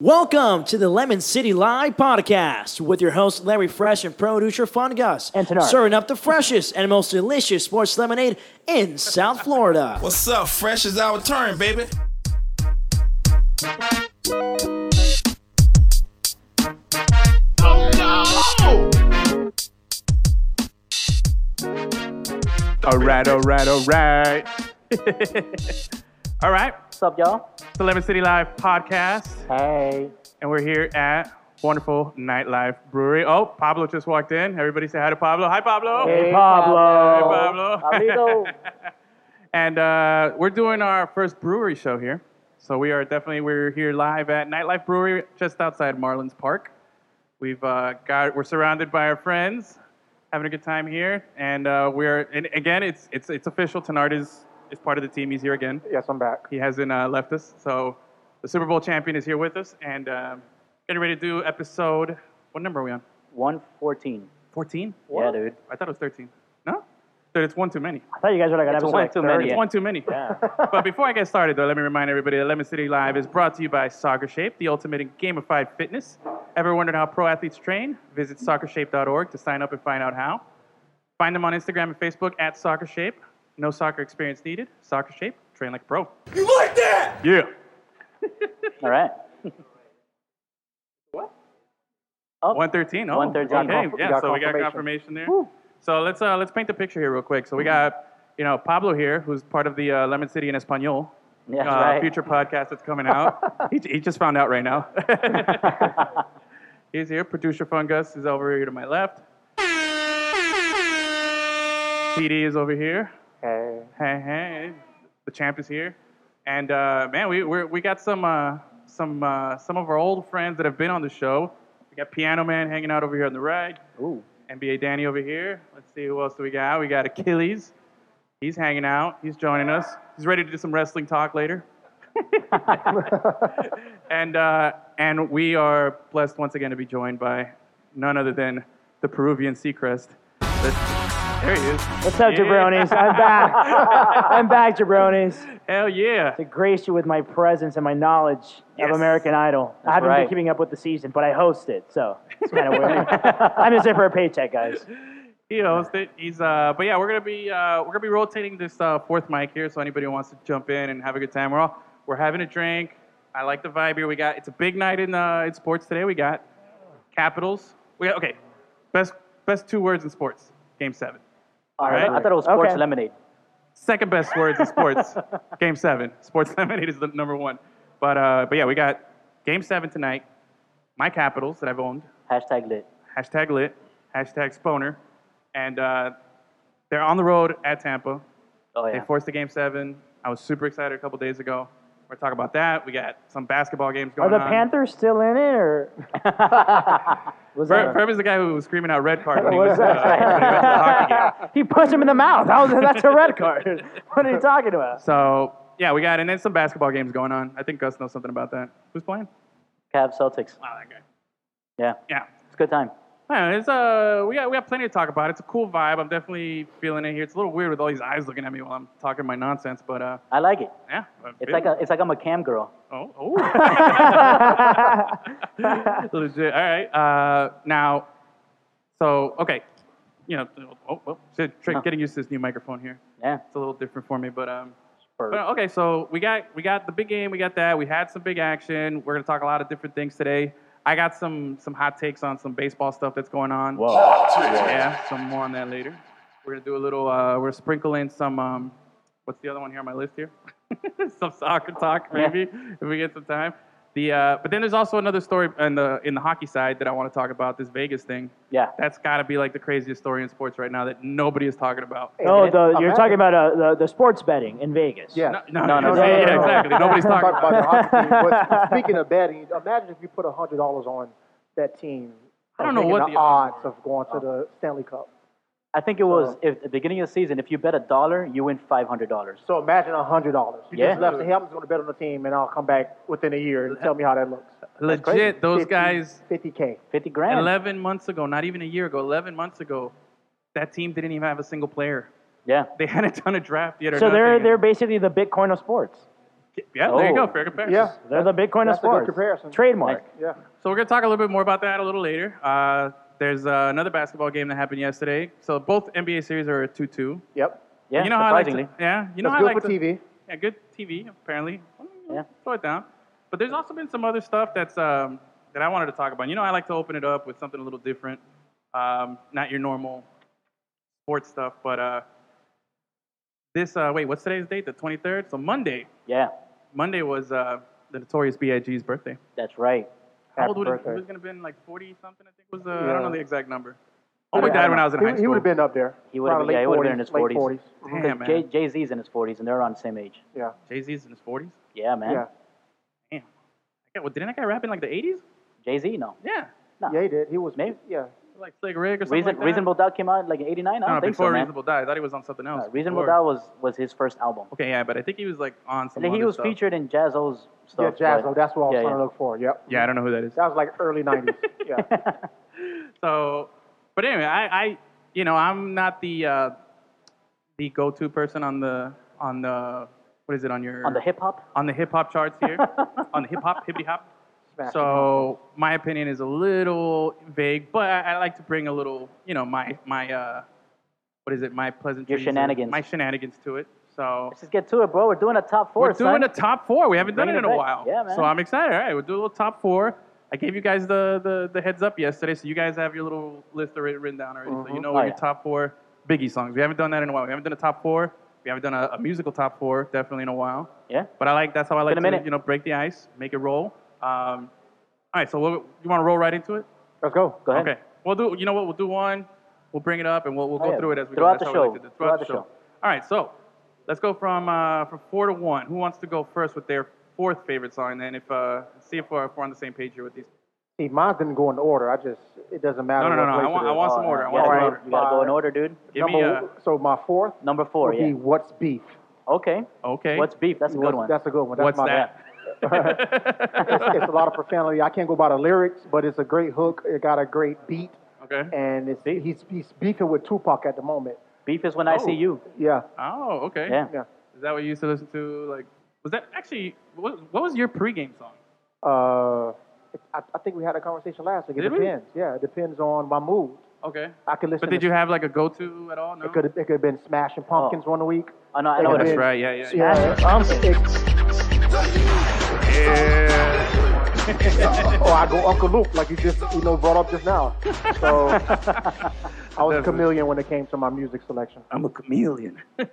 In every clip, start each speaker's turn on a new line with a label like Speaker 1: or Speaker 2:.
Speaker 1: Welcome to the Lemon City Live podcast with your host Larry Fresh and producer Fun Gus,
Speaker 2: And Tanar.
Speaker 1: serving up the freshest and most delicious sports lemonade in South Florida.
Speaker 3: What's up? Fresh is our turn, baby.
Speaker 4: Oh,
Speaker 5: All right, all right, all right. all right,
Speaker 2: What's up, y'all?
Speaker 5: it's the Lemon City Live podcast,
Speaker 2: Hey.
Speaker 5: and we're here at wonderful Nightlife Brewery. Oh, Pablo just walked in. Everybody say hi to Pablo. Hi, Pablo.
Speaker 2: Hey,
Speaker 5: Pablo. Hey, Pablo.
Speaker 2: Amigo.
Speaker 5: And uh, we're doing our first brewery show here. So we are definitely we're here live at Nightlife Brewery just outside Marlins Park. We've uh, got we're surrounded by our friends, having a good time here, and uh, we're and again it's it's it's official. Tenard is is part of the team. He's here again.
Speaker 2: Yes, I'm back.
Speaker 5: He hasn't uh, left us. So the Super Bowl champion is here with us and um, getting ready to do episode. What number are we on?
Speaker 2: 114.
Speaker 5: 14?
Speaker 2: Yeah, dude.
Speaker 5: I thought it was 13. No? Dude, it's one too many.
Speaker 2: I thought you guys were like an episode
Speaker 6: one
Speaker 2: like
Speaker 6: too many.
Speaker 2: 30.
Speaker 5: It's one too many. but before I get started, though, let me remind everybody that Lemon City Live is brought to you by Soccer Shape, the ultimate in gamified fitness. Ever wondered how pro athletes train? Visit soccershape.org to sign up and find out how. Find them on Instagram and Facebook at Soccer Shape. No soccer experience needed. Soccer Shape, train like a pro. You like that? Yeah.
Speaker 2: All right. Up.
Speaker 5: 113. Oh,
Speaker 2: 113.
Speaker 5: Okay,
Speaker 2: We
Speaker 5: yeah.
Speaker 2: got
Speaker 5: so we got confirmation there. So let's uh, let's paint the picture here real quick. So we got you know Pablo here, who's part of the uh, Lemon City and Espanol
Speaker 2: Yeah,
Speaker 5: uh,
Speaker 2: right.
Speaker 5: future podcast that's coming out. he, he just found out right now. He's here. Producer Fungus is over here to my left. PD is over here.
Speaker 6: Hey.
Speaker 5: Hey, hey, the champ is here, and uh, man, we we're, we got some uh, some uh, some of our old friends that have been on the show. We got Piano Man hanging out over here on the right.
Speaker 2: Ooh.
Speaker 5: NBA Danny over here. Let's see who else do we got. We got Achilles. He's hanging out. He's joining us. He's ready to do some wrestling talk later. and uh, and we are blessed once again to be joined by none other than the Peruvian Seacrest. Let's- There he is.
Speaker 7: What's up,
Speaker 5: Yeah.
Speaker 7: jabronis? I'm back. I'm back, jabronis.
Speaker 5: Hell yeah.
Speaker 7: To grace you with my presence and my knowledge
Speaker 5: Yes.
Speaker 7: of American Idol. I haven't
Speaker 2: right.
Speaker 7: been keeping up with the season, but I host it, so it's kind of weird. I'm just there for a paycheck, guys.
Speaker 5: He hosts it. He's uh, but yeah, we're gonna be uh, we're gonna be rotating this uh, fourth mic here. So anybody who wants to jump in and have a good time, we're all we're having a drink. I like the vibe here. We got it's a big night in uh, in sports today. We got Capitals. We got okay, best best two words in sports. Game seven.
Speaker 2: All right. I thought it was
Speaker 7: Okay.
Speaker 2: sports lemonade.
Speaker 5: Second best words in sports. game seven. Sports lemonade is the number one. But uh, but yeah, we got game seven tonight. My Capitals that I've owned.
Speaker 2: Hashtag lit.
Speaker 5: hashtag lit, hashtag sponer, and uh, they're on the road at Tampa.
Speaker 2: Oh,
Speaker 5: They
Speaker 2: yeah.
Speaker 5: forced a game seven. I was super excited a couple days ago. We're talking about that. We got some basketball games
Speaker 7: Are
Speaker 5: going
Speaker 7: Oh, the
Speaker 5: on.
Speaker 7: Panthers still in it, or was that?
Speaker 5: Fer- Ferb is the guy who was screaming out red card when he
Speaker 7: What
Speaker 5: was,
Speaker 7: was
Speaker 5: uh,
Speaker 7: that?
Speaker 5: when he was at the hockey game.
Speaker 7: he punched him in the mouth. That was, that's a red card. What are you talking about?
Speaker 5: So yeah, we got and then some basketball games going on. I think Gus knows something about that. Who's playing?
Speaker 2: Cavs Celtics.
Speaker 5: Wow, that guy.
Speaker 2: Yeah.
Speaker 5: Yeah.
Speaker 2: It's a good time.
Speaker 5: Yeah, it's uh, we got we got plenty to talk about. It's a cool vibe. I'm definitely feeling it here. It's a little weird with all these eyes looking at me while I'm talking my nonsense, but uh,
Speaker 2: I like it.
Speaker 5: yeah.
Speaker 2: It's like, a, it's like I'm a cam girl.
Speaker 5: Oh, oh. Legit. All right. Uh, now, so okay, you know, oh, oh, shit, trick, getting used to this new microphone here.
Speaker 2: Yeah.
Speaker 5: It's a little different for me, but um,
Speaker 2: Or-
Speaker 5: but, okay. So we got we got the big game. We got that. We had some big action. We're gonna talk a lot of different things today. I got some some hot takes on some baseball stuff that's going on. Yeah. Some more on that later. We're gonna do a little. Uh, we're gonna sprinkle in some. Um, what's the other one here on my list here? some soccer talk maybe if we get some time. The uh, but then there's also another story in the in the hockey side that I want to talk about. This Vegas thing.
Speaker 2: Yeah.
Speaker 5: That's got to be like the craziest story in sports right now that nobody is talking about.
Speaker 7: Oh,
Speaker 6: it-
Speaker 7: the, you're
Speaker 6: America-
Speaker 7: talking about uh, the, the sports betting in Vegas.
Speaker 6: Yeah.
Speaker 5: no,
Speaker 2: no, no,
Speaker 5: yeah,
Speaker 7: no, no.
Speaker 5: exactly. Nobody's talking
Speaker 6: Talk
Speaker 5: about it.
Speaker 6: about the hockey team, but speaking of betting, imagine if you put hundred dollars on that team.
Speaker 5: I don't know
Speaker 6: thinking
Speaker 5: what
Speaker 6: the,
Speaker 5: the- uh,
Speaker 6: odds of going to the Stanley Cup.
Speaker 2: I think it was if, at the beginning of the season, if you bet a dollar, you win $500.
Speaker 6: So imagine hundred dollars. You
Speaker 2: Yeah.
Speaker 6: just left the hey, I'm just going to bet on the team, and I'll come back within a year and tell me how that looks.
Speaker 5: Legit, those
Speaker 6: 50
Speaker 5: guys.
Speaker 6: 50k.
Speaker 2: 50 grand.
Speaker 5: 11 months ago, not even a year ago, 11 months ago, that team didn't even have a single player.
Speaker 2: Yeah.
Speaker 5: They hadn't done a draft yet. Or
Speaker 7: So they're
Speaker 5: nothing.
Speaker 7: they're basically the Bitcoin of sports.
Speaker 5: Yeah, there you
Speaker 8: Oh.
Speaker 5: go. Fair comparison.
Speaker 6: Yeah.
Speaker 8: They're the Bitcoin of
Speaker 6: That's a good
Speaker 8: sports.
Speaker 6: comparison.
Speaker 8: Trademark.
Speaker 6: Yeah.
Speaker 5: So we're going to talk a little bit more about that a little later. Uh, there's uh, another basketball game that happened yesterday. So both NBA series are 2 2.
Speaker 6: Yep.
Speaker 4: Yeah,
Speaker 5: you know how I like
Speaker 4: surprisingly.
Speaker 5: to, Yeah, you know
Speaker 6: That's
Speaker 5: how I
Speaker 6: good
Speaker 5: like
Speaker 6: for
Speaker 5: to,
Speaker 6: TV.
Speaker 5: Yeah, good TV apparently. Well, you know,
Speaker 4: Yeah.
Speaker 5: Throw it down. But there's also been some other stuff that's um, that I wanted to talk about. You know, I like to open it up with something a little different, um, not your normal sports stuff. But uh, this uh, wait, what's today's date? The 23rd. So Monday.
Speaker 4: yeah,
Speaker 5: Monday was uh, the Notorious B.I.G.'s birthday.
Speaker 4: that's right.
Speaker 5: How
Speaker 4: Happy
Speaker 5: old would it, he
Speaker 4: birthday.
Speaker 5: was going to been like 40 something? I think was uh, I don't know
Speaker 6: Yeah.
Speaker 5: the exact number. Oh, my dad when I was in high
Speaker 6: He,
Speaker 5: school.
Speaker 6: he would have been up there.
Speaker 4: He would've
Speaker 6: Probably
Speaker 4: been- yeah, he would've been in
Speaker 6: late
Speaker 4: his
Speaker 6: 40s,
Speaker 4: 40s.
Speaker 6: late
Speaker 5: Damn, man.
Speaker 4: Jay Jay Z's in his 40s and they're around the same age.
Speaker 6: Yeah.
Speaker 5: Jay Z's in his 40s.
Speaker 4: Yeah, man.
Speaker 6: Yeah.
Speaker 5: Damn. Yeah, well, didn't that guy rap in like the 80s?
Speaker 4: Jay Z, no.
Speaker 5: Yeah.
Speaker 6: Yeah, he did. He was.
Speaker 4: Maybe.
Speaker 6: Yeah.
Speaker 5: Like Slick Rick or something
Speaker 4: Reason,
Speaker 5: like that.
Speaker 4: Reasonable Doubt came out in, like in 89? I
Speaker 5: No,
Speaker 4: don't
Speaker 5: no,
Speaker 4: think
Speaker 5: before
Speaker 4: so, man.
Speaker 5: Reasonable Doubt. I thought he was on something else.
Speaker 4: No, Reasonable
Speaker 5: before.
Speaker 4: Doubt was, was his first album.
Speaker 5: Okay, yeah, but I think he was like on
Speaker 4: And
Speaker 5: some.
Speaker 4: then he
Speaker 5: other
Speaker 4: was
Speaker 5: stuff.
Speaker 4: featured in Jazzo's
Speaker 6: Yeah,
Speaker 4: stuff.
Speaker 6: Jazzo.
Speaker 4: but-
Speaker 6: That's what I was
Speaker 4: yeah,
Speaker 6: trying
Speaker 4: yeah.
Speaker 6: to look for. Yep.
Speaker 5: Yeah, I don't know who that is.
Speaker 6: That was like early 90s. yeah.
Speaker 5: So, but anyway, I, I you know, I'm not the uh, the go-to person on the on the what is it on your
Speaker 4: On the hip hop?
Speaker 5: on the hip hop charts here on the hip hop hippity hop.
Speaker 6: Smash
Speaker 5: So my opinion is a little vague, but I, I like to bring a little, you know, my my uh, what is it? My pleasant
Speaker 4: shenanigans.
Speaker 5: my shenanigans to it. So
Speaker 4: Let's just get to it, bro. We're doing a top 4
Speaker 5: We're doing
Speaker 4: son.
Speaker 5: a top four. We haven't done it
Speaker 4: Bringing
Speaker 5: in
Speaker 4: it
Speaker 5: a
Speaker 4: back.
Speaker 5: while.
Speaker 4: Yeah, man.
Speaker 5: So I'm excited. All right, we'll do a little top four. I gave you guys the, the, the heads up yesterday, so you guys have your little list already written down already. So you know
Speaker 4: Oh,
Speaker 5: what your
Speaker 4: yeah.
Speaker 5: top four Biggie songs. We haven't done that in a while. We haven't done a top four. We haven't done a, a musical top four definitely in a while.
Speaker 4: Yeah.
Speaker 5: But I like that's how I like
Speaker 4: Been a
Speaker 5: to
Speaker 4: minute.
Speaker 5: you know break the ice, make it roll. Um, all right, so we'll, you want to roll right into it?
Speaker 6: Let's go.
Speaker 4: Go ahead.
Speaker 5: Okay. We'll do. You know what? We'll do one. We'll bring it up, and we'll, we'll go
Speaker 4: Oh, yeah.
Speaker 5: through it as we
Speaker 4: Throughout the
Speaker 5: go. That's how we
Speaker 4: show.
Speaker 5: like to do it.
Speaker 4: Throughout the show.
Speaker 5: All right. So let's go from uh, from four to one. Who wants to go first with their fourth favorite song? And then if uh, see if we're, if we're on the same page here with these.
Speaker 6: See, mine didn't go in order. I just, it doesn't matter.
Speaker 5: No, no, no,
Speaker 6: what
Speaker 5: no. I
Speaker 6: place
Speaker 5: want
Speaker 6: it
Speaker 5: I
Speaker 6: is.
Speaker 5: want some
Speaker 4: Oh,
Speaker 5: order. I
Speaker 4: yeah,
Speaker 5: want
Speaker 4: you
Speaker 5: some
Speaker 4: gotta-
Speaker 5: order.
Speaker 4: You gotta go in order, dude.
Speaker 5: Give me
Speaker 6: Number
Speaker 5: a.
Speaker 6: one- so my fourth
Speaker 4: Number four,
Speaker 6: would be
Speaker 4: yeah.
Speaker 6: What's Beef.
Speaker 4: Okay.
Speaker 5: Okay.
Speaker 4: What's beef? That's a good
Speaker 6: What's-
Speaker 4: one.
Speaker 6: That's a good one. That's
Speaker 5: What's
Speaker 6: my
Speaker 5: that?
Speaker 6: it's, it's a lot of profanity. I can't go by the lyrics, but it's a great hook. It got a great beat,
Speaker 5: okay.
Speaker 6: and it's, he's, he's beefing with Tupac at the moment.
Speaker 4: Beef is when I see you.
Speaker 6: Yeah,
Speaker 5: Oh, okay.
Speaker 4: Yeah.
Speaker 6: yeah.
Speaker 5: Is that what you used to listen to? Like, was that actually what, what was your pregame song?
Speaker 6: Uh, I, I think we had a conversation last week. It
Speaker 5: Did we?
Speaker 6: depends. Yeah, it depends on my mood.
Speaker 5: Okay.
Speaker 6: I could listen.
Speaker 5: But did
Speaker 6: to,
Speaker 5: you have like a go-to at all? No.
Speaker 6: It could it could have been Smashing Pumpkins one week.
Speaker 4: Oh. I know, I
Speaker 6: It
Speaker 4: know
Speaker 6: could
Speaker 4: what
Speaker 6: have
Speaker 4: it
Speaker 5: That's
Speaker 4: is.
Speaker 6: been-
Speaker 5: right. Yeah. Yeah.
Speaker 6: Yeah, it- or Oh, I go Uncle Luke, like you just you know brought up just now. So I was a chameleon when it came to my music selection.
Speaker 5: I'm a chameleon.
Speaker 4: Where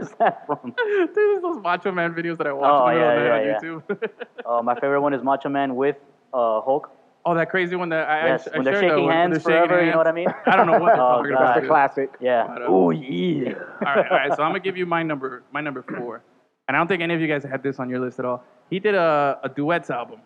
Speaker 4: is that from?
Speaker 5: Dude, there's those Macho Man videos that I watch
Speaker 4: Oh,
Speaker 5: in the middle
Speaker 4: yeah,
Speaker 5: of
Speaker 4: yeah,
Speaker 5: the night on YouTube.
Speaker 4: Uh, my favorite one is Macho Man with uh, Hulk.
Speaker 5: oh, that crazy one that I, I
Speaker 4: Yes,
Speaker 5: sh- I,
Speaker 4: when they're
Speaker 5: shared, though,
Speaker 4: shaking
Speaker 5: when- when
Speaker 4: hands
Speaker 5: they're shaking
Speaker 4: forever, you know what I
Speaker 5: hands.
Speaker 4: mean?
Speaker 5: I don't know what they're
Speaker 4: Oh,
Speaker 5: talking
Speaker 4: God.
Speaker 5: about.
Speaker 6: It's a
Speaker 5: dude.
Speaker 6: classic.
Speaker 4: Yeah.
Speaker 5: But, uh,
Speaker 4: Oh yeah.
Speaker 5: All right, all right. So I'm gonna give you my number, my number four, and I don't think any of you guys had this on your list at all. He did a, a duets album.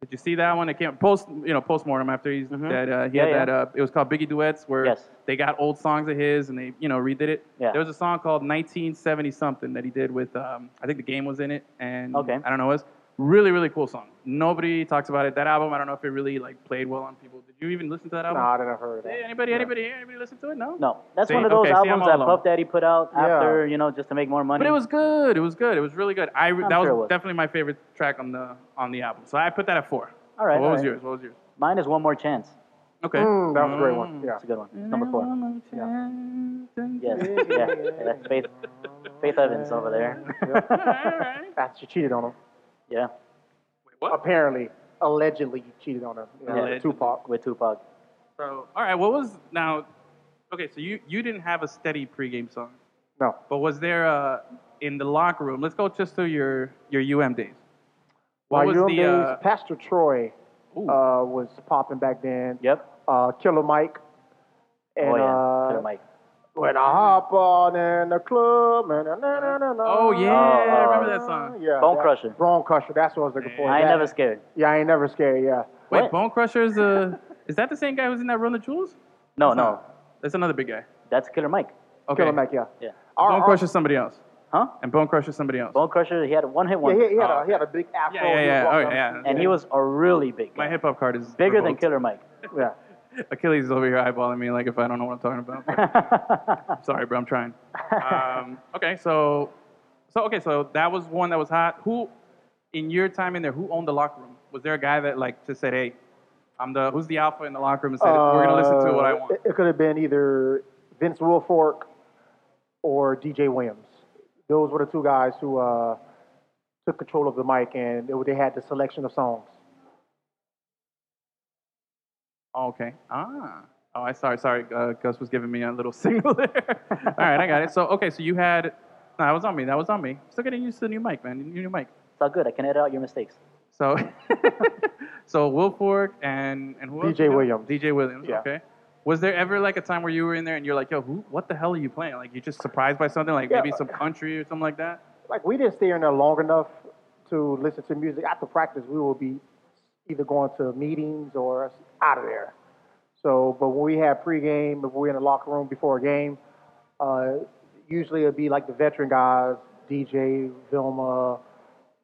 Speaker 5: Did you see that one? It came post, you know, post mortem after he's that uh, he
Speaker 4: Mm-hmm. Yeah,
Speaker 5: had
Speaker 4: yeah.
Speaker 5: that. Uh, it was called Biggie Duets, where
Speaker 4: Yes.
Speaker 5: they got old songs of his and they, you know, redid it.
Speaker 4: Yeah.
Speaker 5: There was a song called 1970 something that he did with, um, I think the game was in it, and
Speaker 4: Okay.
Speaker 5: I don't know, it was really really cool song. Nobody talks about it. That album, I don't know if it really like played well on people. Did you even listen to that album?
Speaker 6: Nah, I didn't heard of
Speaker 5: Hey,
Speaker 6: that.
Speaker 5: anybody, anybody, here? anybody listen to it? No.
Speaker 4: No, that's
Speaker 5: See,
Speaker 4: one of those
Speaker 5: okay, see, I'm
Speaker 4: albums
Speaker 5: all
Speaker 4: that
Speaker 5: alone.
Speaker 4: Puff Daddy put out
Speaker 6: Yeah.
Speaker 4: after you know just to make more money.
Speaker 5: But it was good. It was good. It was really good. I that
Speaker 4: sure
Speaker 5: was,
Speaker 4: it was.
Speaker 5: definitely my favorite track on the on the album. So I put that at four.
Speaker 4: All right,
Speaker 5: What
Speaker 4: all
Speaker 5: was
Speaker 4: right.
Speaker 5: yours? What was yours?
Speaker 4: mine is one more chance.
Speaker 5: Okay.
Speaker 6: Mm, that was a great one. Yeah.
Speaker 4: That's a good one. It's number four. Yes.
Speaker 5: Yeah.
Speaker 4: yeah. yeah. that's Faith. Faith Evans over there.
Speaker 6: Ah, She cheated on him.
Speaker 4: Yeah.
Speaker 5: What?
Speaker 6: Apparently, allegedly, you cheated on him. Yeah,
Speaker 5: Allegedly.
Speaker 6: Tupac.
Speaker 4: With Tupac.
Speaker 5: So all right. What was now? Okay. So you you didn't have a steady pregame song,
Speaker 6: No.
Speaker 5: but was there uh in the locker room? Let's go just to your your UM days.
Speaker 6: My
Speaker 5: What was
Speaker 6: UM
Speaker 5: the
Speaker 6: days,
Speaker 5: uh,
Speaker 6: Pastor Troy uh,
Speaker 5: Ooh.
Speaker 6: was popping back then.
Speaker 4: Yep.
Speaker 6: Uh, Killer Mike. And,
Speaker 4: oh
Speaker 6: uh,
Speaker 4: yeah. Killer Mike.
Speaker 6: When I hop on in the club. And na, na, na, na, na.
Speaker 5: Oh yeah, I
Speaker 4: uh,
Speaker 5: remember that song.
Speaker 6: Yeah,
Speaker 4: Bone
Speaker 6: that-
Speaker 4: Crusher.
Speaker 6: Bone Crusher. That's what I was looking for.
Speaker 4: I ain't
Speaker 6: That-
Speaker 4: never scared.
Speaker 6: Yeah, I ain't never scared. Yeah.
Speaker 5: Wait,
Speaker 4: What?
Speaker 5: Bone Crusher is uh is that the same guy who's in that Run the Jewels?
Speaker 4: No, Oh, no.
Speaker 5: That's another big guy.
Speaker 4: That's Killer Mike.
Speaker 5: Okay.
Speaker 6: Killer Mike. Yeah.
Speaker 4: Yeah.
Speaker 6: Our-
Speaker 5: Bone
Speaker 6: our-
Speaker 5: Crusher somebody else.
Speaker 4: Huh?
Speaker 5: And Bone Crusher somebody else.
Speaker 4: Bone Crusher. He had a one hit
Speaker 6: Yeah,
Speaker 4: wonder.
Speaker 6: he, he had
Speaker 5: Oh,
Speaker 6: a, he had a big afro.
Speaker 5: yeah, yeah,
Speaker 6: He was
Speaker 5: yeah. Oh,
Speaker 6: walking
Speaker 5: yeah.
Speaker 6: around.
Speaker 4: and he was a really big guy.
Speaker 5: My hip hop card is
Speaker 4: Bigger than
Speaker 5: revoked.
Speaker 4: Killer Mike.
Speaker 6: Yeah.
Speaker 5: Achilles is over here eyeballing me like if I don't know what I'm talking about. Sorry, bro. I'm trying. Um, okay, so So okay, so that was one that was hot. Who, in your time in there, who owned the locker room? Was there a guy that like just said, "Hey, I'm the who's the alpha in the locker room," and said, "We're gonna listen to what
Speaker 4: Uh,
Speaker 5: I want."
Speaker 6: Uh, It, it could have been either Vince Wilfork or DJ Williams. Those were the two guys who uh, took control of the mic and it, they had the selection of songs.
Speaker 5: Oh, okay. Ah. Oh, I sorry, sorry. Uh, Gus was giving me a little signal there. All right, I got it. So okay, so you had. No, that was on me. That was on me. Still getting used to the new mic, man. New, new mic.
Speaker 2: It's all good. I can edit out your mistakes.
Speaker 5: So, so Will Fork and and who else?
Speaker 6: DJ Williams.
Speaker 5: DJ Williams.
Speaker 6: Yeah.
Speaker 5: Okay. Was there ever like a time where you were in there and you're like, yo, who? What the hell are you playing? Like, you just surprised by something, like
Speaker 6: Yeah.
Speaker 5: maybe some country or something like that.
Speaker 6: Like, we didn't stay in there long enough to listen to music. After practice, we would be either going to meetings or out of there. So, but when we had pregame, if we were in the locker room before a game, uh, usually it'd be like the veteran guys, DJ, Vilma,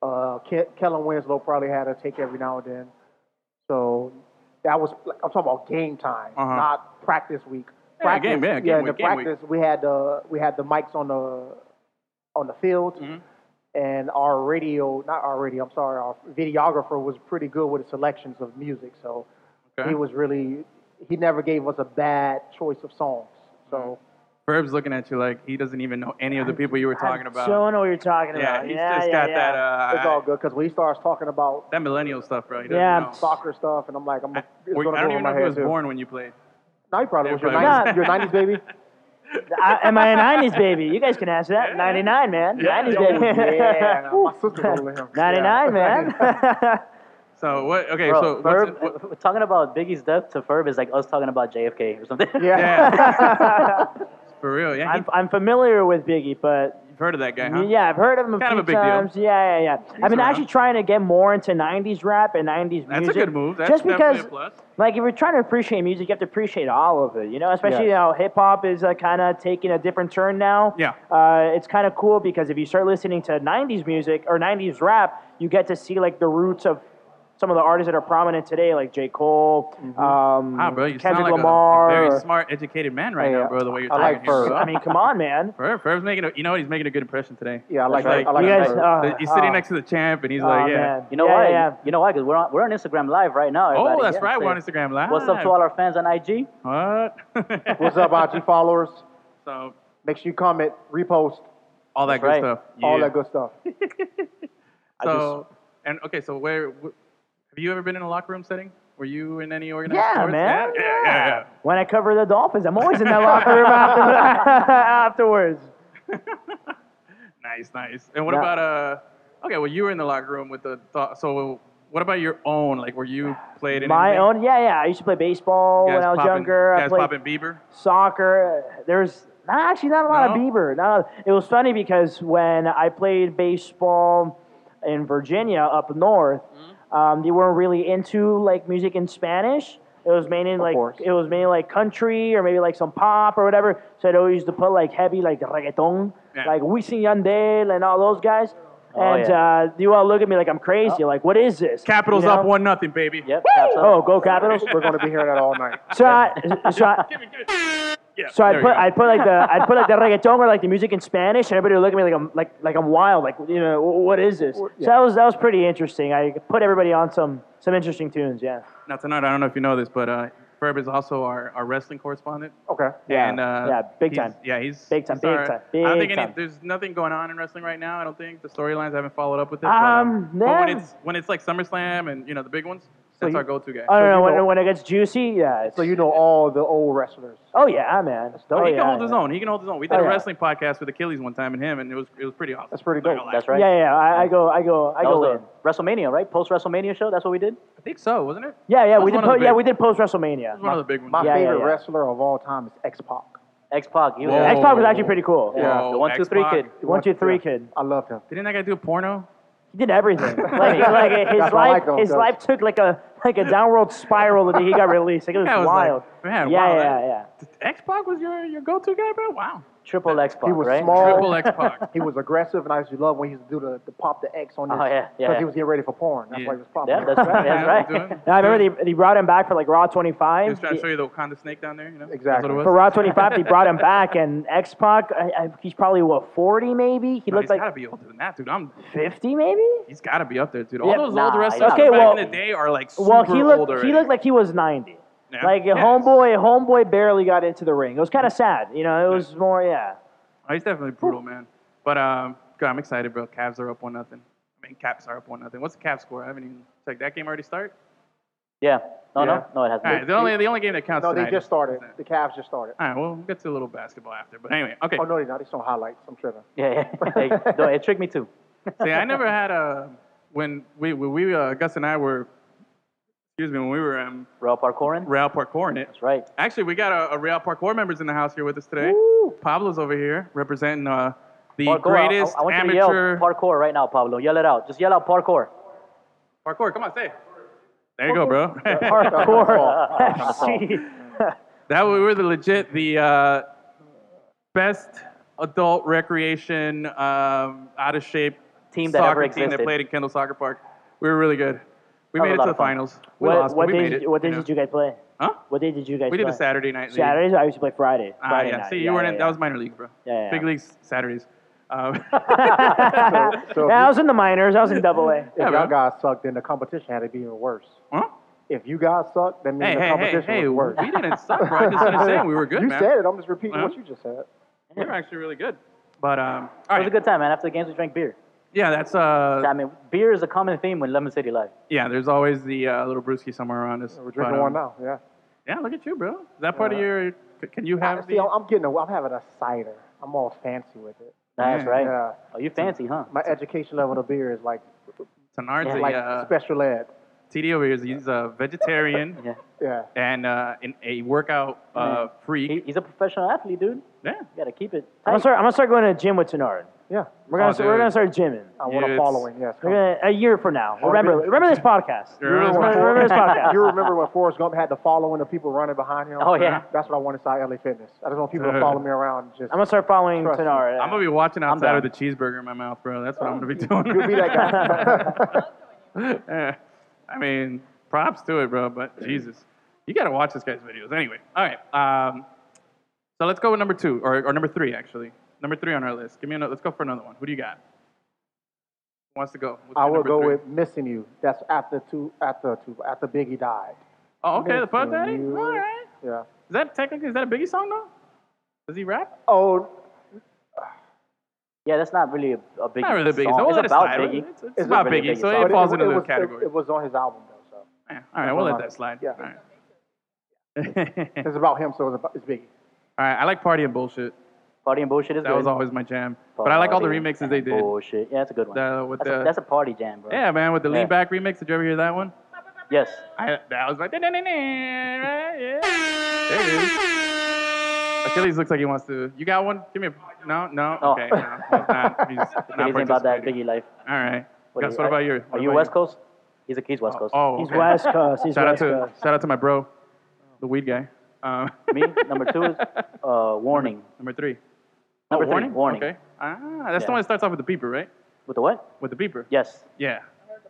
Speaker 6: uh, Ke- Kellen Winslow probably had a take every now and then. So that was, like, I'm talking about game time,
Speaker 5: Uh-huh.
Speaker 6: not practice week.
Speaker 5: Yeah,
Speaker 6: practice,
Speaker 5: game- yeah, game
Speaker 6: in the
Speaker 5: week, game week.
Speaker 6: practice we had the we had the mics on the on the field,
Speaker 5: Mm-hmm.
Speaker 6: and our radio, not our radio, I'm sorry, our videographer was pretty good with the selections of music. So
Speaker 5: Okay.
Speaker 6: he was really he never gave us a bad choice of songs. So
Speaker 5: Verb's looking at you like he doesn't even know any of the people you were talking about.
Speaker 7: So I know what you're talking
Speaker 5: yeah,
Speaker 7: about.
Speaker 5: he's
Speaker 7: yeah,
Speaker 5: just
Speaker 7: yeah,
Speaker 5: got
Speaker 7: yeah.
Speaker 5: that uh,
Speaker 6: it's all good because when he starts talking about
Speaker 5: that millennial stuff, bro. He doesn't
Speaker 7: Yeah.
Speaker 5: know.
Speaker 6: soccer stuff, and I'm like, I'm
Speaker 5: I,
Speaker 6: it's gonna
Speaker 5: I
Speaker 6: go
Speaker 5: don't
Speaker 6: over
Speaker 5: even
Speaker 6: my
Speaker 5: know who
Speaker 6: head
Speaker 5: was
Speaker 6: too.
Speaker 5: born when you played.
Speaker 6: No, you probably was your
Speaker 7: probably.
Speaker 5: Yeah,
Speaker 6: 90s, your 90s baby.
Speaker 7: I, am I a '90s baby? You guys can answer that. '99, man.
Speaker 5: Yeah.
Speaker 7: '90s
Speaker 5: Oh,
Speaker 7: baby.
Speaker 6: yeah, my sister told him.
Speaker 7: '99, man. uh,
Speaker 5: So what? Okay,
Speaker 2: Bro,
Speaker 5: so what's,
Speaker 2: Ferb,
Speaker 5: it- what,
Speaker 2: talking about Biggie's death to Ferb is like us talking about JFK or something.
Speaker 6: Yeah.
Speaker 5: yeah, for real, yeah, he,
Speaker 7: I'm, I'm familiar with Biggie, but
Speaker 5: you've heard of that guy, huh?
Speaker 7: yeah, I've heard of him a
Speaker 5: Kind
Speaker 7: few
Speaker 5: of a big deal.
Speaker 7: times. Yeah, yeah, yeah. I've been
Speaker 5: around.
Speaker 7: actually trying to get more into '90s rap and '90s
Speaker 5: That's
Speaker 7: music.
Speaker 5: a good move. That's
Speaker 7: just because,
Speaker 5: definitely a plus.
Speaker 7: like, if you're trying to appreciate music, you have to appreciate all of it. You know, especially how hip hop is uh, kind of taking a different turn now.
Speaker 5: Yeah.
Speaker 7: Uh, it's kind of cool because if you start listening to '90s music or '90s rap, you get to see like the roots of some of the artists that are prominent today, like J. Cole, um,
Speaker 5: Ah, bro, you
Speaker 7: Kendrick
Speaker 5: sound like a-
Speaker 7: Lamar.
Speaker 5: a, very
Speaker 7: or-
Speaker 5: smart, educated man right
Speaker 6: Yeah.
Speaker 5: now, bro. The way you're
Speaker 6: I
Speaker 5: talking.
Speaker 6: like Ferb.
Speaker 5: here,
Speaker 7: I mean, come on, man.
Speaker 5: Ferb, Ferb's making a, you know what? He's making a good impression today.
Speaker 6: Yeah, I like
Speaker 5: Like,
Speaker 6: that. I like
Speaker 7: you guys,
Speaker 6: that.
Speaker 7: uh,
Speaker 5: he's sitting
Speaker 7: uh,
Speaker 5: next to the champ, and he's
Speaker 7: oh,
Speaker 5: like, yeah.
Speaker 7: man.
Speaker 2: You know
Speaker 7: Yeah,
Speaker 2: why?
Speaker 7: yeah.
Speaker 2: You know why? Because we're on, we're on Instagram Live right now.
Speaker 5: Oh,
Speaker 2: everybody.
Speaker 5: that's
Speaker 2: Yeah,
Speaker 5: right.
Speaker 2: so-
Speaker 5: We're on Instagram Live.
Speaker 2: What's up to all our fans on IG?
Speaker 5: What?
Speaker 6: What's up, IG followers?
Speaker 5: so
Speaker 6: Make sure you comment, repost,
Speaker 5: all
Speaker 2: That's
Speaker 5: that good
Speaker 2: right.
Speaker 5: stuff.
Speaker 6: all
Speaker 5: Yeah.
Speaker 6: that good stuff.
Speaker 5: So and okay, so where wh- have you ever been in a locker room setting? Were you in any organized
Speaker 7: Yeah,
Speaker 5: sports?
Speaker 7: man,
Speaker 5: Yeah, yeah, yeah. yeah.
Speaker 7: When I cover the Dolphins, I'm always in that locker room after, afterwards.
Speaker 5: Nice, nice. And what
Speaker 7: Yeah.
Speaker 5: about uh? Okay, well, you were in the locker room with the thought. So, what about your own? Like, were you played in
Speaker 7: My
Speaker 5: anything?
Speaker 7: own, yeah, yeah. I used to play baseball
Speaker 5: You guys
Speaker 7: when I was
Speaker 5: popping-
Speaker 7: younger.
Speaker 5: you
Speaker 7: I
Speaker 5: Guys
Speaker 7: played
Speaker 5: popping Bieber.
Speaker 7: soccer. There's not actually not a lot
Speaker 5: No?
Speaker 7: of Bieber. Not a, it was funny because when I played baseball in Virginia up north,
Speaker 5: Mm-hmm.
Speaker 7: um, they weren't really into like music in Spanish. It was mainly like
Speaker 6: course.
Speaker 7: it was mainly like country or maybe like some pop or whatever. So they used to put like heavy like reggaeton,
Speaker 5: Yeah. Oh,
Speaker 7: like Wisin Yandel and all those guys. And
Speaker 2: yeah.
Speaker 7: uh, you all look at me like I'm crazy. Like, what is this?
Speaker 5: Capitals
Speaker 7: You know?
Speaker 5: up one nothing, baby.
Speaker 2: Yep. caps up.
Speaker 7: Oh, go Capitals!
Speaker 6: We're going to be hearing that all night.
Speaker 7: So I, so I,
Speaker 5: Give it, give it. Yeah,
Speaker 7: So I
Speaker 5: there
Speaker 7: put
Speaker 5: you go.
Speaker 7: I put like the I put like the reggaeton or like the music in Spanish, and everybody would look at me like I'm like like I'm wild, like you know "Wh- what is this? So that was that was pretty interesting. I put everybody on some some interesting tunes, yeah.
Speaker 5: Now tonight, I don't know if you know this, but uh, Ferb is also our, our wrestling correspondent.
Speaker 6: Okay.
Speaker 7: Yeah,
Speaker 5: And, uh,
Speaker 7: yeah, big
Speaker 5: he's-
Speaker 7: time.
Speaker 5: Yeah, he's
Speaker 7: Big time,
Speaker 5: he's
Speaker 7: big
Speaker 5: our-
Speaker 7: time,
Speaker 5: I don't
Speaker 7: big
Speaker 5: think any,
Speaker 7: time.
Speaker 5: there's nothing going on in wrestling right now. I don't think the storylines I haven't followed up with it. but,
Speaker 7: Um,
Speaker 5: but when
Speaker 7: yeah.
Speaker 5: it's when it's like SummerSlam and you know the big ones, that's
Speaker 6: you-
Speaker 5: our go-to guy.
Speaker 7: I don't know
Speaker 6: you
Speaker 7: when,
Speaker 6: know-
Speaker 7: when it gets juicy, yeah. It's,
Speaker 6: So you know all the old wrestlers.
Speaker 7: oh yeah, man.
Speaker 6: dope.
Speaker 7: Oh,
Speaker 5: he
Speaker 7: yeah,
Speaker 5: can hold his
Speaker 7: yeah.
Speaker 5: own. He can hold his own. We did
Speaker 7: Oh,
Speaker 5: a
Speaker 7: yeah.
Speaker 5: wrestling podcast with Achilles one time and him, and it was it was pretty awesome.
Speaker 6: That's pretty
Speaker 5: Not
Speaker 6: dope.
Speaker 5: gonna lie.
Speaker 2: That's right.
Speaker 7: Yeah, yeah. I, I go I go I
Speaker 2: That
Speaker 7: go
Speaker 2: was
Speaker 7: in.
Speaker 2: a WrestleMania, right? Post WrestleMania show. That's what we did.
Speaker 5: I think so, wasn't it?
Speaker 7: Yeah, yeah.
Speaker 5: was
Speaker 7: We did
Speaker 5: one of the
Speaker 7: po- yeah
Speaker 5: big-
Speaker 7: we did post WrestleMania.
Speaker 5: It was one of the big ones.
Speaker 6: My
Speaker 7: Yeah, yeah,
Speaker 6: favorite
Speaker 7: yeah.
Speaker 6: wrestler of all time is X Pac.
Speaker 2: X Pac. He was
Speaker 5: Whoa.
Speaker 2: an
Speaker 7: X Pac was actually pretty cool.
Speaker 5: Whoa,
Speaker 2: Yeah, the one, two, three
Speaker 5: X-Pac.
Speaker 2: kid.
Speaker 7: One two three kid.
Speaker 6: I loved him.
Speaker 5: Didn't that guy do a porno?
Speaker 7: He did everything. Like, like his
Speaker 6: That's why
Speaker 7: life,
Speaker 6: I like those
Speaker 7: his
Speaker 6: guys.
Speaker 7: life took like a like a downward spiral the day he got released. Like, it was,
Speaker 5: Yeah, I was like,
Speaker 7: wild.
Speaker 5: man,
Speaker 7: yeah,
Speaker 5: wow,
Speaker 7: yeah,
Speaker 5: that-
Speaker 7: yeah.
Speaker 5: X Pac was your, your go to guy, bro? Wow.
Speaker 7: Triple X Pac,
Speaker 6: He was
Speaker 7: right?
Speaker 6: small.
Speaker 5: Triple X Pac.
Speaker 6: He was aggressive, and I used to love when he used to do the, the pop the X on his.
Speaker 7: Oh, yeah, yeah,
Speaker 6: Because
Speaker 7: yeah.
Speaker 6: he was getting ready for porn. That's
Speaker 5: Yeah.
Speaker 6: why he was popping.
Speaker 7: Yeah, that's right.
Speaker 5: Yeah,
Speaker 7: That's
Speaker 5: doing
Speaker 7: right.
Speaker 5: it.
Speaker 7: Now, I remember they, they brought him back for like Raw 25.
Speaker 5: He was trying
Speaker 7: He-
Speaker 5: to show you the Wakanda snake down there, you know? That's
Speaker 6: Exactly.
Speaker 5: what it
Speaker 7: for
Speaker 5: was.
Speaker 7: Raw 25, they brought him back, and X Pac, he's probably what 40 maybe. He
Speaker 5: No,
Speaker 7: looked
Speaker 5: he's
Speaker 7: like
Speaker 5: gotta be older than that, dude. I'm
Speaker 7: 50 maybe.
Speaker 5: He's got to be up there, dude. All
Speaker 7: Yeah,
Speaker 5: those
Speaker 7: nah,
Speaker 5: old wrestlers
Speaker 7: okay,
Speaker 5: from back
Speaker 7: well-
Speaker 5: in the day are like super
Speaker 7: Well, he
Speaker 5: old
Speaker 7: looked
Speaker 5: already.
Speaker 7: he looked like he was 90.
Speaker 5: Yeah.
Speaker 7: Like
Speaker 5: Yes.
Speaker 7: homeboy, homeboy barely got into the ring. It was kind of sad, you know. It was more yeah.
Speaker 5: Oh, he's definitely brutal, man. But um, God, I'm excited, bro. Cavs are up one nothing. I mean, Caps are up one nothing. What's the Cavs score? I haven't even checked. That game already start?
Speaker 2: Yeah. No, no,
Speaker 6: Yeah.
Speaker 2: no, it hasn't.
Speaker 5: All right, the only the only game that counts.
Speaker 6: No, they
Speaker 5: tonight
Speaker 6: just
Speaker 5: is-
Speaker 6: started. The Cavs just started.
Speaker 5: All right, well, we'll get to a little basketball after. But anyway, okay.
Speaker 6: Oh no, they're not. It's on highlights. I'm tripping.
Speaker 2: Yeah, yeah. Hey, no, it tricked me too.
Speaker 5: See, I never had a when we when we uh, Gus and I were, excuse me, when we were um,
Speaker 2: Raw parkouring.
Speaker 5: Real Parkour in it.
Speaker 2: That's right.
Speaker 5: Actually, we got a, a Real Parkour members in the house here with us today. Pablo's over here representing uh, the
Speaker 2: Parkour. I-
Speaker 5: greatest
Speaker 2: I, I want you to
Speaker 5: amateur
Speaker 2: yell parkour right now, Pablo. Yell it out. Just yell out parkour.
Speaker 5: Parkour, come on, say. it. There you go, bro.
Speaker 7: Hardcore.
Speaker 5: that we were the legit the uh, best adult recreation um, out of shape
Speaker 2: Team that
Speaker 5: soccer
Speaker 2: ever
Speaker 5: team that
Speaker 2: existed.
Speaker 5: played in Kendall Soccer Park. We were really good. We
Speaker 2: That was
Speaker 5: made
Speaker 2: a
Speaker 5: it
Speaker 2: lot
Speaker 5: to the
Speaker 2: of fun.
Speaker 5: finals. We
Speaker 7: what
Speaker 5: lost, but
Speaker 7: what
Speaker 5: we
Speaker 7: day
Speaker 5: made
Speaker 7: did
Speaker 5: it.
Speaker 7: you- what day
Speaker 5: you know.
Speaker 7: did you guys play?
Speaker 5: Huh?
Speaker 7: What day did you guys?
Speaker 5: We did
Speaker 7: play?
Speaker 5: the Saturday night. league.
Speaker 7: Saturdays. I used to play Friday.
Speaker 5: Ah,
Speaker 7: Friday
Speaker 5: yeah.
Speaker 7: night.
Speaker 5: See, you
Speaker 7: Yeah,
Speaker 5: weren't
Speaker 7: yeah,
Speaker 5: in.
Speaker 7: yeah.
Speaker 5: That was minor league, bro.
Speaker 7: Yeah, yeah.
Speaker 5: Big league Saturdays. Um,
Speaker 6: so-
Speaker 7: yeah, I was in the minors. I was in Double A.
Speaker 6: If
Speaker 5: bro.
Speaker 6: y'all guys sucked, then the competition had to be even worse.
Speaker 5: huh?
Speaker 6: If you guys sucked, that means
Speaker 5: Hey,
Speaker 6: the
Speaker 5: hey, hey,
Speaker 6: competition
Speaker 5: hey!
Speaker 6: was worse.
Speaker 5: We didn't suck, bro. I just didn't say we were good,
Speaker 6: you
Speaker 5: man. Uh-huh.
Speaker 6: said it. I'm just repeating
Speaker 5: Huh?
Speaker 6: what you just said.
Speaker 5: We were actually really good. But um, all
Speaker 2: It was a
Speaker 5: right.
Speaker 2: good time, man. After the games, we drank beer.
Speaker 5: yeah, that's uh,
Speaker 2: I mean, beer is a common theme with Lemon City Live.
Speaker 5: Yeah, there's always the uh, little brewski somewhere around us.
Speaker 6: We're drinking
Speaker 5: But,
Speaker 6: one
Speaker 5: um,
Speaker 6: now. Yeah.
Speaker 5: Yeah, look at you, bro. Is that part of your? c- Can you have
Speaker 6: See,
Speaker 5: the?
Speaker 6: I'm I'm getting. A, I'm having a cider. I'm all fancy with it.
Speaker 2: That's
Speaker 7: Mm,
Speaker 2: right.
Speaker 6: Yeah.
Speaker 2: Oh, you fancy, huh?
Speaker 6: My education level of beer is like
Speaker 5: Tenard's
Speaker 6: like
Speaker 5: a uh,
Speaker 6: special ed.
Speaker 5: TD over here. is- He's a vegetarian
Speaker 2: Yeah.
Speaker 6: Yeah.
Speaker 5: and uh, an, a workout uh, freak.
Speaker 2: He, he's a professional athlete, dude. You
Speaker 5: yeah,
Speaker 2: gotta keep it.
Speaker 7: I'm gonna
Speaker 2: Tight.
Speaker 7: start. I'm gonna start going to the gym with Tenard.
Speaker 6: Yeah.
Speaker 7: We're gonna
Speaker 5: Oh,
Speaker 7: we're
Speaker 5: dude.
Speaker 7: gonna start gymming.
Speaker 6: I
Speaker 2: Oh,
Speaker 6: want
Speaker 5: Yeah,
Speaker 6: a
Speaker 5: it's-
Speaker 6: following. Yes.
Speaker 7: We're gonna, a year from now. Remember
Speaker 6: really?
Speaker 7: remember this podcast.
Speaker 5: You remember this
Speaker 7: Remember, remember this podcast.
Speaker 6: you remember when Forrest Gump had the following of people running behind him?
Speaker 2: Oh, yeah.
Speaker 6: That's what I want inside LA Fitness. I just want people
Speaker 5: Dude.
Speaker 6: to follow me around. and Just
Speaker 7: I'm gonna start following
Speaker 6: Trust me.
Speaker 7: Tenard.
Speaker 5: I'm gonna be watching outside
Speaker 2: down.
Speaker 5: with a cheeseburger in my mouth, bro. That's what I'm gonna be doing.
Speaker 6: you'll be that guy.
Speaker 5: Yeah. I mean, props to it, bro. But Jesus, you gotta watch this guy's videos. Anyway, all right. Um, so let's go with number two, or, or number three, actually. Number three on our list. Give me another. Let's go for another one. Who do you got? Who wants to go? Let's
Speaker 6: I
Speaker 5: do
Speaker 6: will
Speaker 5: number
Speaker 6: go
Speaker 5: three.
Speaker 6: with missing you. That's after two, after two, after Biggie died.
Speaker 5: Oh, okay, the Puff Daddy.
Speaker 6: Missing
Speaker 5: All
Speaker 6: you.
Speaker 5: right.
Speaker 6: Yeah.
Speaker 5: Is that technically is that a Biggie song though? Does he rap?
Speaker 6: Oh,
Speaker 2: Yeah, that's not really a, a big.
Speaker 5: Not really Biggie.
Speaker 2: song.
Speaker 5: So we'll let
Speaker 2: it's
Speaker 5: it
Speaker 2: about
Speaker 5: slide.
Speaker 2: Biggie.
Speaker 5: It's, it's about
Speaker 2: really
Speaker 5: Biggie,
Speaker 2: Biggie
Speaker 5: so
Speaker 2: song.
Speaker 5: it
Speaker 6: but
Speaker 5: falls into
Speaker 6: it
Speaker 5: those
Speaker 6: was,
Speaker 5: categories.
Speaker 6: It, it was on his album though, so
Speaker 5: Yeah, All right, we'll let
Speaker 6: about
Speaker 5: that
Speaker 6: it.
Speaker 5: slide.
Speaker 6: Yeah.
Speaker 5: All right.
Speaker 6: it's about him. So it's about it's Biggie.
Speaker 5: All right, I like party and bullshit.
Speaker 2: Party and bullshit is
Speaker 5: That was
Speaker 2: good.
Speaker 5: always my jam. But I like all the
Speaker 2: Party
Speaker 5: remixes
Speaker 2: and
Speaker 5: they did.
Speaker 2: Bullshit. Yeah, that's a good one.
Speaker 5: The- with
Speaker 2: that's,
Speaker 5: the-
Speaker 2: a, that's a party jam, bro.
Speaker 5: Yeah, man, with the
Speaker 2: Yeah.
Speaker 5: lean back remix. Did you ever hear that one?
Speaker 2: Yes.
Speaker 5: I, that was like, "Da-da-da-da," right? Yeah. There it is. Achilles looks like he wants to. You got one? Give me a. No, no.
Speaker 2: No.
Speaker 5: Okay. No, he's not. He's not
Speaker 2: Amazing about that
Speaker 5: participating.
Speaker 2: Biggie life.
Speaker 5: All right.
Speaker 2: What
Speaker 5: Gus,
Speaker 2: are
Speaker 5: what about you?
Speaker 2: Are
Speaker 5: What
Speaker 2: you
Speaker 5: about
Speaker 2: West Coast? He's a he's West Coast.
Speaker 5: Oh,
Speaker 7: He's
Speaker 5: okay.
Speaker 7: West Coast. He's
Speaker 5: Shout out
Speaker 7: West
Speaker 5: to
Speaker 7: Coast.
Speaker 5: shout out to my bro, the weed guy. Um,
Speaker 2: Me, number two is uh, warning.
Speaker 5: number three.
Speaker 2: Number three,
Speaker 5: Oh, warning.
Speaker 2: warning.
Speaker 5: Okay. Ah, that's the
Speaker 2: Yeah.
Speaker 5: one that starts off with the beeper, right?
Speaker 2: With the what?
Speaker 5: With the beeper.
Speaker 2: Yes.
Speaker 5: Yeah.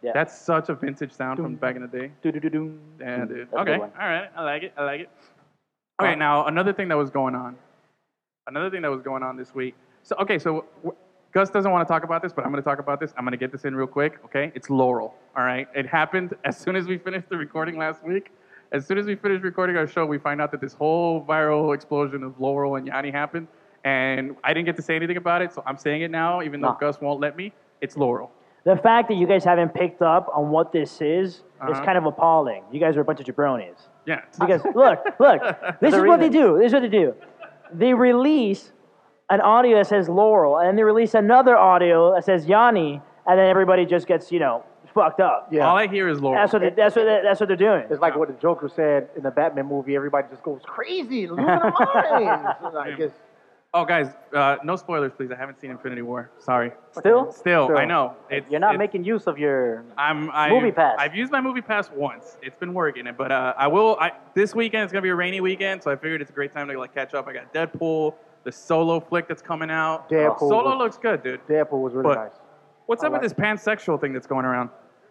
Speaker 2: Yeah.
Speaker 5: That's such a vintage sound from back in the day. Yeah, dude.
Speaker 2: Mm, That's a
Speaker 5: Okay.
Speaker 2: good
Speaker 5: All
Speaker 2: one. Uh,
Speaker 5: right. I like it. I like it. All right. Now, another thing that was going on. Another thing that was going on this week. So, okay. So, w- Gus doesn't want to talk about this, but I'm going to talk about this. I'm going to get this in real quick. Okay. It's Laurel. All right. It happened as soon as we finished the recording last week. As soon as we finished recording our show, we find out that this whole viral explosion of Laurel and Yanni happened. And I didn't get to say anything about it, so I'm saying it now, even though
Speaker 2: Nah.
Speaker 5: Gus won't let me. It's Laurel.
Speaker 7: The fact that you guys haven't picked up on what this is is
Speaker 5: Uh-huh.
Speaker 7: kind of appalling. You guys are a bunch of jabronis.
Speaker 5: Yeah.
Speaker 7: Because look, look, this is what they do. This is what they do. They release an audio that says Laurel, and they release another audio that says Yanni, and then everybody just gets you know fucked up.
Speaker 6: Yeah.
Speaker 5: All I hear is Laurel.
Speaker 7: That's what they, that's what they, that's what they're doing.
Speaker 6: It's like what the Joker said in the Batman movie. Everybody just goes crazy, losing their minds. Like, it's,
Speaker 5: Oh, guys, uh, no spoilers, please. I haven't seen Infinity War. Sorry.
Speaker 2: Still,
Speaker 5: Still,
Speaker 6: Still.
Speaker 5: I know. It's,
Speaker 2: you're not
Speaker 5: it's-
Speaker 2: making use of your.
Speaker 5: I'm I,
Speaker 2: Movie Pass.
Speaker 5: I've used my movie pass once. It's been working, but uh, I will. I, this weekend it's gonna be a rainy weekend, so I figured it's a great time to like catch up. I got Deadpool, the solo flick that's coming out. Oh,
Speaker 6: Deadpool.
Speaker 5: Solo looks good, dude.
Speaker 6: Deadpool was really
Speaker 5: But-
Speaker 6: nice.
Speaker 5: What's up
Speaker 6: I
Speaker 5: with this pansexual thing that's going around?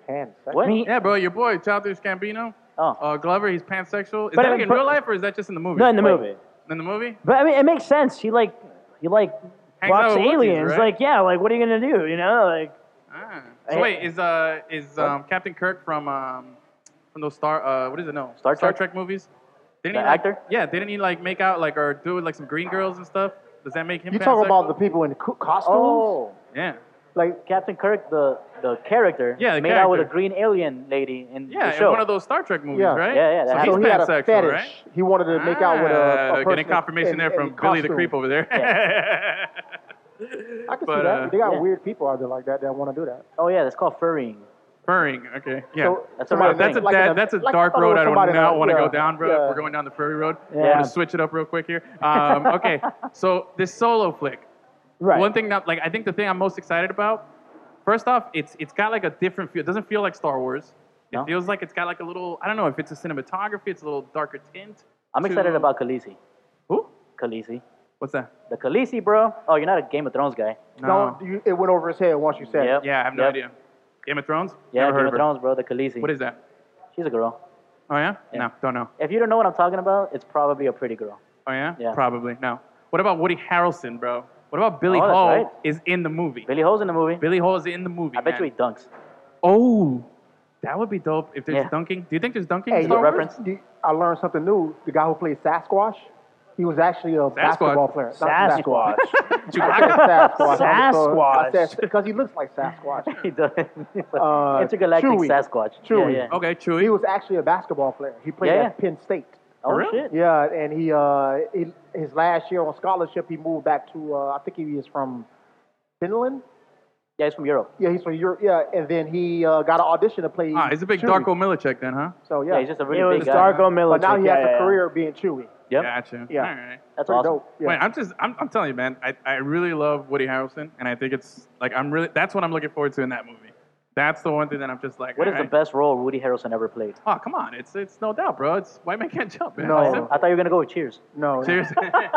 Speaker 6: Hand
Speaker 2: What?
Speaker 5: Yeah, bro, your boy Childish Gambino,
Speaker 2: Oh.
Speaker 5: uh, Glover, he's pansexual. Is
Speaker 7: But I
Speaker 5: that
Speaker 7: mean,
Speaker 5: in
Speaker 7: but-
Speaker 5: real life or is that just in the movie?
Speaker 7: No, in the
Speaker 5: Oh, Wait,
Speaker 7: movie.
Speaker 5: In the movie?
Speaker 7: But I mean, it makes sense. He like, he like
Speaker 5: Hangs out
Speaker 7: blocks
Speaker 5: with Wookiees,
Speaker 7: aliens.
Speaker 5: right?
Speaker 7: Like, yeah, like what are you gonna do? You know, like
Speaker 5: Ah. So wait, is uh is um, Captain Kirk from um from those Star uh what is it no
Speaker 2: Star
Speaker 5: Trek movies? Didn't
Speaker 2: The
Speaker 5: he, like-
Speaker 2: actor?
Speaker 5: Yeah, didn't he like make out like or do with, like some green girls and stuff? Does that make him?
Speaker 6: You talk about the
Speaker 5: pansexual?
Speaker 6: people in co- costumes?
Speaker 2: Oh,
Speaker 5: yeah
Speaker 6: Like,
Speaker 2: Captain Kirk, the the character,
Speaker 5: Yeah, the
Speaker 2: made out with a
Speaker 5: character.
Speaker 2: green alien lady in
Speaker 5: yeah
Speaker 2: the
Speaker 5: in
Speaker 2: show.
Speaker 5: one of those Star Trek movies
Speaker 6: Yeah.
Speaker 5: right?
Speaker 2: Yeah, yeah, that
Speaker 5: So
Speaker 2: happened.
Speaker 5: he's
Speaker 6: so he had a
Speaker 5: pansexual,
Speaker 6: fetish.
Speaker 5: right?
Speaker 6: He wanted to make out with
Speaker 5: Ah,
Speaker 6: a, a person
Speaker 5: getting confirmation
Speaker 6: in-
Speaker 5: there from
Speaker 6: in
Speaker 5: Billy the
Speaker 6: costume.
Speaker 5: Creep over there.
Speaker 6: I can see
Speaker 5: But,
Speaker 6: that.
Speaker 5: uh,
Speaker 6: they got
Speaker 2: yeah.
Speaker 6: weird people out there like that that want to do that.
Speaker 2: oh yeah, that's called furrying.
Speaker 5: Furring, okay, yeah.
Speaker 6: So,
Speaker 2: That's
Speaker 6: somebody-
Speaker 2: a- that's
Speaker 5: That's a,
Speaker 6: like in
Speaker 5: that- that's a
Speaker 6: like I
Speaker 5: dark
Speaker 6: thought it
Speaker 5: road
Speaker 6: was
Speaker 5: I
Speaker 6: somebody
Speaker 5: do
Speaker 6: in
Speaker 5: not
Speaker 6: a-
Speaker 5: want to
Speaker 6: yeah,
Speaker 5: go down, bro.
Speaker 6: yeah.
Speaker 5: If we're going down the furry road,
Speaker 7: Yeah.
Speaker 5: I'm gonna switch it up real quick here. Um, okay, so this solo flick.
Speaker 7: right.
Speaker 5: One thing that, like, I think the thing I'm most excited about. First off, it's it's got like a different feel. It doesn't feel like Star Wars. It
Speaker 2: No?
Speaker 5: feels like it's got like a little. I don't know if it's a cinematography. It's a little darker tint.
Speaker 2: I'm
Speaker 5: to-
Speaker 2: excited about Khaleesi.
Speaker 5: who?
Speaker 2: Khaleesi,
Speaker 5: What's that?
Speaker 2: the Khaleesi, bro. Oh, you're not a Game of Thrones guy.
Speaker 6: No, you, it went over his head once you said
Speaker 2: Yep.
Speaker 6: it.
Speaker 5: Yeah, I have no
Speaker 2: Yep.
Speaker 5: idea. Game of Thrones.
Speaker 2: Yeah,
Speaker 5: Never heard
Speaker 2: Game
Speaker 5: of
Speaker 2: of
Speaker 5: her.
Speaker 2: Thrones, bro. The Khaleesi.
Speaker 5: What is that?
Speaker 2: She's a girl.
Speaker 5: Oh yeah? No, don't know.
Speaker 2: If you don't know what I'm talking about, it's probably a pretty girl.
Speaker 5: Oh yeah?
Speaker 2: Yeah.
Speaker 5: Probably no. What about Woody Harrelson, bro? What about Billy
Speaker 2: Oh, that's
Speaker 5: Hall?
Speaker 2: right.
Speaker 5: Is in the movie.
Speaker 2: Billy Ho's in the movie.
Speaker 5: Billy Hall is in the movie.
Speaker 2: I bet you he
Speaker 5: man.
Speaker 2: dunks.
Speaker 5: Oh, that would be dope if there's
Speaker 2: Yeah.
Speaker 5: dunking. Do you think there's dunking?
Speaker 6: Hey,
Speaker 5: in
Speaker 6: you-
Speaker 5: Star Wars?
Speaker 2: reference?
Speaker 6: you- I learned something new. The guy who played Sasquatch, he was actually a basketball player. Not
Speaker 7: Sasquatch.
Speaker 5: Chewbacca?
Speaker 6: Sasquatch.
Speaker 7: Sasquatch.
Speaker 6: Because he looks like Sasquatch.
Speaker 2: he does.
Speaker 6: Uh,
Speaker 2: Intergalactic
Speaker 6: Chewie.
Speaker 2: Sasquatch.
Speaker 6: Chewie. Oh,
Speaker 2: Yeah, yeah.
Speaker 5: okay, Chewie.
Speaker 6: He was actually a basketball player. He played
Speaker 2: Yeah,
Speaker 6: at Penn State.
Speaker 2: Oh
Speaker 5: real?
Speaker 2: shit.
Speaker 6: Yeah, and he, uh, he his last year on scholarship, he moved back to uh, I think he is from Finland.
Speaker 2: Yeah, he's from Europe.
Speaker 6: Yeah, he's from Europe. Yeah, and then he uh, got an audition to play.
Speaker 5: Ah, he's a big
Speaker 6: Chewie.
Speaker 5: Darko Milicic then, huh?
Speaker 6: So yeah,
Speaker 2: Yeah, he's just a
Speaker 7: it
Speaker 2: really
Speaker 7: was
Speaker 2: big guy.
Speaker 7: Darko Milicic.
Speaker 6: but now he
Speaker 7: yeah,
Speaker 6: has
Speaker 7: yeah, yeah.
Speaker 6: a career being Chewy.
Speaker 2: Yep.
Speaker 5: Gotcha.
Speaker 6: Yeah.
Speaker 5: All right.
Speaker 2: That's
Speaker 6: Pretty
Speaker 2: awesome.
Speaker 6: dope. Yeah.
Speaker 5: Wait, I'm just, I'm, I'm telling you, man, I, I really love Woody Harrelson, and I think it's, like, I'm really, that's what I'm looking forward to in that movie. That's the one thing that I'm just like,
Speaker 2: What is the
Speaker 5: alright.
Speaker 2: best role Woody Harrelson ever played?
Speaker 5: Oh, come on. It's, it's no doubt, bro. It's White Man Can't Jump, man.
Speaker 6: No.
Speaker 5: It's simple.
Speaker 2: Oh, I thought you were gonna go with Cheers.
Speaker 6: no,
Speaker 5: Seriously.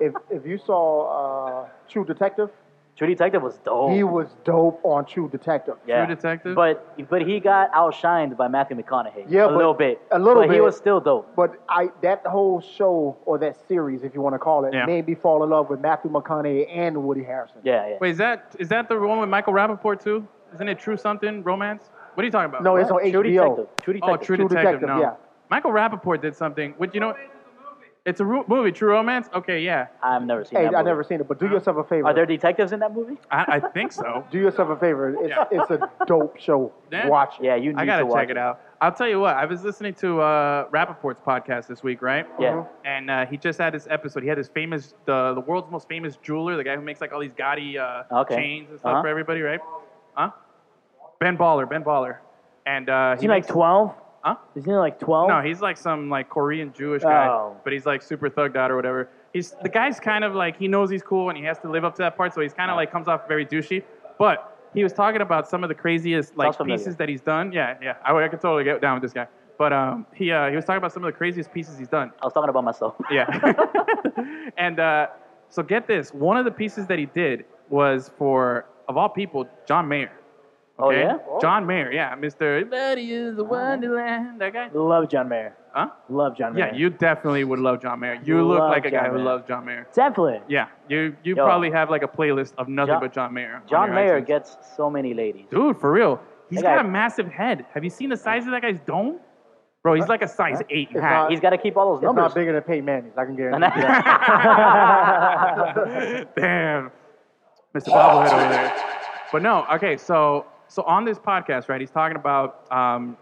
Speaker 6: if if you saw uh, True Detective,
Speaker 2: True Detective was dope.
Speaker 4: Oh.
Speaker 6: he was dope on True Detective.
Speaker 2: yeah.
Speaker 5: True Detective?
Speaker 2: But but he got outshined by Matthew McConaughey.
Speaker 6: Yeah,
Speaker 2: a
Speaker 6: but-
Speaker 2: little bit.
Speaker 6: a little
Speaker 2: but He
Speaker 6: bit.
Speaker 2: was still dope.
Speaker 6: But I that whole show or that series, if you want to call it,
Speaker 5: Yeah.
Speaker 6: made me fall in love with Matthew McConaughey and Woody Harrison.
Speaker 2: Yeah, yeah.
Speaker 5: Wait, is that, is that the one with Michael Rappaport, too? Isn't it True Something? Romance? What are you talking about?
Speaker 6: No, it's on
Speaker 2: True
Speaker 6: HBO.
Speaker 2: Detective. True
Speaker 5: Oh,
Speaker 2: Detective.
Speaker 5: True,
Speaker 6: True
Speaker 5: Detective.
Speaker 6: Detective,
Speaker 5: no.
Speaker 6: yeah.
Speaker 5: Michael Rappaport did something. Would you know? It's a ro- movie, True Romance. Okay, yeah,
Speaker 2: I've never seen
Speaker 6: Hey,
Speaker 2: that.
Speaker 6: I
Speaker 2: movie.
Speaker 6: never seen it, but do yourself a favor.
Speaker 2: Are there detectives in that movie?
Speaker 5: I, I think so.
Speaker 6: do yourself a favor. It's, it's a dope show.
Speaker 5: Yeah.
Speaker 6: Watch it.
Speaker 2: Yeah, you need
Speaker 5: I gotta
Speaker 2: to watch
Speaker 5: check it out. I'll tell you what. I was listening to uh, Rappaport's podcast this week, right?
Speaker 2: Yeah.
Speaker 5: And uh, he just had this episode. He had his famous, the the world's most famous jeweler, the guy who makes like all these gaudy uh,
Speaker 2: Okay.
Speaker 5: chains and stuff
Speaker 2: Uh-huh.
Speaker 5: for everybody, right? Huh? Ben Baller. Ben Baller. And uh,
Speaker 7: Isn't he like
Speaker 5: makes-
Speaker 7: twelve?
Speaker 5: Huh?
Speaker 7: Isn't he like
Speaker 2: Oh.
Speaker 7: twelve?
Speaker 5: No, he's like some like Korean Jewish guy,
Speaker 7: Oh.
Speaker 5: but he's like super thugged out or whatever. He's the guy's kind of like he knows he's cool and he has to live up to that part, so he's kind of like comes off very douchey. But he was talking about some of the craziest like
Speaker 2: Sounds familiar.
Speaker 5: pieces that he's done. Yeah, yeah, I, I could totally get down with this guy. But um, he uh, he was talking about some of the craziest pieces he's done.
Speaker 2: I was talking about myself.
Speaker 5: Yeah. and uh, so get this. One of the pieces that he did was for, of all people, John Mayer.
Speaker 2: Oh, Uh-huh. yeah?
Speaker 5: John Mayer, yeah. Mr. Everybody is a wonderland. That guy.
Speaker 7: Love John Mayer.
Speaker 5: Huh?
Speaker 7: Love John Mayer.
Speaker 5: Yeah, you definitely would love John Mayer. You look
Speaker 7: Love
Speaker 5: like a guy
Speaker 7: John
Speaker 5: who
Speaker 7: Mayer.
Speaker 5: loves John Mayer.
Speaker 7: definitely.
Speaker 5: Yeah, you you
Speaker 2: Yo.
Speaker 5: probably have like a playlist of nothing
Speaker 2: John-
Speaker 5: but John Mayer. on
Speaker 2: John
Speaker 5: your
Speaker 2: Mayer
Speaker 5: iTunes.
Speaker 2: gets so many ladies.
Speaker 5: dude for real. He's
Speaker 2: That guy-
Speaker 5: got a massive head. Have you seen the size of that guy's dome? Bro, he's like a size eight and a half.
Speaker 2: He's got to keep all those
Speaker 6: It's
Speaker 2: numbers.
Speaker 6: not bigger than Peyton Manning's. I can guarantee. you.
Speaker 5: Damn. Mr. Bobblehead over there. But no, okay, so so on this podcast, right, he's talking about um,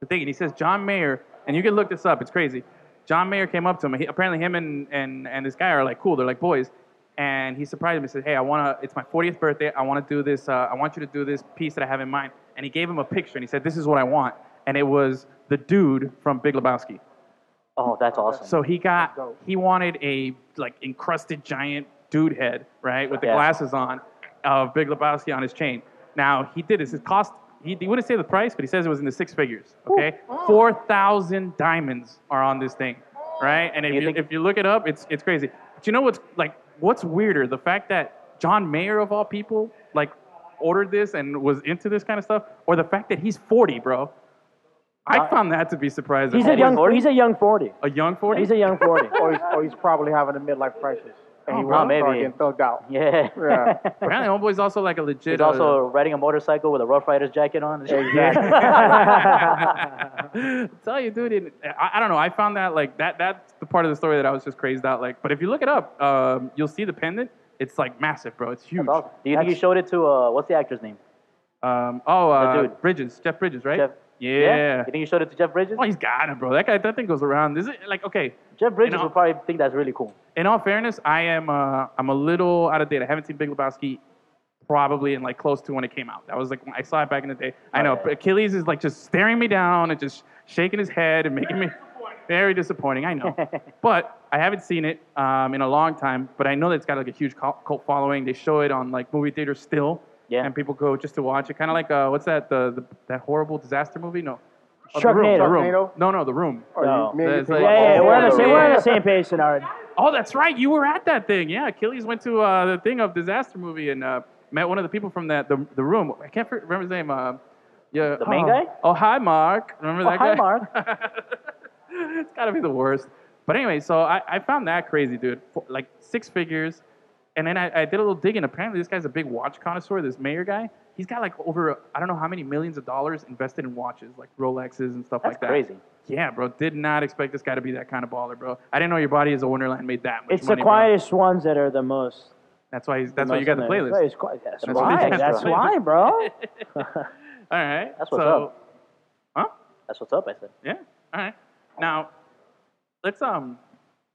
Speaker 5: the thing, and he says John Mayer, and you can look this up, it's crazy. John Mayer came up to him, and he, apparently him and, and, and this guy are like cool, they're like boys. And he surprised him and said, Hey, I wanna it's my 40th birthday, I wanna do this, uh, I want you to do this piece that I have in mind. And he gave him a picture and he said, This is what I want. And it was the dude from Big Lebowski.
Speaker 4: Oh, that's awesome.
Speaker 5: So he got
Speaker 6: dope.
Speaker 5: he wanted a like encrusted giant dude head, right, with the
Speaker 4: Yeah.
Speaker 5: glasses on, of Big Lebowski on his chain. Now he did this. His cost he, he wouldn't say the price, but he says it was in the six figures. Okay,
Speaker 7: Oh.
Speaker 5: four thousand diamonds are on this thing, right? And if you,
Speaker 4: You think-
Speaker 5: if you look it up, it's it's crazy. But you know what's like what's weirder? The fact that John Mayer of all people like ordered this and was into this kind of stuff, or the fact that he's forty, bro. I found that to be surprising.
Speaker 7: Uh, He's a young. He's a young forty.
Speaker 5: a young forty.
Speaker 7: He's a young forty.
Speaker 6: or he's, or he's probably having a midlife crisis. And he
Speaker 4: Oh,
Speaker 6: wants to start
Speaker 4: maybe.
Speaker 6: getting thugged out.
Speaker 4: Yeah.
Speaker 6: Yeah.
Speaker 5: Apparently, homeboy's also like a legit.
Speaker 4: He's
Speaker 5: uh,
Speaker 4: also riding a motorcycle with a Rough Riders jacket on.
Speaker 5: tell you, dude. it- I, I don't know. I found that like that. That's the part of the story that I was just crazed out. Like, but if you look it up, um, you'll see the pendant. It's like massive, bro. It's huge.
Speaker 4: Awesome. Do you think you showed it to uh, what's the actor's name?
Speaker 5: Um, oh, uh,
Speaker 4: The dude.
Speaker 5: Bridges, Jeff Bridges, right?
Speaker 4: Jeff.
Speaker 5: Yeah.
Speaker 4: You think you showed it to Jeff Bridges?
Speaker 5: Oh, he's got it, bro. That guy. That thing goes around. Is it like okay?
Speaker 4: Jeff Bridges
Speaker 5: You know-
Speaker 4: would probably think that's really cool.
Speaker 5: in all fairness, I am uh, I'm a little out of date. I haven't seen Big Lebowski probably in like close to when it came out. That was like when I saw it back in the day. I know,
Speaker 4: yeah.
Speaker 5: but Achilles is like just staring me down and just shaking his head and making me very disappointing. I know, but I haven't seen it um, in a long time. But I know that it's got like a huge cult cult following. They show it on like movie theaters still,
Speaker 4: Yeah.
Speaker 5: and people go just to watch it. Kind of like uh, what's that the, the that horrible disaster movie? No, Oh, the room, the
Speaker 7: Sharknado.
Speaker 5: room.
Speaker 6: Sharknado?
Speaker 5: No, no, the room.
Speaker 6: Or
Speaker 4: No.
Speaker 6: you- me and you
Speaker 5: It's
Speaker 6: think
Speaker 5: like-
Speaker 6: about
Speaker 7: Yeah, yeah,
Speaker 6: all
Speaker 7: we're on the
Speaker 6: that.
Speaker 7: same. We're on the same page, Sinard.
Speaker 5: Oh, that's right. You were at that thing. Yeah, Achilles went to uh, the thing of disaster movie and uh, met one of the people from that the, the room. I can't fr- remember his name. Uh, yeah,
Speaker 4: The main
Speaker 5: oh,
Speaker 4: guy? Oh,
Speaker 5: Oh, hi, Mark. Remember that
Speaker 7: hi,
Speaker 5: guy?
Speaker 7: Mark.
Speaker 5: it's gotta be the worst. But anyway, so I, I found that crazy, dude. For, like six figures, and then I, I did a little digging. Apparently, this guy's a big watch connoisseur. This mayor guy, he's got like over I don't know how many millions of dollars invested in watches, like Rolexes and stuff
Speaker 4: That's
Speaker 5: like that.
Speaker 4: crazy.
Speaker 5: Yeah, bro. Did not expect this guy to be that kind of baller, bro. I didn't know your body is a wonderland made that much
Speaker 7: It's the
Speaker 5: money. bro.
Speaker 7: quietest ones that are the most.
Speaker 5: That's why. He's, that's why you
Speaker 7: most
Speaker 5: got the
Speaker 7: amazing.
Speaker 5: playlist.
Speaker 7: It's quiet. That's,
Speaker 5: That's
Speaker 4: why
Speaker 7: why.
Speaker 4: you got
Speaker 7: That's
Speaker 4: the
Speaker 7: why, bro.
Speaker 5: All right.
Speaker 4: That's what's
Speaker 5: so,
Speaker 4: up.
Speaker 5: Huh?
Speaker 4: That's what's up. I said.
Speaker 5: Yeah. All right. Now, let's um,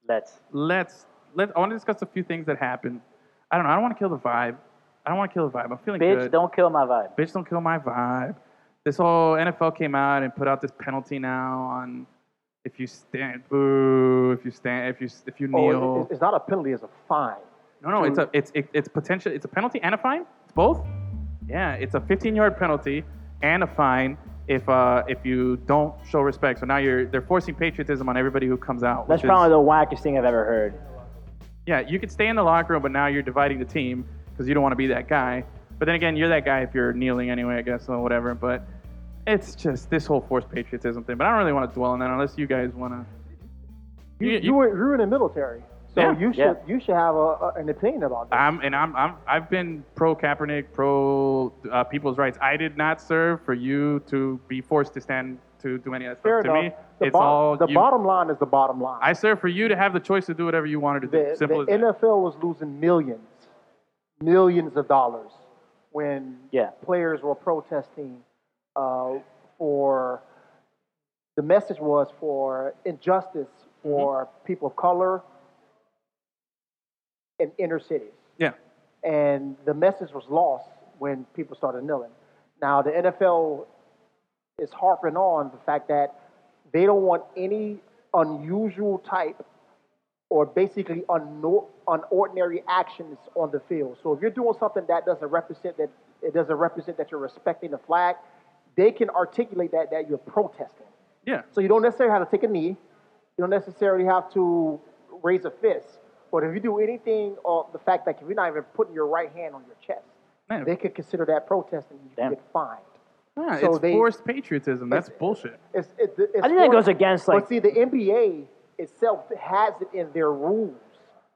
Speaker 4: Let's.
Speaker 5: let's let. I want to discuss a few things that happened. I don't know. I don't want to kill the vibe. I don't want to kill the vibe. I'm feeling
Speaker 4: Bitch,
Speaker 5: good.
Speaker 4: don't kill my vibe.
Speaker 5: Bitch, don't kill my vibe. This whole NFL came out and put out this penalty now on if you stand, boo, if you stand, if you if you
Speaker 6: Oh,
Speaker 5: kneel.
Speaker 6: it- it's, it's not a penalty, it's a fine.
Speaker 5: No, no, it's a it's it, it's potential. It's a penalty and a fine. It's both. Yeah, it's a 15-yard penalty and a fine if uh, if you don't show respect. So now you're they're forcing patriotism on everybody who comes out.
Speaker 7: That's
Speaker 5: which is-
Speaker 7: probably the wackest thing I've ever heard.
Speaker 5: yeah. You could stay in the locker room, but now you're dividing the team because you don't want to be that guy. But then again, you're that guy if you're kneeling anyway, I guess, or whatever. But it's just this whole forced patriotism thing. But I don't really want to dwell on that unless you guys want to.
Speaker 6: You,
Speaker 5: You-
Speaker 6: you,
Speaker 5: you-
Speaker 6: were, you were in the military. So
Speaker 5: Yeah.
Speaker 6: you should
Speaker 4: Yeah.
Speaker 6: you should have a, a, an opinion about that.
Speaker 5: I'm and I'm, I'm I've been pro Kaepernick, pro uh, people's rights. I did not serve for you to be forced to stand to do any of that stuff.
Speaker 6: Fair
Speaker 5: to
Speaker 6: enough.
Speaker 5: me,
Speaker 6: the
Speaker 5: it's
Speaker 6: bo-
Speaker 5: all
Speaker 6: the
Speaker 5: you-
Speaker 6: bottom line is the bottom line.
Speaker 5: I served for you to have the choice to do whatever you wanted to do.
Speaker 6: the, the
Speaker 5: Simple as that.
Speaker 6: NFL was losing millions, millions of dollars when
Speaker 4: Yeah.
Speaker 6: players were protesting uh, for. The message was for injustice
Speaker 5: Mm-hmm.
Speaker 6: for people of color in inner cities,
Speaker 5: Yeah,
Speaker 6: and the message was lost when people started kneeling. Now the NFL is harping on the fact that they don't want any unusual type or basically unno- unordinary actions on the field. So if you're doing something that doesn't represent that it doesn't represent that you're respecting the flag, they can articulate that that you're protesting.
Speaker 5: yeah.
Speaker 6: So you don't necessarily have to take a knee. You don't necessarily have to raise a fist. But if you do anything of the fact that if you're not even putting your right hand on your chest,
Speaker 5: Man.
Speaker 6: they could consider that protesting. You
Speaker 4: Damn.
Speaker 6: can get fined.
Speaker 5: Nah,
Speaker 6: So
Speaker 5: it's
Speaker 6: they-
Speaker 5: forced patriotism. That's bullshit.
Speaker 6: It's, it, it's
Speaker 7: I think that goes against, like-
Speaker 6: But see, the NBA itself has it in their rules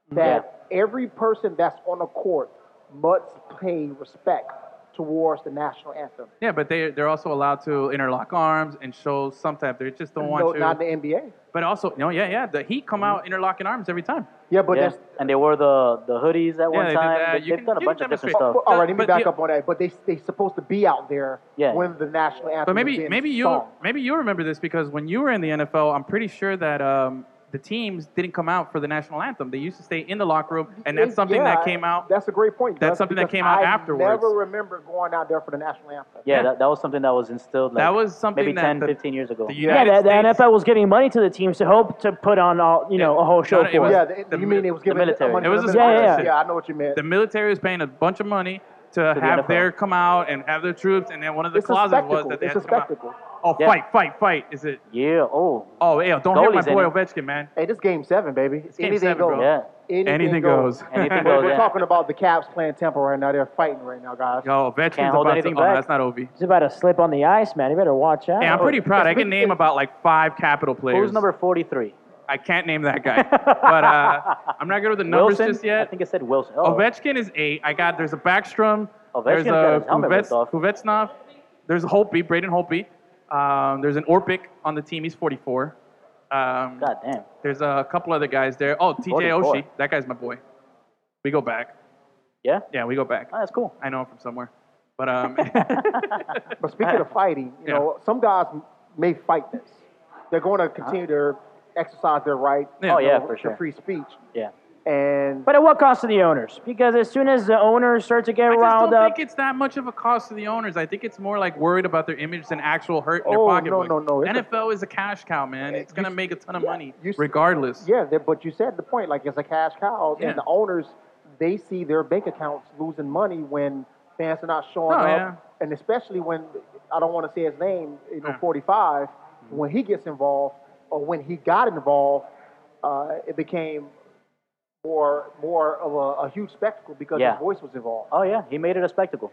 Speaker 7: Mm-hmm.
Speaker 6: that every person that's on the court must pay respect towards the national anthem.
Speaker 5: Yeah, but they they're also allowed to interlock arms and show some type. They just don't want
Speaker 6: No,
Speaker 5: to.
Speaker 6: not Mm-hmm. the NBA.
Speaker 5: but also, no, yeah, yeah. The Heat come out interlocking arms every time.
Speaker 6: Yeah, but
Speaker 4: Yeah.
Speaker 6: that's
Speaker 4: And they wore the, the hoodies at one
Speaker 5: they did
Speaker 4: time.
Speaker 5: that. You
Speaker 4: They, have
Speaker 5: can-
Speaker 4: done a
Speaker 5: you
Speaker 4: bunch
Speaker 5: can
Speaker 4: of different
Speaker 5: demonstrate.
Speaker 4: stuff.
Speaker 6: all right. Let me
Speaker 5: but
Speaker 6: back
Speaker 5: the-
Speaker 6: up on that. But they they supposed to be out there
Speaker 4: Yeah.
Speaker 6: when the national anthem.
Speaker 5: But
Speaker 6: is
Speaker 5: maybe
Speaker 6: being
Speaker 5: maybe you
Speaker 6: sung.
Speaker 5: maybe you remember this because when you were in the NFL, I'm pretty sure that um, the teams didn't come out for the national anthem. They used to stay in the locker room, and that's something
Speaker 6: Yeah,
Speaker 5: that came out.
Speaker 6: That's a great point.
Speaker 5: that's
Speaker 6: Gus,
Speaker 5: something that
Speaker 6: because
Speaker 5: came out
Speaker 6: I
Speaker 5: afterwards.
Speaker 6: never remember going out there for the national anthem.
Speaker 4: Yeah, That, that was something that was instilled. Like,
Speaker 5: That was something
Speaker 4: maybe
Speaker 5: that
Speaker 4: 10,
Speaker 5: the-
Speaker 4: 15 years ago.
Speaker 5: the
Speaker 7: Yeah,
Speaker 5: United
Speaker 7: the, the
Speaker 5: States-
Speaker 7: NFL was giving money to the teams to hope to put on all you know a whole show
Speaker 5: No, no, it
Speaker 7: for
Speaker 5: was-
Speaker 6: Oh, Yeah,
Speaker 7: it.
Speaker 6: the,
Speaker 5: The
Speaker 6: you
Speaker 5: mi-
Speaker 6: mean it was given
Speaker 4: the military.
Speaker 6: Money
Speaker 5: It was
Speaker 6: to the
Speaker 5: a
Speaker 6: military.
Speaker 7: sponsorship.
Speaker 6: yeah, I know what you meant.
Speaker 5: the military was paying a bunch of money to
Speaker 4: the
Speaker 5: have
Speaker 4: NFL.
Speaker 5: their come out and have their troops, and then one of the
Speaker 6: It's a
Speaker 5: clauses was
Speaker 6: spectacle.
Speaker 5: that they
Speaker 6: It's
Speaker 5: had
Speaker 6: a
Speaker 5: to come
Speaker 6: spectacle.
Speaker 5: out. Oh,
Speaker 4: Yeah.
Speaker 5: fight, fight, fight! Is it?
Speaker 4: yeah. Oh.
Speaker 5: Oh, yeah, don't hit my
Speaker 4: Goalies in
Speaker 5: boy
Speaker 4: it.
Speaker 5: Ovechkin, man.
Speaker 6: Hey, this game seven, baby. It's
Speaker 5: game
Speaker 6: Anything
Speaker 5: seven,
Speaker 6: goes.
Speaker 5: bro.
Speaker 4: Yeah.
Speaker 6: Anything,
Speaker 5: Anything goes.
Speaker 4: Anything
Speaker 6: We're,
Speaker 4: goes.
Speaker 6: we're
Speaker 4: yeah.
Speaker 6: talking about the Cavs playing Tampa right now. They're fighting right now, guys.
Speaker 5: Yo, Ovechkin's
Speaker 4: Can't hold
Speaker 5: about to. Oh,
Speaker 4: anything
Speaker 5: no,
Speaker 4: back.
Speaker 5: that's not Ovi.
Speaker 7: He's about to slip on the ice, man. You better watch out.
Speaker 5: Yeah, I'm pretty proud. I
Speaker 6: it's-
Speaker 5: can name about like five capital players.
Speaker 4: Oh, Who's number 43?
Speaker 5: I can't name that guy, but uh, I'm not good with the numbers
Speaker 4: Wilson?
Speaker 5: just yet.
Speaker 4: I think it said Wilson. Oh,
Speaker 5: Ovechkin is eight. I got there's a Backstrom.
Speaker 4: Ovechkin
Speaker 5: There's
Speaker 4: got
Speaker 5: a
Speaker 4: his helmet ripped
Speaker 5: Kuvets-
Speaker 4: off.
Speaker 5: Kuvetsnov. There's a Holtby, Braden Holtby. Um, there's an Orpik on the team. He's 44. Um,
Speaker 4: God damn.
Speaker 5: there's a couple other guys there. Oh, TJ
Speaker 4: 44.
Speaker 5: Oshie. That guy's my boy. We go back.
Speaker 4: Yeah?
Speaker 5: Yeah, we go back.
Speaker 4: Oh, that's cool.
Speaker 5: I know him from somewhere. But um,
Speaker 6: But speaking of fighting, you
Speaker 5: Uh, Yeah.
Speaker 6: know, some guys m- may fight this. They're going to continue to exercise their right
Speaker 5: Uh-huh. Yeah.
Speaker 4: Oh, yeah,
Speaker 6: to-
Speaker 4: for
Speaker 6: to
Speaker 4: sure.
Speaker 6: free speech.
Speaker 4: Yeah.
Speaker 6: And
Speaker 7: But at what cost to the owners? Because as soon as the owners start to get
Speaker 5: I just
Speaker 7: riled
Speaker 5: don't
Speaker 7: up,
Speaker 5: think it's that much of a cost to the owners. I think it's more like worried about their image than actual hurt in their
Speaker 6: Oh, no,
Speaker 5: pocketbook.
Speaker 6: no, no. It's a-
Speaker 5: NFL is a cash cow, man. It's gonna make a ton of money
Speaker 6: you s-
Speaker 5: regardless.
Speaker 6: yeah, they- but you said the point. Like it's a cash cow,
Speaker 5: Yeah.
Speaker 6: and the owners they see their bank accounts losing money when fans are not showing
Speaker 5: Oh,
Speaker 6: up,
Speaker 5: yeah.
Speaker 6: and especially when I don't want to say his name. You know,
Speaker 5: Yeah. Mm-hmm.
Speaker 6: 45. When he gets involved, or when he got involved, uh, it became more more of a, a huge spectacle because
Speaker 4: Yeah.
Speaker 6: his voice was involved.
Speaker 4: Oh, yeah. He made it a spectacle.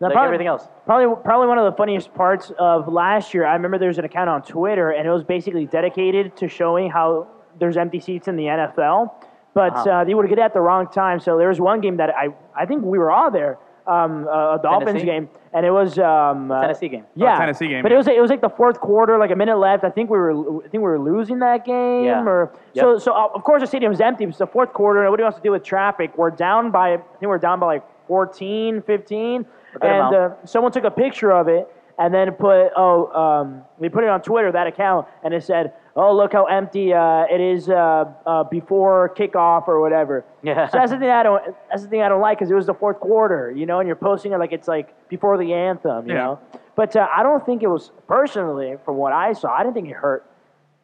Speaker 7: Now,
Speaker 4: like everything else.
Speaker 7: Probably, probably one of the funniest parts of last year. I remember there was an account on Twitter, and it was basically dedicated to showing how there's empty seats in the NFL. But uh they would get it at the wrong time. So there was one game that I, I think we were all there, um, a Dolphins
Speaker 4: Tennessee?
Speaker 7: game, and it was um, uh,
Speaker 4: Tennessee game.
Speaker 7: Yeah,
Speaker 5: Tennessee game,
Speaker 7: But it was it was like the fourth quarter, like a minute left. I think we were I think we were losing that game.
Speaker 4: Yeah.
Speaker 7: Or
Speaker 4: Yep.
Speaker 7: so so uh, of course the stadium's empty. It's the fourth quarter. Nobody wants to deal with traffic. We're down by I think we're down by like 14, 15.
Speaker 4: good
Speaker 7: and
Speaker 4: amount.
Speaker 7: uh, someone took a picture of it and then put oh um, they put it on Twitter that account and it said oh look how empty uh, it is uh, uh, before kickoff or whatever.
Speaker 4: Yeah.
Speaker 7: So that's the thing I don't that's the thing I don't like because it was the fourth quarter, you know, and you're posting it like it's like before the anthem, you
Speaker 5: Yeah.
Speaker 7: know. But uh, I don't think it was personally from what I saw. I didn't think it hurt.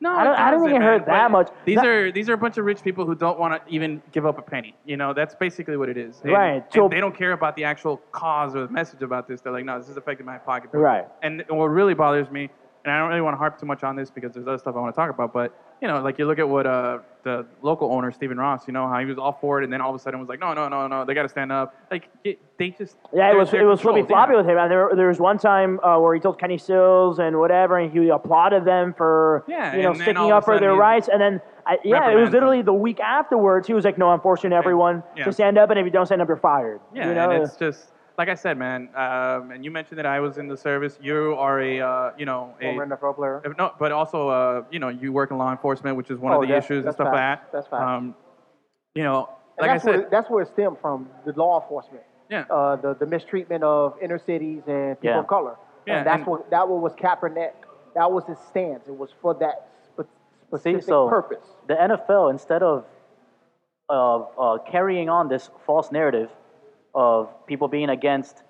Speaker 5: No,
Speaker 7: I don't- I don't
Speaker 5: doesn't,
Speaker 7: think it
Speaker 5: man,
Speaker 7: hurt that
Speaker 5: but
Speaker 7: much.
Speaker 5: These
Speaker 7: That-
Speaker 5: are these are a bunch of rich people who don't want to even give up a penny. You know, that's basically what it is. And-
Speaker 7: Right,
Speaker 5: and
Speaker 7: so-
Speaker 5: they don't care about the actual cause or the message about this. They're like, no, this is affecting my pocket.
Speaker 7: Right.
Speaker 5: And what really bothers me, and I don't really want to harp too much on this because there's other stuff I want to talk about, but you know, like you look at what uh, the local owner Stephen Ross, you know, how he was all for it, and then all of a sudden was like, no, no, no, no, they got to stand up. Like it, they just
Speaker 7: Yeah, it
Speaker 5: they're-
Speaker 7: was
Speaker 5: they're
Speaker 7: it was flippy
Speaker 5: controlled,
Speaker 7: floppy
Speaker 5: yeah.
Speaker 7: with him. And there, there was one time uh, where he told Kenny Sills and whatever, and he applauded them for
Speaker 5: Yeah,
Speaker 7: you know
Speaker 5: and then
Speaker 7: sticking
Speaker 5: all of
Speaker 7: up
Speaker 5: a
Speaker 7: for their
Speaker 5: sudden he
Speaker 7: rights. And then I, yeah, it was
Speaker 5: reprimands
Speaker 7: literally the week afterwards. He was like, "No, I'm forcing everyone
Speaker 5: yeah.
Speaker 7: to stand up, and if you don't stand up, you're fired."
Speaker 5: Yeah,
Speaker 7: you know?
Speaker 5: and it's just like I said, man. Um, and you mentioned that I was in the service. You are a, uh, you know, a
Speaker 6: Former NFL player.
Speaker 5: If no, but also, uh, you know, you work in law enforcement, which is one
Speaker 6: Oh,
Speaker 5: of the
Speaker 6: that's-
Speaker 5: issues and
Speaker 6: that's
Speaker 5: stuff
Speaker 6: facts.
Speaker 5: like that.
Speaker 6: That's facts.
Speaker 5: Um, you know,
Speaker 6: And
Speaker 5: like I
Speaker 6: that's where
Speaker 5: said,
Speaker 6: it, that's where it stemmed from the law enforcement.
Speaker 5: Yeah.
Speaker 6: Uh, the the mistreatment of inner cities and people
Speaker 4: Yeah.
Speaker 6: of color.
Speaker 5: Yeah,
Speaker 6: And that's
Speaker 5: and-
Speaker 6: what that what was Kaepernick. That was his stance. It was for that spe-
Speaker 4: See,
Speaker 6: specific
Speaker 4: so
Speaker 6: purpose.
Speaker 4: the NFL, instead of of uh, carrying on this false narrative of people being against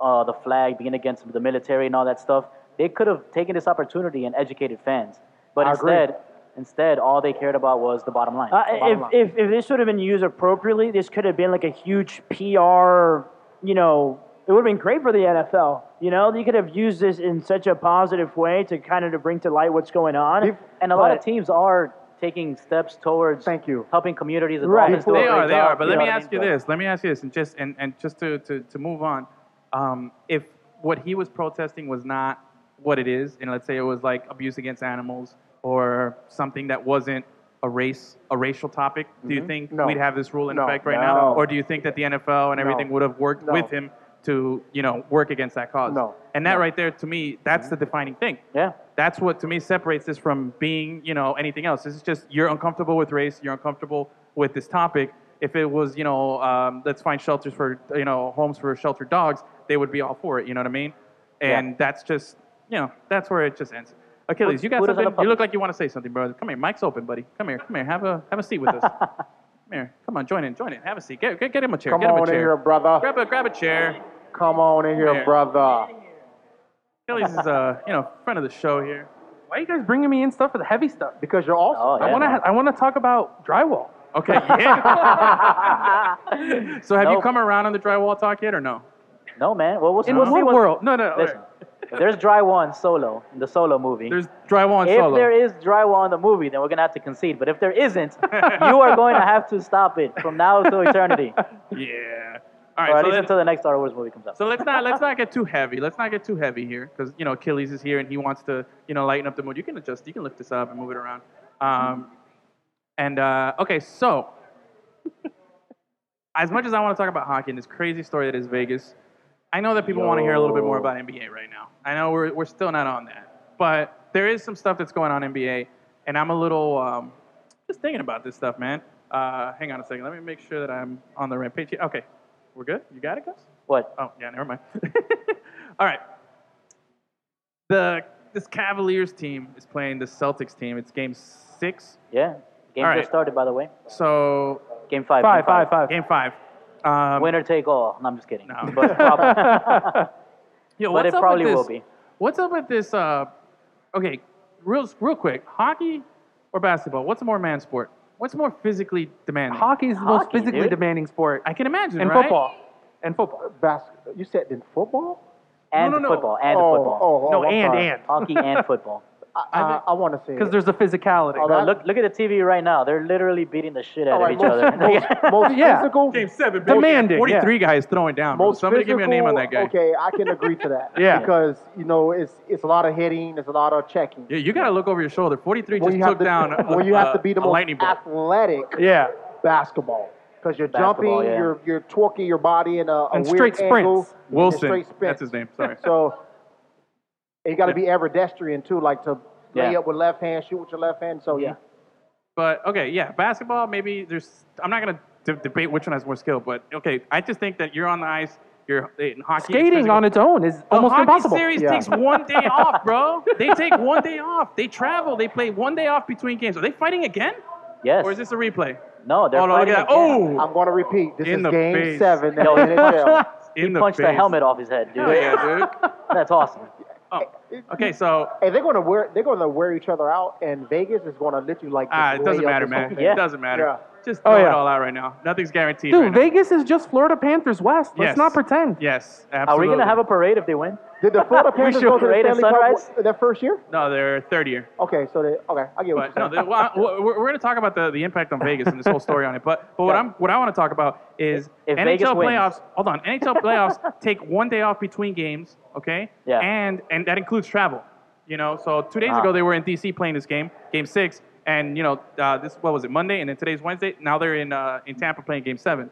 Speaker 4: uh, the flag, being against the military, and all that stuff, they could have taken this opportunity and educated fans. But
Speaker 6: I agree.
Speaker 4: instead, instead, all they cared about was the bottom line.
Speaker 7: Uh,
Speaker 4: Bottom line.
Speaker 7: if, if, if this would have been used appropriately, this could have been like a huge PR, you know, it would have been great for the NFL. You know, you could have used this in such a positive way to kind of to bring to light what's going on.
Speaker 4: and a lot
Speaker 7: but-
Speaker 4: of teams are taking steps towards
Speaker 6: Thank you.
Speaker 4: helping communities. The
Speaker 7: Right.
Speaker 4: Dolphins do a
Speaker 5: they
Speaker 4: great
Speaker 5: are, they
Speaker 4: job,
Speaker 5: are. But
Speaker 4: you
Speaker 5: let
Speaker 4: know
Speaker 5: me
Speaker 4: what I
Speaker 5: ask
Speaker 4: mean?
Speaker 5: you
Speaker 4: But-
Speaker 5: this. Let me ask you this, and just and, and just to, to to move on, um, if what he was protesting was not what it is, and let's say it was like abuse against animals or something that wasn't a race a racial topic, do you think
Speaker 6: Mm-hmm. No.
Speaker 5: we'd have this rule in
Speaker 6: No.
Speaker 5: effect right
Speaker 6: No.
Speaker 5: now, or do you think that the NFL and everything would have worked
Speaker 6: No.
Speaker 5: with him to you know work against that cause?
Speaker 6: No. Mm-hmm.
Speaker 5: And that right there, to me, that's the defining thing.
Speaker 4: Yeah.
Speaker 5: That's what to me separates this from being, you know, anything else. This is just you're uncomfortable with race, you're uncomfortable with this topic. If it was, you know, um, let's find shelters for, you know, homes for sheltered dogs, they would be all for it. You know what I mean? And that's just, you know, that's where it just ends. Achilles, you got
Speaker 4: Buddha's on a
Speaker 5: something? You
Speaker 4: puppy.
Speaker 5: look like you want to say something, brother. Come here, mic's open, buddy. Come here, come here. Have a have a seat with us. Come here, come on, join in, join in. Have a seat. Get get, get him a chair.
Speaker 6: Come
Speaker 5: get him a
Speaker 6: on in
Speaker 5: chair.
Speaker 6: here, brother.
Speaker 5: grab a grab a chair.
Speaker 6: Come on in
Speaker 5: Here.
Speaker 6: here, brother.
Speaker 5: Achilles is uh you know friend of the show here. Why are you guys bringing me in stuff for the heavy stuff?
Speaker 6: Because you're awesome.
Speaker 4: Oh,
Speaker 5: I
Speaker 4: yeah,
Speaker 5: want to
Speaker 4: man.
Speaker 5: I want to talk about drywall. Okay. yeah. so have you
Speaker 4: No.
Speaker 5: come around on the drywall talk yet or no?
Speaker 4: No, man. Well, we'll
Speaker 5: In
Speaker 4: see
Speaker 5: what
Speaker 4: what-
Speaker 5: world? No, no.
Speaker 4: Listen, if there's drywall in Solo, in the Solo movie,
Speaker 5: There's drywall and
Speaker 4: if
Speaker 5: solo.
Speaker 4: there is drywall in the movie, then we're gonna have to concede. But if there isn't, you are going to have to stop it from now till eternity,
Speaker 5: yeah. All right.
Speaker 4: or at
Speaker 5: so
Speaker 4: least
Speaker 5: then-
Speaker 4: until the next Star Wars movie comes out.
Speaker 5: So let's not let's not get too heavy. Let's not get too heavy here, because you know Achilles is here and he wants to you know lighten up the mood. You can adjust. You can lift this up and move it around. Um, and uh, okay, so as much as I want to talk about hockey and this crazy story that is Vegas, I know that people want to hear a little bit more about NBA right now. I know we're we're still not on that, but there is some stuff that's going on NBA, and I'm a little um, just thinking about this stuff, man. Uh, hang on a second. Let me make sure that I'm on the right page. here. Okay, we're good. You got it, guys.
Speaker 4: What?
Speaker 5: Oh, yeah, never mind. All right. The this Cavaliers team is playing the Celtics team. It's game six.
Speaker 4: Yeah, game
Speaker 5: All right.
Speaker 4: just started, by the way.
Speaker 5: So
Speaker 4: Game five.
Speaker 7: Five,
Speaker 4: game
Speaker 7: five, five.
Speaker 5: game five. Um,
Speaker 4: Winner take all. No, I'm just kidding.
Speaker 5: No.
Speaker 4: But probably,
Speaker 5: yo,
Speaker 4: but
Speaker 5: what's
Speaker 4: it
Speaker 5: up with
Speaker 4: probably
Speaker 5: this-
Speaker 4: will be.
Speaker 5: What's up with this? Uh, okay, real real quick. Hockey or basketball? What's a more man sport? What's more physically demanding?
Speaker 9: Hockey is the most
Speaker 4: Hockey,
Speaker 9: physically
Speaker 4: dude.
Speaker 9: demanding sport.
Speaker 5: I can imagine.
Speaker 9: and
Speaker 5: right?
Speaker 9: football. And football.
Speaker 6: Basket. You said in football?
Speaker 4: and
Speaker 5: no, no.
Speaker 4: football, and
Speaker 6: oh,
Speaker 4: football,
Speaker 6: oh, oh,
Speaker 9: No,
Speaker 6: I'm
Speaker 9: and,
Speaker 6: sorry.
Speaker 9: and.
Speaker 4: hockey and football.
Speaker 6: I, I, I want to say
Speaker 9: Because there's the physicality.
Speaker 4: Bro,
Speaker 6: Oh, that- Oh,
Speaker 4: look, look at the TV right now. They're literally beating the shit out of
Speaker 6: All right,
Speaker 4: each
Speaker 6: most,
Speaker 4: other.
Speaker 6: most, most
Speaker 9: Yeah.
Speaker 6: physical.
Speaker 5: Game seven. baby.
Speaker 9: Demanding, yeah.
Speaker 5: Forty-three guys throwing down. bro.
Speaker 6: Most
Speaker 5: Somebody give me a name on that
Speaker 6: physical-
Speaker 5: guy.
Speaker 6: Okay, I can agree to that.
Speaker 9: Yeah.
Speaker 6: Because you know it's it's a lot of hitting, it's a lot of checking.
Speaker 5: Yeah, you got to look over your shoulder. 43
Speaker 6: When
Speaker 5: just
Speaker 6: you have
Speaker 5: took
Speaker 6: to,
Speaker 5: down a,
Speaker 6: when you have to be the
Speaker 5: a
Speaker 6: most
Speaker 5: lightning bolt.
Speaker 6: athletic
Speaker 9: yeah.
Speaker 6: basketball because you're
Speaker 4: Basketball,
Speaker 6: jumping,
Speaker 4: yeah.
Speaker 6: you're you're twerking your body in a, a
Speaker 9: And
Speaker 6: weird
Speaker 9: straight sprints.
Speaker 6: angle, and a
Speaker 5: Wilson.
Speaker 6: straight sprint.
Speaker 5: That's his name. Sorry.
Speaker 6: So and you got to be ambidextrous too, like to lay
Speaker 4: Yeah.
Speaker 6: up with left hand, shoot with your left hand. So Oh, yeah,
Speaker 5: But okay, yeah, basketball. Maybe there's. I'm not gonna de- debate which one has more skill, but okay, I just think that you're on the ice. You're in hockey. it's
Speaker 9: Skating
Speaker 5: physical.
Speaker 9: on its own is
Speaker 5: The
Speaker 9: almost
Speaker 5: hockey
Speaker 9: impossible.
Speaker 5: series
Speaker 6: Yeah.
Speaker 5: takes one day off, bro. They take one day off. They travel. They play one day off between games. Are they fighting again,
Speaker 4: yes.
Speaker 5: or is this a replay?
Speaker 4: no, they're
Speaker 5: oh no! Look
Speaker 4: fighting
Speaker 5: at that.
Speaker 4: again.
Speaker 5: Oh,
Speaker 6: I'm going to repeat. This
Speaker 5: In the
Speaker 6: is game
Speaker 5: face.
Speaker 6: seven.
Speaker 4: Yo,
Speaker 6: in
Speaker 4: he
Speaker 6: the
Speaker 4: punched-
Speaker 6: NHL.
Speaker 5: in the
Speaker 4: punched the
Speaker 5: face.
Speaker 4: helmet off his head, dude.
Speaker 5: Hell yeah, dude.
Speaker 4: That's awesome.
Speaker 5: Oh. Okay, so
Speaker 6: Hey, they're gonna wear they're gonna wear each other out, and Vegas is gonna literally like.
Speaker 5: ah,
Speaker 6: just
Speaker 5: it doesn't
Speaker 6: lay up
Speaker 5: matter,
Speaker 6: this
Speaker 5: man.
Speaker 6: whole
Speaker 5: It
Speaker 6: thing.
Speaker 5: doesn't matter.
Speaker 6: Yeah.
Speaker 5: Just throw it
Speaker 9: yeah.
Speaker 5: all out right now. Nothing's guaranteed.
Speaker 9: Dude,
Speaker 5: right now.
Speaker 9: Vegas is just Florida Panthers West. Let's
Speaker 5: Yes.
Speaker 9: not pretend.
Speaker 5: Yes,
Speaker 4: Are
Speaker 5: absolutely.
Speaker 4: we gonna have a parade if they win?
Speaker 6: Did the Florida Panthers
Speaker 4: should
Speaker 6: go to the
Speaker 4: create a
Speaker 6: Stanley Cup
Speaker 4: sunrise.
Speaker 6: w- that first year?
Speaker 5: No, they're third year.
Speaker 6: Okay, so they okay. I get what
Speaker 5: But
Speaker 6: you're
Speaker 5: no,
Speaker 6: saying.
Speaker 5: the, well, I- we're, we're going to talk about the, the impact on Vegas and this whole story on it. But but what I'm what I want to talk about is
Speaker 4: If
Speaker 5: NHL
Speaker 4: Vegas wins.
Speaker 5: playoffs. Hold on, NHL playoffs take one day off between games. Okay.
Speaker 4: Yeah.
Speaker 5: And and that includes travel. You know, so two days
Speaker 4: Ah.
Speaker 5: ago they were in DC playing this game, game six, and you know uh, this what was it Monday, and then today's Wednesday. Now they're in uh, in Tampa playing game seven.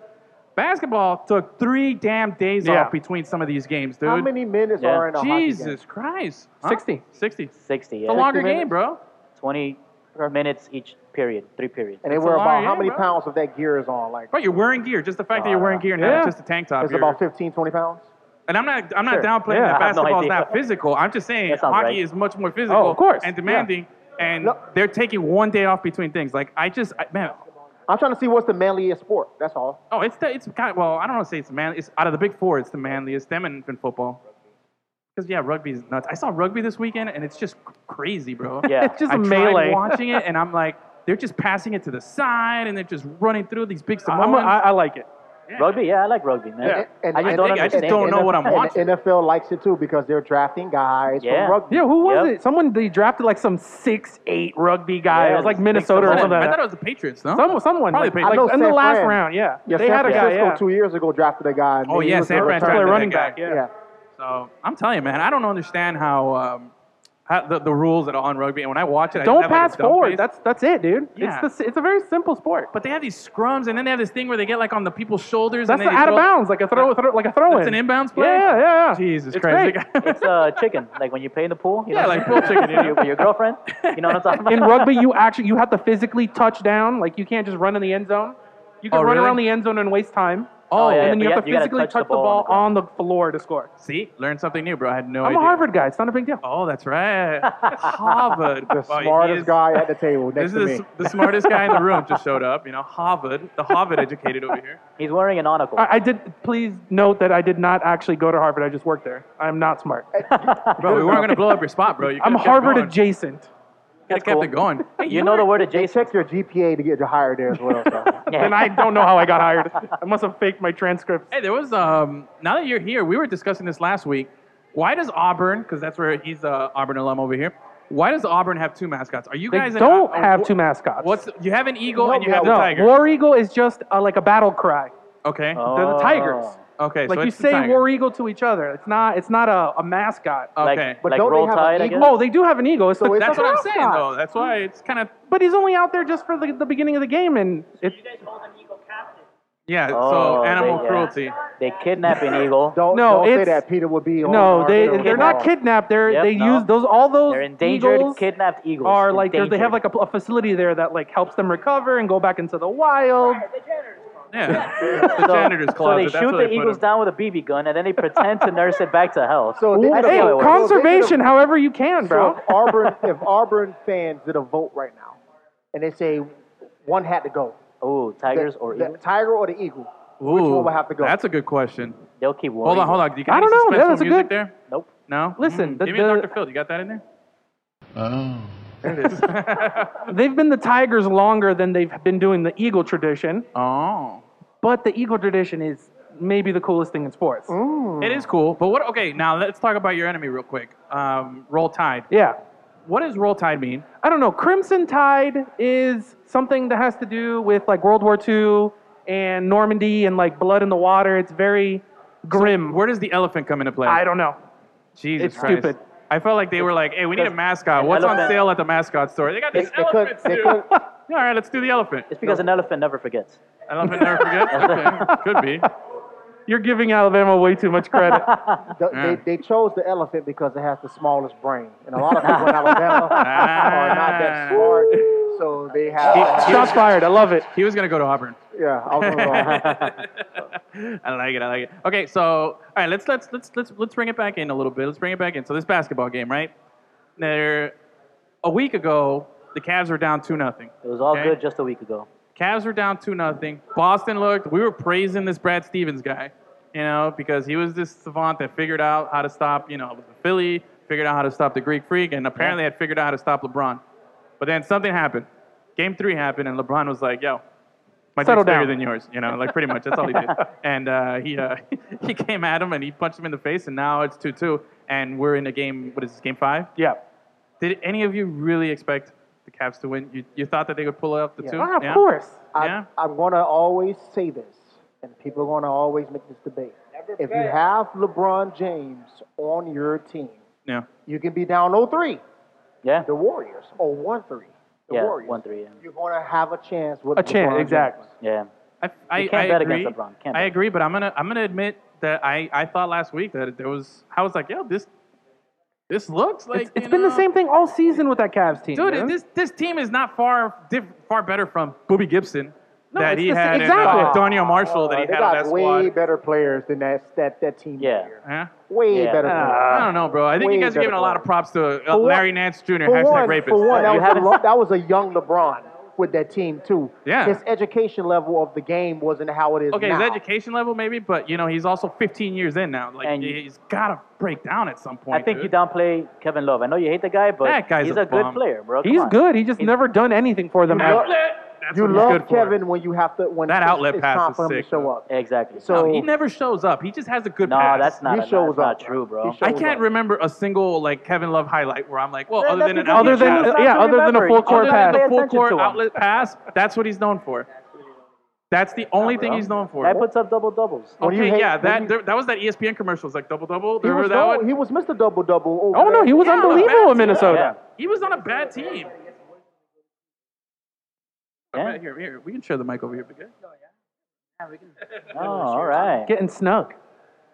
Speaker 5: Basketball took three damn days
Speaker 9: Yeah.
Speaker 5: off between some of these games, dude.
Speaker 6: How many minutes
Speaker 4: Yeah.
Speaker 6: are in a hockey game?
Speaker 5: Jesus Christ. Huh?
Speaker 9: 60.
Speaker 5: 60. It's
Speaker 4: Sixty.
Speaker 5: a
Speaker 4: Yeah.
Speaker 5: longer
Speaker 6: minutes.
Speaker 5: game, bro.
Speaker 4: Twenty minutes each period, three periods.
Speaker 6: And they
Speaker 5: It's a
Speaker 6: wear about
Speaker 5: long
Speaker 6: how
Speaker 5: game,
Speaker 6: many
Speaker 5: bro.
Speaker 6: pounds of that gear is on? Like
Speaker 5: Right, you're wearing gear. Just the fact that you're wearing gear and
Speaker 9: Uh, Yeah.
Speaker 5: not just a tank top.
Speaker 6: it's
Speaker 5: you're-
Speaker 6: about 15, 20 pounds.
Speaker 5: and I'm not, I'm not downplaying
Speaker 9: Yeah,
Speaker 5: that
Speaker 4: I have no
Speaker 5: basketball is
Speaker 4: idea.
Speaker 5: not physical. I'm just saying
Speaker 4: That sounds
Speaker 5: hockey
Speaker 4: right.
Speaker 5: is much more physical
Speaker 9: Oh, of course.
Speaker 5: and demanding. And
Speaker 6: No.
Speaker 5: they're taking one day off between things. Like I just, I, man,
Speaker 6: I'm trying to see what's the manliest sport. That's all.
Speaker 5: oh, it's the, it's kind of, well, I don't want to say it's man. It's out of the big four, it's the manliest. Them and, and football. Because yeah, rugby is nuts. I saw rugby this weekend, and it's just cr- crazy, bro.
Speaker 4: Yeah.
Speaker 9: It's just
Speaker 5: I
Speaker 9: a
Speaker 5: tried
Speaker 9: melee.
Speaker 5: watching it, and I'm like, they're just passing it to the side, and they're just running through these big
Speaker 9: I'm
Speaker 5: Samoans.
Speaker 9: a, I, I like it.
Speaker 4: Rugby, yeah, I like rugby, man.
Speaker 9: Yeah.
Speaker 6: And-
Speaker 4: I just
Speaker 6: and-
Speaker 4: don't
Speaker 5: think- I just
Speaker 4: understand.
Speaker 5: don't know
Speaker 6: NFL
Speaker 5: what I'm
Speaker 6: and the
Speaker 5: watching.
Speaker 6: NFL likes it too because they're drafting guys
Speaker 4: Yeah.
Speaker 6: from rugby.
Speaker 9: Yeah, who was
Speaker 4: Yep.
Speaker 9: it? Someone they drafted like some six eight rugby guy.
Speaker 4: Yeah,
Speaker 9: it was like
Speaker 4: big
Speaker 9: Minnesota or
Speaker 5: I,
Speaker 9: something.
Speaker 5: thought,
Speaker 9: like
Speaker 5: I
Speaker 9: that.
Speaker 5: thought it was the Patriots, no?
Speaker 9: Some, someone
Speaker 5: Probably
Speaker 9: like,
Speaker 5: Patriots.
Speaker 9: like,
Speaker 6: I know
Speaker 9: in the
Speaker 6: San
Speaker 9: last
Speaker 6: Fran.
Speaker 9: round, yeah.
Speaker 6: Yeah,
Speaker 9: they
Speaker 6: San
Speaker 9: had a guy.
Speaker 6: Francisco
Speaker 9: Yeah.
Speaker 6: two years ago drafted a guy. and
Speaker 5: Oh
Speaker 6: he
Speaker 5: yeah,
Speaker 6: was
Speaker 5: San
Speaker 6: a
Speaker 5: Fran
Speaker 6: return
Speaker 5: drafted
Speaker 9: running
Speaker 5: that guy.
Speaker 9: back,
Speaker 6: Yeah.
Speaker 5: So I'm telling you, man, I don't understand how, um, how the, the rules that are on rugby. And when I watch it, I
Speaker 9: Don't
Speaker 5: have, like, a
Speaker 9: pass
Speaker 5: dumb
Speaker 9: forward.
Speaker 5: face.
Speaker 9: That's that's it, dude.
Speaker 5: Yeah.
Speaker 9: It's the, it's a very simple sport.
Speaker 5: but they have these scrums, and then they have this thing where they get like on the people's shoulders.
Speaker 9: That's
Speaker 5: and
Speaker 9: the
Speaker 5: they
Speaker 9: out of
Speaker 5: throw-
Speaker 9: bounds, like a throw, throw like a throw
Speaker 5: That's an
Speaker 9: in.
Speaker 5: inbounds play.
Speaker 9: Yeah, yeah, yeah.
Speaker 5: Jesus
Speaker 9: It's
Speaker 5: Christ.
Speaker 9: great.
Speaker 4: It's uh, chicken, like when you play in the pool. You
Speaker 5: yeah,
Speaker 4: know,
Speaker 5: like bull chicken. you know?
Speaker 4: for your girlfriend. You know what I'm talking about?
Speaker 9: in rugby, you actually you have to physically touch down. Like you can't just run in the end zone. You can
Speaker 5: Oh,
Speaker 9: run
Speaker 5: really?
Speaker 9: around the end zone and waste time. Oh,
Speaker 4: yeah,
Speaker 9: and
Speaker 4: but
Speaker 9: then you
Speaker 4: you
Speaker 9: have
Speaker 4: have-
Speaker 9: to
Speaker 4: you gotta
Speaker 9: physically
Speaker 4: touch
Speaker 9: touch,
Speaker 4: the
Speaker 9: the
Speaker 4: ball
Speaker 9: ball on the floor to score.
Speaker 5: See, learn something new, bro. I had no
Speaker 9: I'm
Speaker 5: idea.
Speaker 9: a Harvard guy. It's not a big deal.
Speaker 5: Oh, that's right. Harvard.
Speaker 6: The
Speaker 5: Boy, he
Speaker 6: smartest
Speaker 5: is-
Speaker 6: guy at the table next
Speaker 5: This
Speaker 6: to
Speaker 5: is
Speaker 6: me.
Speaker 5: the, the smartest guy in the room just showed up. You know, Harvard, the Harvard educated over here.
Speaker 4: He's wearing an monocle.
Speaker 9: I, I did. Please note that I did not actually go to Harvard. I just worked there. I'm not smart.
Speaker 5: Bro, we weren't gonna blow up your spot, bro. You
Speaker 9: I'm
Speaker 5: could've kept
Speaker 9: Harvard
Speaker 5: going.
Speaker 9: adjacent.
Speaker 5: Could've kept it going. Hey,
Speaker 4: you know the word adjacent.
Speaker 6: Check your GPA to get you hired there as well. So.
Speaker 9: And I don't know how I got hired. I must have faked my transcripts.
Speaker 5: Hey, there was um. Now that you're here, we were discussing this last week. Why does Auburn? Because that's where he's a Auburn alum over here. Why does Auburn have two mascots? Are you
Speaker 9: They
Speaker 5: guys in-
Speaker 9: don't
Speaker 5: uh,
Speaker 9: have
Speaker 5: wh-
Speaker 9: two mascots.
Speaker 5: What's you have an eagle and you have
Speaker 9: no,
Speaker 5: a tiger?
Speaker 9: War Eagle is just uh, like a battle cry.
Speaker 5: okay,
Speaker 9: They're the Tigers.
Speaker 5: Oh. okay.
Speaker 9: Like
Speaker 5: so
Speaker 9: you
Speaker 5: it's the
Speaker 9: say
Speaker 5: tiger. Oh,
Speaker 9: War Eagle to each other. It's not. It's not a, a mascot.
Speaker 4: Like,
Speaker 5: Okay.
Speaker 6: But
Speaker 4: like
Speaker 6: don't they
Speaker 4: roll
Speaker 6: have an
Speaker 4: tide, I
Speaker 6: eagle?
Speaker 4: guess.
Speaker 9: oh, they do have an eagle. It's the,
Speaker 6: it's
Speaker 5: That's
Speaker 6: a
Speaker 5: what I'm saying
Speaker 6: mascot.
Speaker 5: though. That's why it's kind of
Speaker 9: But he's only out there just for the, the beginning of the game, and it,
Speaker 5: yeah. so
Speaker 4: Oh,
Speaker 5: animal
Speaker 4: they- yeah.
Speaker 5: cruelty.
Speaker 4: They kidnap an eagle.
Speaker 6: Don't,
Speaker 9: No,
Speaker 6: don't say
Speaker 9: it's-
Speaker 6: that. Peter would be on
Speaker 9: no,
Speaker 6: our
Speaker 9: they
Speaker 6: show
Speaker 9: they're not
Speaker 6: tomorrow.
Speaker 9: kidnapped. They're
Speaker 4: Yep,
Speaker 9: they
Speaker 4: no.
Speaker 9: use those all those
Speaker 4: They're endangered,
Speaker 9: eagles
Speaker 4: kidnapped eagles.
Speaker 9: are like they're- they have
Speaker 4: Endangered.
Speaker 9: like a, a facility there that like helps them recover and go back into the wild.
Speaker 5: Yeah. the janitor's
Speaker 4: So they
Speaker 5: closet. that's
Speaker 4: shoot
Speaker 5: where
Speaker 4: the
Speaker 5: they put
Speaker 4: eagles
Speaker 5: 'em.
Speaker 4: down with a BB gun, and then they pretend to nurse it back to health.
Speaker 6: So they did a
Speaker 9: Hey,
Speaker 6: vote.
Speaker 9: conservation,
Speaker 6: So
Speaker 9: however you can,
Speaker 6: they did a-
Speaker 9: bro.
Speaker 6: so if Auburn, if Auburn fans did a vote right now, and they say one had to go,
Speaker 4: oh,
Speaker 6: the-
Speaker 4: tigers or
Speaker 6: the
Speaker 4: eagles?
Speaker 6: tiger or the eagle, which
Speaker 5: Ooh,
Speaker 6: one would have to go?
Speaker 5: That's a good question.
Speaker 4: They'll keep warring.
Speaker 5: Hold on, hold on. Do you got
Speaker 9: I
Speaker 5: any
Speaker 9: don't know.
Speaker 5: suspenseful
Speaker 9: That was a
Speaker 5: music
Speaker 9: good-
Speaker 5: there?
Speaker 4: Nope.
Speaker 5: No.
Speaker 9: Listen,
Speaker 5: Mm,
Speaker 9: the-
Speaker 5: give me a
Speaker 9: the-
Speaker 5: Dr. Phil. You got that in there?
Speaker 3: Oh.
Speaker 9: They've been the Tigers longer than they've been doing the Eagle tradition,
Speaker 5: Oh.
Speaker 9: but the Eagle tradition is maybe the coolest thing in sports.
Speaker 5: It is cool, but what? Okay, now let's talk about your enemy real quick. Um, roll Tide.
Speaker 9: Yeah.
Speaker 5: What does Roll Tide mean?
Speaker 9: I don't know. Crimson Tide is something that has to do with like World War II and Normandy and like blood in the water. It's very grim.
Speaker 5: Where does the elephant come into play?
Speaker 9: I don't know.
Speaker 5: Jesus
Speaker 9: it's
Speaker 5: Christ.
Speaker 9: stupid.
Speaker 5: I felt like they were like, "Hey, we need a mascot. What's on
Speaker 4: elephant-
Speaker 5: sale at the mascot store? They got this
Speaker 6: they couldn't-
Speaker 5: elephant
Speaker 6: they
Speaker 5: suit.
Speaker 6: couldn't-
Speaker 5: All right, let's do the elephant.
Speaker 4: It's because an elephant never forgets.
Speaker 5: Elephant never forgets. Okay, could be.
Speaker 9: You're giving Alabama way too much credit.
Speaker 6: The-
Speaker 4: Mm.
Speaker 6: they, they chose the elephant because it has the smallest brain, and a lot of people in Alabama are not
Speaker 4: Ah.
Speaker 6: that smart, so they have.
Speaker 9: Shots fired. I love it.
Speaker 5: He was gonna go to Auburn.
Speaker 6: yeah, I was wrong.
Speaker 5: I like it. I like it. Okay, so all right, let's let's let's let's let's bring it back in a little bit. Let's bring it back in. So this basketball game, right? There, a week ago, the Cavs were down two nothing.
Speaker 4: It was all
Speaker 5: Okay.
Speaker 4: good just a week ago.
Speaker 5: Cavs were down two nothing. Boston looked. We were praising this Brad Stevens guy, you know, because he was this savant that figured out how to stop, you know, the Philly, figured out how to stop the Greek Freak, and apparently had figured out how to stop LeBron. But then something happened. Game three happened, and LeBron was like, "Yo, my
Speaker 9: Settle
Speaker 5: dick's bigger
Speaker 9: down.
Speaker 5: than yours," you know, like pretty much that's all he did. And uh, he uh, he came at him and he punched him in the face, and now it's two two, and we're in a game. What is this? Game five?
Speaker 9: Yeah.
Speaker 5: Did any of you really expect the Cavs to win? You, you thought that they would pull up the two?
Speaker 9: Ah, of
Speaker 5: Yeah?
Speaker 9: course.
Speaker 6: I,
Speaker 5: Yeah.
Speaker 6: I'm going to always say this, and people are going to always make this debate. if you have LeBron James on your team,
Speaker 5: Yeah.
Speaker 6: you can be down 0-3,
Speaker 4: Yeah.
Speaker 6: the Warriors, or 1-3, the
Speaker 4: Yeah,
Speaker 6: Warriors.
Speaker 4: 1-3, yeah.
Speaker 6: You're going to have a chance with
Speaker 9: A chance,
Speaker 6: LeBron
Speaker 9: exactly.
Speaker 6: James.
Speaker 4: Yeah.
Speaker 5: I, I,
Speaker 4: can't
Speaker 5: I
Speaker 4: bet
Speaker 5: agree.
Speaker 4: against LeBron. Can't
Speaker 5: I
Speaker 4: bet.
Speaker 5: agree, but I'm gonna I'm gonna admit that I, I thought last week that there was I was like, yo, this this looks like
Speaker 9: It's, it's
Speaker 5: you
Speaker 9: been the
Speaker 5: know,
Speaker 9: same thing all season with that Cavs team.
Speaker 5: Dude,
Speaker 9: man.
Speaker 5: this this team is not far diff, far better from Booby Gibson that
Speaker 9: it's
Speaker 5: he
Speaker 9: the same-
Speaker 5: had
Speaker 9: exactly.
Speaker 5: and uh, Daniel Marshall that he
Speaker 6: Uh, they
Speaker 5: had on
Speaker 6: got
Speaker 5: that
Speaker 6: way
Speaker 5: squad.
Speaker 6: better players than that that, that team.
Speaker 4: Yeah.
Speaker 6: here.
Speaker 5: Huh?
Speaker 6: Way
Speaker 4: Yeah.
Speaker 6: better players.
Speaker 5: Uh, I don't know, bro. I think you
Speaker 6: way
Speaker 5: guys are giving
Speaker 6: better
Speaker 5: a lot of
Speaker 6: players.
Speaker 5: props to uh,
Speaker 6: For one-
Speaker 5: Larry Nance Jr.
Speaker 6: For
Speaker 5: Hashtag
Speaker 6: one,
Speaker 5: rapist.
Speaker 6: for one that,
Speaker 4: You
Speaker 6: was a
Speaker 4: haven't-
Speaker 6: lo- that was a young LeBron with that team, too.
Speaker 5: Yeah.
Speaker 6: His education level of the game wasn't how it is
Speaker 5: okay,
Speaker 6: now.
Speaker 5: his education level maybe, but you know he's also 15 years in now. Like
Speaker 4: And-
Speaker 5: he's gotta break down at some point.
Speaker 4: I think
Speaker 5: dude.
Speaker 4: you downplay Kevin Love. I know you hate the guy, but
Speaker 5: That guy's
Speaker 4: he's
Speaker 5: a
Speaker 4: a, good
Speaker 5: bum.
Speaker 4: player, bro. Come
Speaker 9: he's
Speaker 4: on.
Speaker 9: good. He just never done anything for them.
Speaker 6: love-
Speaker 9: ever.
Speaker 5: That's
Speaker 6: You
Speaker 5: what he's
Speaker 6: love
Speaker 5: good for.
Speaker 6: Kevin when you have to when
Speaker 5: That
Speaker 6: it's,
Speaker 5: outlet
Speaker 6: it's
Speaker 5: pass
Speaker 6: time
Speaker 5: is
Speaker 6: for him
Speaker 5: sick,
Speaker 6: to show
Speaker 5: though.
Speaker 6: up.
Speaker 4: Exactly.
Speaker 6: So-
Speaker 5: He never shows up. He just has a good
Speaker 4: no,
Speaker 5: pass.
Speaker 4: that's not,
Speaker 6: He
Speaker 4: a,
Speaker 6: shows
Speaker 4: that's not
Speaker 6: up.
Speaker 4: true, bro.
Speaker 6: He shows
Speaker 5: I can't remember a single like Kevin Love highlight where I'm like, well,
Speaker 4: Yeah,
Speaker 5: other
Speaker 4: that's
Speaker 5: than an
Speaker 4: because
Speaker 9: other
Speaker 5: outlet
Speaker 4: he
Speaker 9: than
Speaker 4: chooses
Speaker 5: pass,
Speaker 4: not
Speaker 9: yeah,
Speaker 4: to
Speaker 9: other than a
Speaker 4: remember.
Speaker 9: full
Speaker 4: He
Speaker 9: court
Speaker 5: other
Speaker 4: chooses
Speaker 9: pass.
Speaker 5: than the full
Speaker 4: attention
Speaker 5: court
Speaker 4: to him.
Speaker 5: outlet pass, that's what he's known for. That's the only thing he's known for.
Speaker 4: That puts up double doubles.
Speaker 6: When you
Speaker 5: okay,
Speaker 6: hate-
Speaker 5: yeah,
Speaker 6: when
Speaker 5: that
Speaker 6: you-
Speaker 5: there, that was that E ESPN commercial. It's like double double.
Speaker 6: He
Speaker 5: Remember
Speaker 6: was,
Speaker 5: that
Speaker 6: no,
Speaker 5: one?
Speaker 6: he was Mr. Double Double.
Speaker 9: Oh no, he was
Speaker 5: Yeah,
Speaker 9: unbelievable in
Speaker 5: that's-
Speaker 9: Minnesota.
Speaker 5: He was on a bad team.
Speaker 4: Yeah.
Speaker 5: Right here, here, we can share the mic over here. but good.
Speaker 4: Oh, all right.
Speaker 9: Getting snug.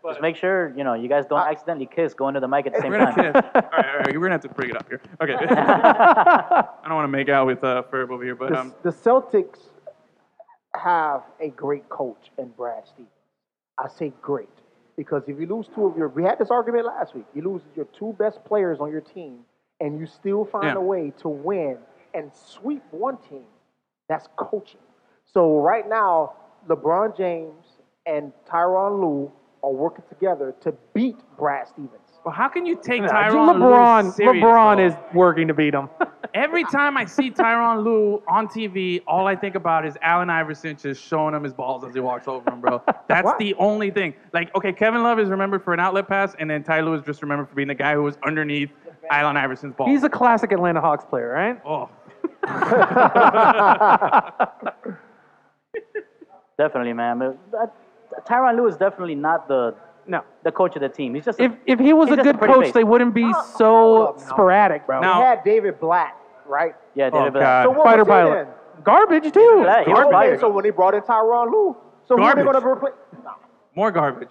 Speaker 4: Just make sure you know you guys don't accidentally kiss going to the mic at the same
Speaker 5: We're gonna,
Speaker 4: time.
Speaker 5: have to- all right, all right, we're gonna have to bring it up here. Okay. I don't want to make out with uh, Ferb over here, but
Speaker 6: The,
Speaker 5: um,
Speaker 6: the Celtics have a great coach in Brad Stevens. I say great. Because if you lose two of your, we had this argument last week, you lose your two best players on your team and you still find
Speaker 5: Yeah.
Speaker 6: a way to win and sweep one team, that's coaching. So right now, LeBron James and Tyronn Lue are working together to beat Brad Stevens.
Speaker 5: Well, how can you take
Speaker 9: No,
Speaker 5: Tyron
Speaker 9: LeBron,
Speaker 5: Lue serious,
Speaker 9: LeBron
Speaker 5: though?
Speaker 9: is working to beat him.
Speaker 5: Every time I see Tyron Lue on TV, all I think about is Allen Iverson just showing him his balls as he walks over him, bro. That's the only thing. Like, okay, Kevin Love is remembered for an outlet pass, and then Ty Lue is just remembered for being the guy who was underneath Allen Iverson's ball.
Speaker 9: He's a classic Atlanta Hawks player, right?
Speaker 5: oh.
Speaker 4: Definitely, man. But that- Tyronn Lue is definitely not the
Speaker 9: No.
Speaker 4: the coach of the team. He's just a-
Speaker 9: If, if he was
Speaker 4: He's
Speaker 9: a
Speaker 4: just a
Speaker 9: good
Speaker 4: pretty
Speaker 9: coach,
Speaker 4: face.
Speaker 9: they wouldn't be so
Speaker 6: up now.
Speaker 9: sporadic, bro.
Speaker 6: We
Speaker 5: Now-
Speaker 6: had David Blatt, right?
Speaker 4: yeah,
Speaker 5: Oh,
Speaker 4: David Blatt.
Speaker 5: God.
Speaker 6: So what
Speaker 9: Fighter
Speaker 6: was he
Speaker 9: pilot.
Speaker 6: then?
Speaker 9: Garbage, too.
Speaker 4: Blatt, he was
Speaker 6: Okay,
Speaker 4: fired.
Speaker 6: so when they brought in Tyronn Lue, so who are they going
Speaker 5: Garbage.
Speaker 6: to replace? Nah,
Speaker 5: More garbage.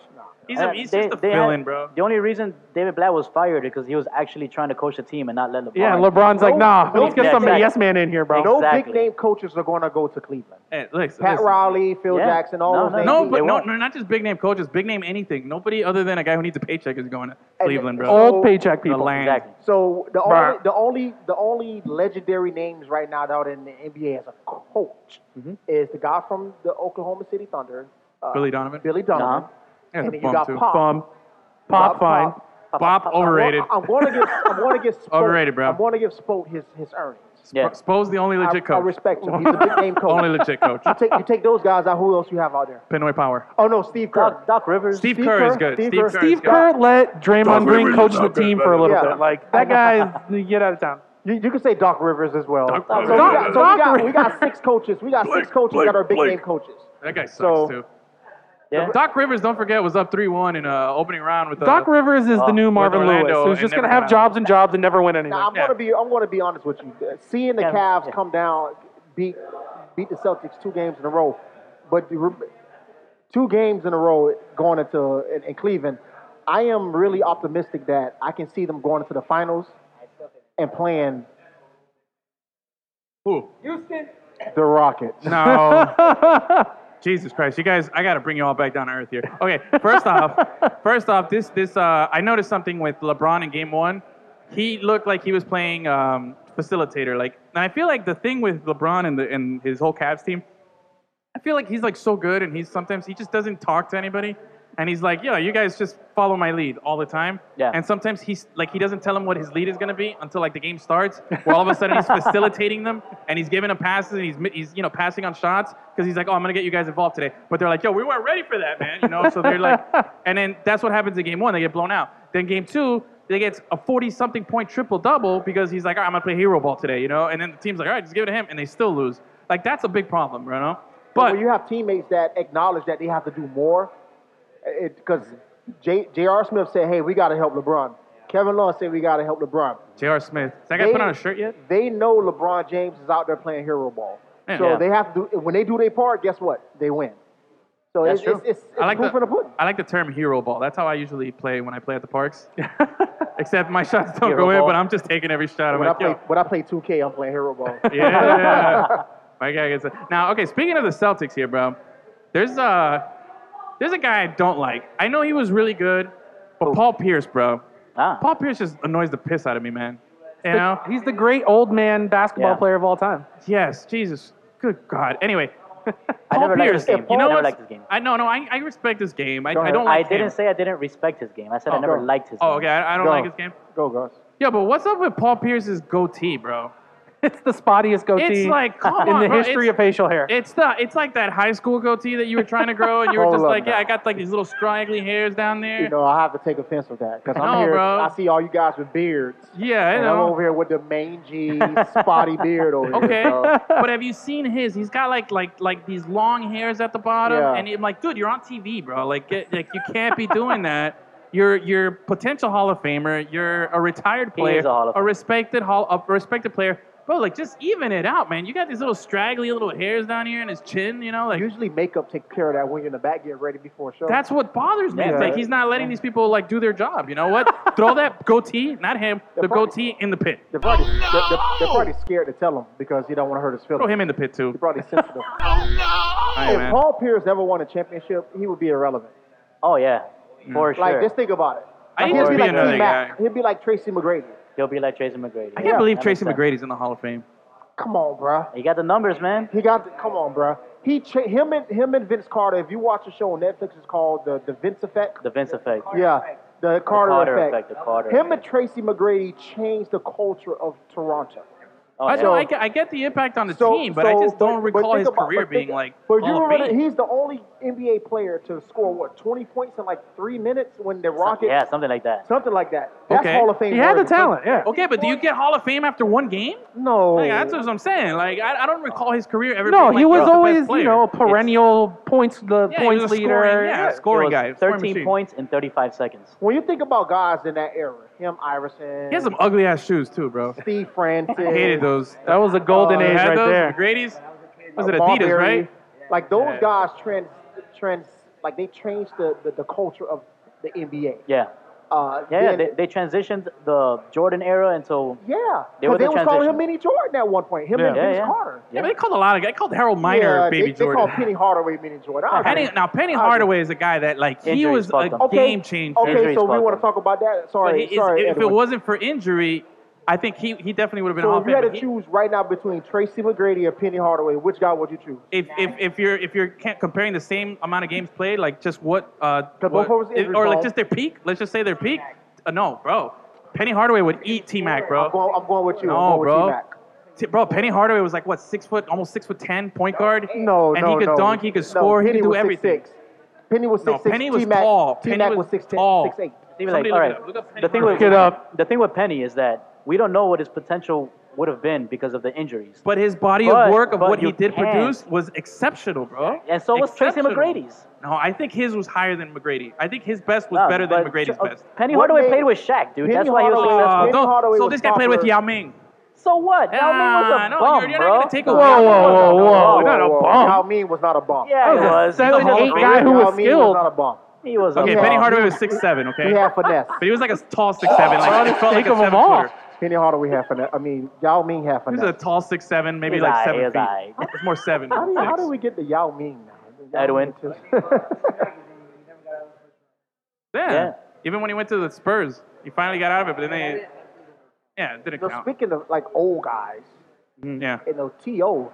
Speaker 5: He's, a,
Speaker 4: Uh,
Speaker 5: he's
Speaker 4: they-
Speaker 5: just a
Speaker 4: they had-
Speaker 5: villain, bro.
Speaker 4: The only reason David Blatt was fired is because he was actually trying to coach the team and not let LeBron.
Speaker 9: Yeah, and LeBron's like,
Speaker 6: No,
Speaker 9: nah,
Speaker 6: no,
Speaker 9: let's get
Speaker 4: yeah,
Speaker 9: some of the
Speaker 4: exactly.
Speaker 9: yes man in here, bro.
Speaker 6: No
Speaker 4: Exactly.
Speaker 6: big name coaches are going to go to Cleveland.
Speaker 5: Hey, listen,
Speaker 6: Pat
Speaker 5: listen.
Speaker 6: Riley, Phil
Speaker 4: Yeah.
Speaker 6: Jackson, all
Speaker 4: No,
Speaker 6: those
Speaker 4: no,
Speaker 6: names.
Speaker 5: No,
Speaker 4: They
Speaker 5: but no,
Speaker 4: won't.
Speaker 5: no, not just big name coaches, big name anything. Nobody other than a guy who needs a paycheck is going to Cleveland, bro.
Speaker 9: Old paycheck
Speaker 5: the
Speaker 9: people.
Speaker 5: land.
Speaker 4: Exactly.
Speaker 6: So the
Speaker 9: Bruh.
Speaker 6: only, the only the only legendary names right now out in the NBA as a coach
Speaker 4: Mm-hmm.
Speaker 6: is the guy from the Oklahoma City Thunder, uh,
Speaker 5: Billy Donovan.
Speaker 6: Billy Donovan,
Speaker 5: Yeah,
Speaker 6: and
Speaker 5: the
Speaker 6: then you
Speaker 5: bum,
Speaker 6: got
Speaker 5: too.
Speaker 6: Pop.
Speaker 9: Bum.
Speaker 6: Bob
Speaker 9: Pop, fine.
Speaker 6: Pop.
Speaker 5: Bop, overrated.
Speaker 6: I'm going to give I'm going to give Spoke,
Speaker 5: Overrated, bro.
Speaker 6: I'm going to give Spoke his his earnings.
Speaker 4: Yeah.
Speaker 5: Spo's the only
Speaker 6: I,
Speaker 5: legit
Speaker 6: I
Speaker 5: coach.
Speaker 6: respect him. He's a big name coach.
Speaker 5: only legit coach.
Speaker 6: you take you take those guys out. Who else you have out there?
Speaker 5: Pinoy Power.
Speaker 6: Oh no, Steve Kerr.
Speaker 4: Doc, Doc Rivers.
Speaker 5: Steve,
Speaker 6: Steve
Speaker 5: Kerr, is
Speaker 6: Kerr,
Speaker 5: good.
Speaker 6: Steve Kerr.
Speaker 5: Steve Kerr, is
Speaker 9: Steve
Speaker 5: good.
Speaker 9: Kerr let Draymond
Speaker 3: Doc
Speaker 9: Green
Speaker 3: Rivers
Speaker 9: coach
Speaker 3: is
Speaker 9: the
Speaker 3: not that
Speaker 9: team
Speaker 3: bad
Speaker 9: for a
Speaker 3: at
Speaker 9: little
Speaker 6: all.
Speaker 9: bit. Like, that guy, is- get out of town.
Speaker 6: You, you can say Doc Rivers as well.
Speaker 5: Doc
Speaker 6: so,
Speaker 5: Rivers.
Speaker 6: we got, so we,
Speaker 9: Doc
Speaker 6: got,
Speaker 9: Rivers.
Speaker 6: we got six coaches. We got six
Speaker 3: Blake,
Speaker 6: coaches
Speaker 3: Blake,
Speaker 6: that are big
Speaker 3: Blake.
Speaker 6: name coaches.
Speaker 5: That guy sucks
Speaker 6: So-
Speaker 5: too.
Speaker 4: Yeah.
Speaker 5: Doc Rivers, don't forget, was up three one in uh, opening round with uh,
Speaker 9: Doc Rivers is the new Marvin
Speaker 5: Orlando
Speaker 9: Lewis, who's
Speaker 5: and
Speaker 9: just
Speaker 5: never
Speaker 9: gonna
Speaker 5: got
Speaker 9: have
Speaker 5: out.
Speaker 9: jobs and jobs and never win anything.
Speaker 6: Now I'm
Speaker 5: Yeah.
Speaker 6: gonna be I'm gonna be honest with you. Seeing the
Speaker 4: Yeah,
Speaker 6: Cavs
Speaker 4: yeah.
Speaker 6: come down, beat beat the Celtics two games in a row, but the re- two games in a row going into in, in Cleveland, I am really optimistic that I can see them going into the finals and playing
Speaker 5: Who?
Speaker 6: the Rockets.
Speaker 5: No. Jesus Christ, you guys! I got to bring you all back down to earth here. Okay, first off, first off, this this uh, I noticed something with LeBron in Game One. He looked like he was playing um, facilitator. Like, and I feel like the thing with LeBron and the and his whole Cavs team, I feel like he's like so good, and he's sometimes he just doesn't talk to anybody, and he's like, yo, you guys just follow my lead all the time.
Speaker 4: Yeah.
Speaker 5: And sometimes he's like he doesn't tell him what his lead is gonna be until like the game starts, where all of a sudden he's facilitating them and he's giving them passes and he's mi- he's you know passing on shots because he's like, oh, I'm gonna get you guys involved today. But they're like, yo, we weren't ready for that, man. You know, so they're like, and then that's what happens in game one. They get blown out. Then game two. They get a 40 something point triple double because he's like, all right, I'm going to play hero ball today, you know? And then the team's like, all right, just give it to him. And they still lose. Like, that's a big problem, you know?
Speaker 6: But
Speaker 5: But
Speaker 6: when you have teammates that acknowledge that they have to do more, because J.R. Smith said, "Hey, we got to help LeBron." Kevin Love said, "We got to help Lebron."
Speaker 5: J.R. Smith. Is that guy put on a shirt yet?
Speaker 6: They know LeBron James is out there playing hero ball, so
Speaker 5: Yeah.
Speaker 6: they have to. do When they do their part, guess what? They win. So
Speaker 4: That's
Speaker 6: it's,
Speaker 4: true.
Speaker 6: it's, it's, it's
Speaker 5: I like
Speaker 6: proof
Speaker 5: the,
Speaker 6: in the pudding.
Speaker 5: I like the term hero ball. That's how I usually play when I play at the parks. Except my shots don't
Speaker 4: Hero
Speaker 5: go in,
Speaker 4: ball.
Speaker 5: but I'm just taking every shot. I'm
Speaker 6: When I
Speaker 5: like,
Speaker 6: play
Speaker 5: yo,
Speaker 6: when I play 2K, I'm playing hero ball.
Speaker 5: yeah. my guy gets it. Now, okay, speaking of the Celtics here, bro, there's a, there's a guy I don't like. I know he was really good, but Paul Pierce, bro.
Speaker 4: Ah.
Speaker 5: Paul Pierce just annoys the piss out of me, man. You know?
Speaker 9: He's the great old man basketball
Speaker 4: Yeah.
Speaker 9: player of all time.
Speaker 5: Yes, Jesus. Good God. Anyway,
Speaker 4: I
Speaker 5: Paul
Speaker 4: never liked
Speaker 5: Pierce.
Speaker 4: this game.
Speaker 5: You
Speaker 4: I
Speaker 5: know
Speaker 4: never
Speaker 5: what?
Speaker 4: liked this game.
Speaker 5: I know, no, I, I respect this game. I, I
Speaker 6: ahead.
Speaker 5: don't
Speaker 4: I
Speaker 5: like him.
Speaker 4: didn't say I didn't respect his game. I said I never liked his
Speaker 5: Oh,
Speaker 4: game.
Speaker 5: okay. I, I don't
Speaker 6: Go.
Speaker 5: like his game.
Speaker 6: Go, Gus.
Speaker 5: Yeah, but what's up with Paul Pierce's goatee, bro?
Speaker 9: It's the spottiest goatee
Speaker 5: It's like, come
Speaker 9: in
Speaker 5: on,
Speaker 9: the
Speaker 5: bro.
Speaker 9: history
Speaker 5: It's-
Speaker 9: of facial hair.
Speaker 5: It's the it's like that high school goatee that you were trying to grow, and you were
Speaker 6: Hold
Speaker 5: just
Speaker 6: up
Speaker 5: like, yeah,
Speaker 6: now.
Speaker 5: I got like these little straggly hairs down there.
Speaker 6: You know, I have to take offense with that because I'm
Speaker 5: No,
Speaker 6: here.
Speaker 5: bro.
Speaker 6: I see all you guys with beards.
Speaker 5: yeah, I
Speaker 6: And I'm
Speaker 5: know.
Speaker 6: over here with the mangy, spotty beard over
Speaker 5: Okay,
Speaker 6: here. so-
Speaker 5: but have you seen his? He's got like like like these long hairs at the bottom,
Speaker 6: Yeah.
Speaker 5: and I'm like, dude, you're on TV, bro. Like, get, like you can't be doing that. You're you're potential Hall of Famer. You're a retired
Speaker 4: is
Speaker 5: player,
Speaker 4: a Hall of Famer.
Speaker 5: respected hall, a respected player. Bro, like just even it out, man. You got these little straggly little hairs down here in his chin, you know, like.
Speaker 6: Usually, makeup takes care of that when you're in the back getting ready before a show.
Speaker 5: That's what bothers me. It's
Speaker 6: Yeah.
Speaker 5: like he's not letting these people like do their job. You know what? Throw that goatee, not him, the
Speaker 6: party.
Speaker 5: goatee in the pit.
Speaker 6: they're probably, they're, they're- they're probably scared to tell him because he don't want to hurt his
Speaker 5: Throw
Speaker 6: feelings.
Speaker 5: him in the pit too.
Speaker 6: He's probably sensitive.
Speaker 5: All right,
Speaker 6: if
Speaker 5: man.
Speaker 6: Paul Pierce never won a championship, he would be irrelevant.
Speaker 4: Oh yeah,
Speaker 5: Mm.
Speaker 4: for sure.
Speaker 6: Like, just think about it.
Speaker 5: I
Speaker 6: Like,
Speaker 5: need
Speaker 6: he'll
Speaker 5: to
Speaker 6: be
Speaker 5: be
Speaker 6: like
Speaker 5: another
Speaker 6: T-Mac.
Speaker 5: guy.
Speaker 6: He'll be like Tracy McGrady.
Speaker 4: He'll be like Tracy McGrady.
Speaker 5: I can't believe
Speaker 4: that
Speaker 5: Tracy
Speaker 4: makes sense.
Speaker 5: McGrady's in the Hall of Fame.
Speaker 6: Come on, bruh.
Speaker 4: You got the numbers, man.
Speaker 6: He got. come on, bruh. He tra- him and him and Vince Carter. If you watch a show on Netflix, it's called the the Vince Effect.
Speaker 4: The Vince effect.
Speaker 6: yeah, the Carter,
Speaker 4: Carter
Speaker 6: effect.
Speaker 4: effect, the Carter
Speaker 6: him and
Speaker 4: effect.
Speaker 6: Tracy McGrady changed the culture of Toronto.
Speaker 4: Oh,
Speaker 5: I
Speaker 4: yeah.
Speaker 5: know. I get, I get the impact on the
Speaker 6: So,
Speaker 5: team, but
Speaker 6: so-
Speaker 5: I just don't
Speaker 6: but- but
Speaker 5: recall
Speaker 6: think
Speaker 5: his
Speaker 6: about-
Speaker 5: career
Speaker 6: but think-
Speaker 5: being like.
Speaker 6: But you
Speaker 5: Hall of
Speaker 6: remember,
Speaker 5: Fame.
Speaker 6: he's the only NBA player to score what 20 points in like three minutes when the
Speaker 4: Some-
Speaker 6: Rockets,
Speaker 4: yeah, something like that.
Speaker 6: something like that. That's
Speaker 5: Okay.
Speaker 6: Hall of Fame.
Speaker 9: He had the
Speaker 6: worthy.
Speaker 9: talent, yeah.
Speaker 5: Okay, but do you get Hall of Fame after one game?
Speaker 6: No,
Speaker 5: Like, that's what I'm saying. Like, I, I don't recall his career ever.
Speaker 9: No,
Speaker 5: being, like,
Speaker 9: he was
Speaker 5: the best
Speaker 9: always,
Speaker 5: player.
Speaker 9: you know, a perennial points the
Speaker 5: Yeah, he was
Speaker 9: points
Speaker 5: a
Speaker 9: leader.
Speaker 5: Scoring, yeah, scoring
Speaker 4: He was
Speaker 5: guy. scoring
Speaker 4: 13
Speaker 5: machine.
Speaker 4: points in 35 seconds.
Speaker 6: when you think about guys in that era, him, Iverson,
Speaker 5: He had some ugly ass shoes too, bro.
Speaker 6: Steve Francis,
Speaker 5: I hated those.
Speaker 9: That was a golden
Speaker 6: Oh,
Speaker 9: age
Speaker 5: Uh, They had
Speaker 9: right
Speaker 5: those,
Speaker 9: there.
Speaker 5: Grady's. Was it
Speaker 6: Marbury.
Speaker 5: Adidas, right?
Speaker 6: Like those guys trans trans like they changed the, the, the culture of the NBA.
Speaker 4: Yeah.
Speaker 6: Uh,
Speaker 4: Yeah, yeah.
Speaker 6: then-
Speaker 4: They, they transitioned the Jordan era into.
Speaker 6: yeah.
Speaker 4: They
Speaker 6: But
Speaker 4: were
Speaker 6: they
Speaker 4: the
Speaker 6: was calling
Speaker 4: transition.
Speaker 6: him Mini Jordan at one point. Him
Speaker 9: Yeah.
Speaker 6: and
Speaker 4: Yeah,
Speaker 6: Vince
Speaker 4: yeah.
Speaker 6: Carter.
Speaker 5: Yeah, but they called a lot of guys. They called Harold Minor
Speaker 6: yeah,
Speaker 5: Baby
Speaker 6: they, They
Speaker 5: Jordan.
Speaker 6: call Penny Hardaway Oh, Mini Jordan. I
Speaker 5: Penny,
Speaker 6: agree.
Speaker 5: now Penny
Speaker 6: agree.
Speaker 5: Hardaway is a guy that like he
Speaker 4: Injuries
Speaker 5: was a
Speaker 4: fucked him.
Speaker 5: game changer.
Speaker 6: Okay,
Speaker 4: Injuries
Speaker 6: so we
Speaker 4: fucked
Speaker 6: want
Speaker 4: him.
Speaker 6: to talk about that.
Speaker 5: But
Speaker 6: Sorry,
Speaker 5: he-
Speaker 6: sorry.
Speaker 5: if it
Speaker 6: Edwin.
Speaker 5: wasn't for injury, I think he, he definitely would have been a
Speaker 6: so
Speaker 5: Hall
Speaker 6: if
Speaker 5: of
Speaker 6: you had
Speaker 5: Famer.
Speaker 6: to choose right now between Tracy McGrady or Penny Hardaway, which guy would you choose?
Speaker 5: if, if, if you're if you're can't comparing the same amount of games played, like just what, uh,
Speaker 6: both
Speaker 5: what-
Speaker 6: of us injured,
Speaker 5: or like
Speaker 6: bro.
Speaker 5: just their peak. Let's just say their peak. Uh, no, bro. Penny Hardaway would eat T Mac,
Speaker 6: I'm
Speaker 5: bro.
Speaker 6: going, I'm going with you.
Speaker 5: No,
Speaker 6: I'm going
Speaker 5: bro.
Speaker 6: With T-Mac.
Speaker 5: T- bro, Penny Hardaway was like what six foot, almost six foot ten point guard.
Speaker 6: No,
Speaker 5: and
Speaker 6: no,
Speaker 5: he could
Speaker 6: no.
Speaker 5: dunk, he could
Speaker 6: No,
Speaker 5: score, he
Speaker 6: Penny
Speaker 5: could do
Speaker 6: was
Speaker 5: everything.
Speaker 6: 6'6". Penny was six
Speaker 5: No,
Speaker 6: six.
Speaker 5: Penny was
Speaker 6: T-Mac,
Speaker 5: tall. Penny
Speaker 6: T-Mac
Speaker 5: was
Speaker 6: was six ten,
Speaker 5: tall.
Speaker 6: six eight.
Speaker 4: They were
Speaker 5: Somebody
Speaker 4: like, all right.
Speaker 5: look it up. Look up Penny
Speaker 4: the thing
Speaker 5: Hardaway.
Speaker 4: with
Speaker 9: Look it up.
Speaker 4: the thing with Penny is that we don't know what his potential would have been because of the injuries.
Speaker 5: But his body
Speaker 4: But-
Speaker 5: of work of
Speaker 4: but
Speaker 5: what he
Speaker 4: you
Speaker 5: did
Speaker 4: can.
Speaker 5: produce was exceptional, bro.
Speaker 4: and so was Tracy
Speaker 5: Exceptional.
Speaker 4: McGrady's.
Speaker 5: No, I think his was higher than McGrady. I think his best was
Speaker 4: No,
Speaker 5: better than
Speaker 4: Um, but
Speaker 5: McGrady's
Speaker 4: Ch-
Speaker 5: best.
Speaker 4: Penny
Speaker 6: What
Speaker 4: Hardaway
Speaker 6: made-
Speaker 4: played with Shaq, dude.
Speaker 6: Penny
Speaker 4: That's why he was
Speaker 6: Hardaway-
Speaker 5: Uh,
Speaker 4: successful.
Speaker 6: Oh, Penny
Speaker 5: don't-
Speaker 6: Hardaway
Speaker 5: so
Speaker 6: was
Speaker 5: this guy played with
Speaker 6: popular.
Speaker 5: Yao Ming.
Speaker 4: So what? Yao Ming was
Speaker 5: Ah,
Speaker 4: a
Speaker 5: no,
Speaker 4: bum,
Speaker 5: you're- you're not
Speaker 4: bro.
Speaker 5: gonna take a-
Speaker 9: Whoa, whoa, whoa,
Speaker 4: No,
Speaker 9: whoa. Not a
Speaker 6: whoa, Yao
Speaker 9: bomb.
Speaker 6: Ming was not a bomb.
Speaker 4: Yeah, he
Speaker 9: That was a
Speaker 4: was.
Speaker 9: seven,
Speaker 5: Hall of
Speaker 9: eight
Speaker 5: Famer.
Speaker 9: guy who
Speaker 6: Yao
Speaker 9: was
Speaker 6: Ming was
Speaker 9: skilled.
Speaker 6: not a bomb.
Speaker 4: He was a
Speaker 5: Okay,
Speaker 4: bum.
Speaker 5: Penny Hardaway was six seven. Okay,
Speaker 6: He had finesse.
Speaker 5: but he was like a tall six seven. Like it felt like
Speaker 9: Think
Speaker 5: a
Speaker 9: of 'em
Speaker 5: seven
Speaker 9: all.
Speaker 5: footer.
Speaker 6: Penny Hardaway had finesse. I mean, Yao Ming had
Speaker 5: He was
Speaker 6: finesse.
Speaker 5: a tall six seven, maybe
Speaker 4: He's
Speaker 5: like
Speaker 4: aight,
Speaker 5: seven
Speaker 4: he's
Speaker 5: feet.
Speaker 4: aight.
Speaker 5: It's more seven.
Speaker 6: how,
Speaker 5: than
Speaker 6: do,
Speaker 5: six.
Speaker 6: how do we get the Yao Ming now? Yao
Speaker 4: Edwin.
Speaker 6: Ming just-
Speaker 5: yeah.
Speaker 4: Yeah.
Speaker 5: Even when he went to the Spurs, he finally got out of it, but then they. Yeah, it didn't
Speaker 6: so
Speaker 5: count.
Speaker 6: speaking of like old guys,
Speaker 5: Yeah.
Speaker 6: you know, T.O.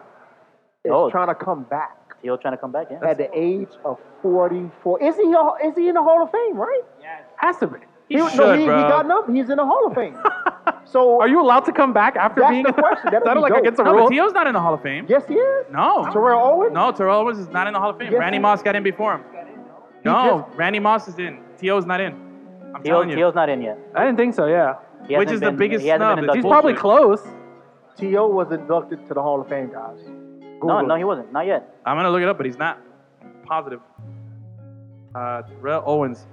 Speaker 6: is
Speaker 4: Oh.
Speaker 6: trying to come back
Speaker 4: T.O. trying to come back, yeah.
Speaker 6: at the age of 44. Is he, a- is he in the Hall of Fame, right?
Speaker 9: Has to be.
Speaker 5: He
Speaker 6: no,
Speaker 5: should,
Speaker 6: he, he
Speaker 5: bro.
Speaker 6: got up. He's in the Hall of Fame. so
Speaker 9: Are you allowed to come back after
Speaker 6: That's
Speaker 9: being?
Speaker 6: the question. That'd
Speaker 9: sounded
Speaker 6: be
Speaker 9: like
Speaker 6: dope.
Speaker 9: against the
Speaker 5: No,
Speaker 9: rule.
Speaker 5: but T.O.'s not in the Hall of Fame.
Speaker 6: Yes, he is.
Speaker 5: No.
Speaker 6: Terrell Owens.
Speaker 5: No, Terrell Owens is not in the Hall of Fame.
Speaker 6: Yes,
Speaker 5: Randy
Speaker 6: he-
Speaker 5: Moss got in before him. No, Randy Moss is in. T.O.'s not in. I'm
Speaker 4: T.O.
Speaker 5: telling you.
Speaker 4: T.O.'s not in yet.
Speaker 9: I didn't think so. Yeah.
Speaker 4: He
Speaker 5: Which
Speaker 4: hasn't
Speaker 5: is the
Speaker 4: been-
Speaker 5: biggest
Speaker 4: he hasn't
Speaker 5: snub.
Speaker 4: been inducted.
Speaker 9: He's probably close.
Speaker 6: T.O. was inducted to the Hall of Fame, guys.
Speaker 4: No,
Speaker 6: Google
Speaker 4: no,
Speaker 6: it.
Speaker 4: he wasn't. Not yet.
Speaker 5: I'm gonna look it up, but he's not positive. Uh, Terrell Owens,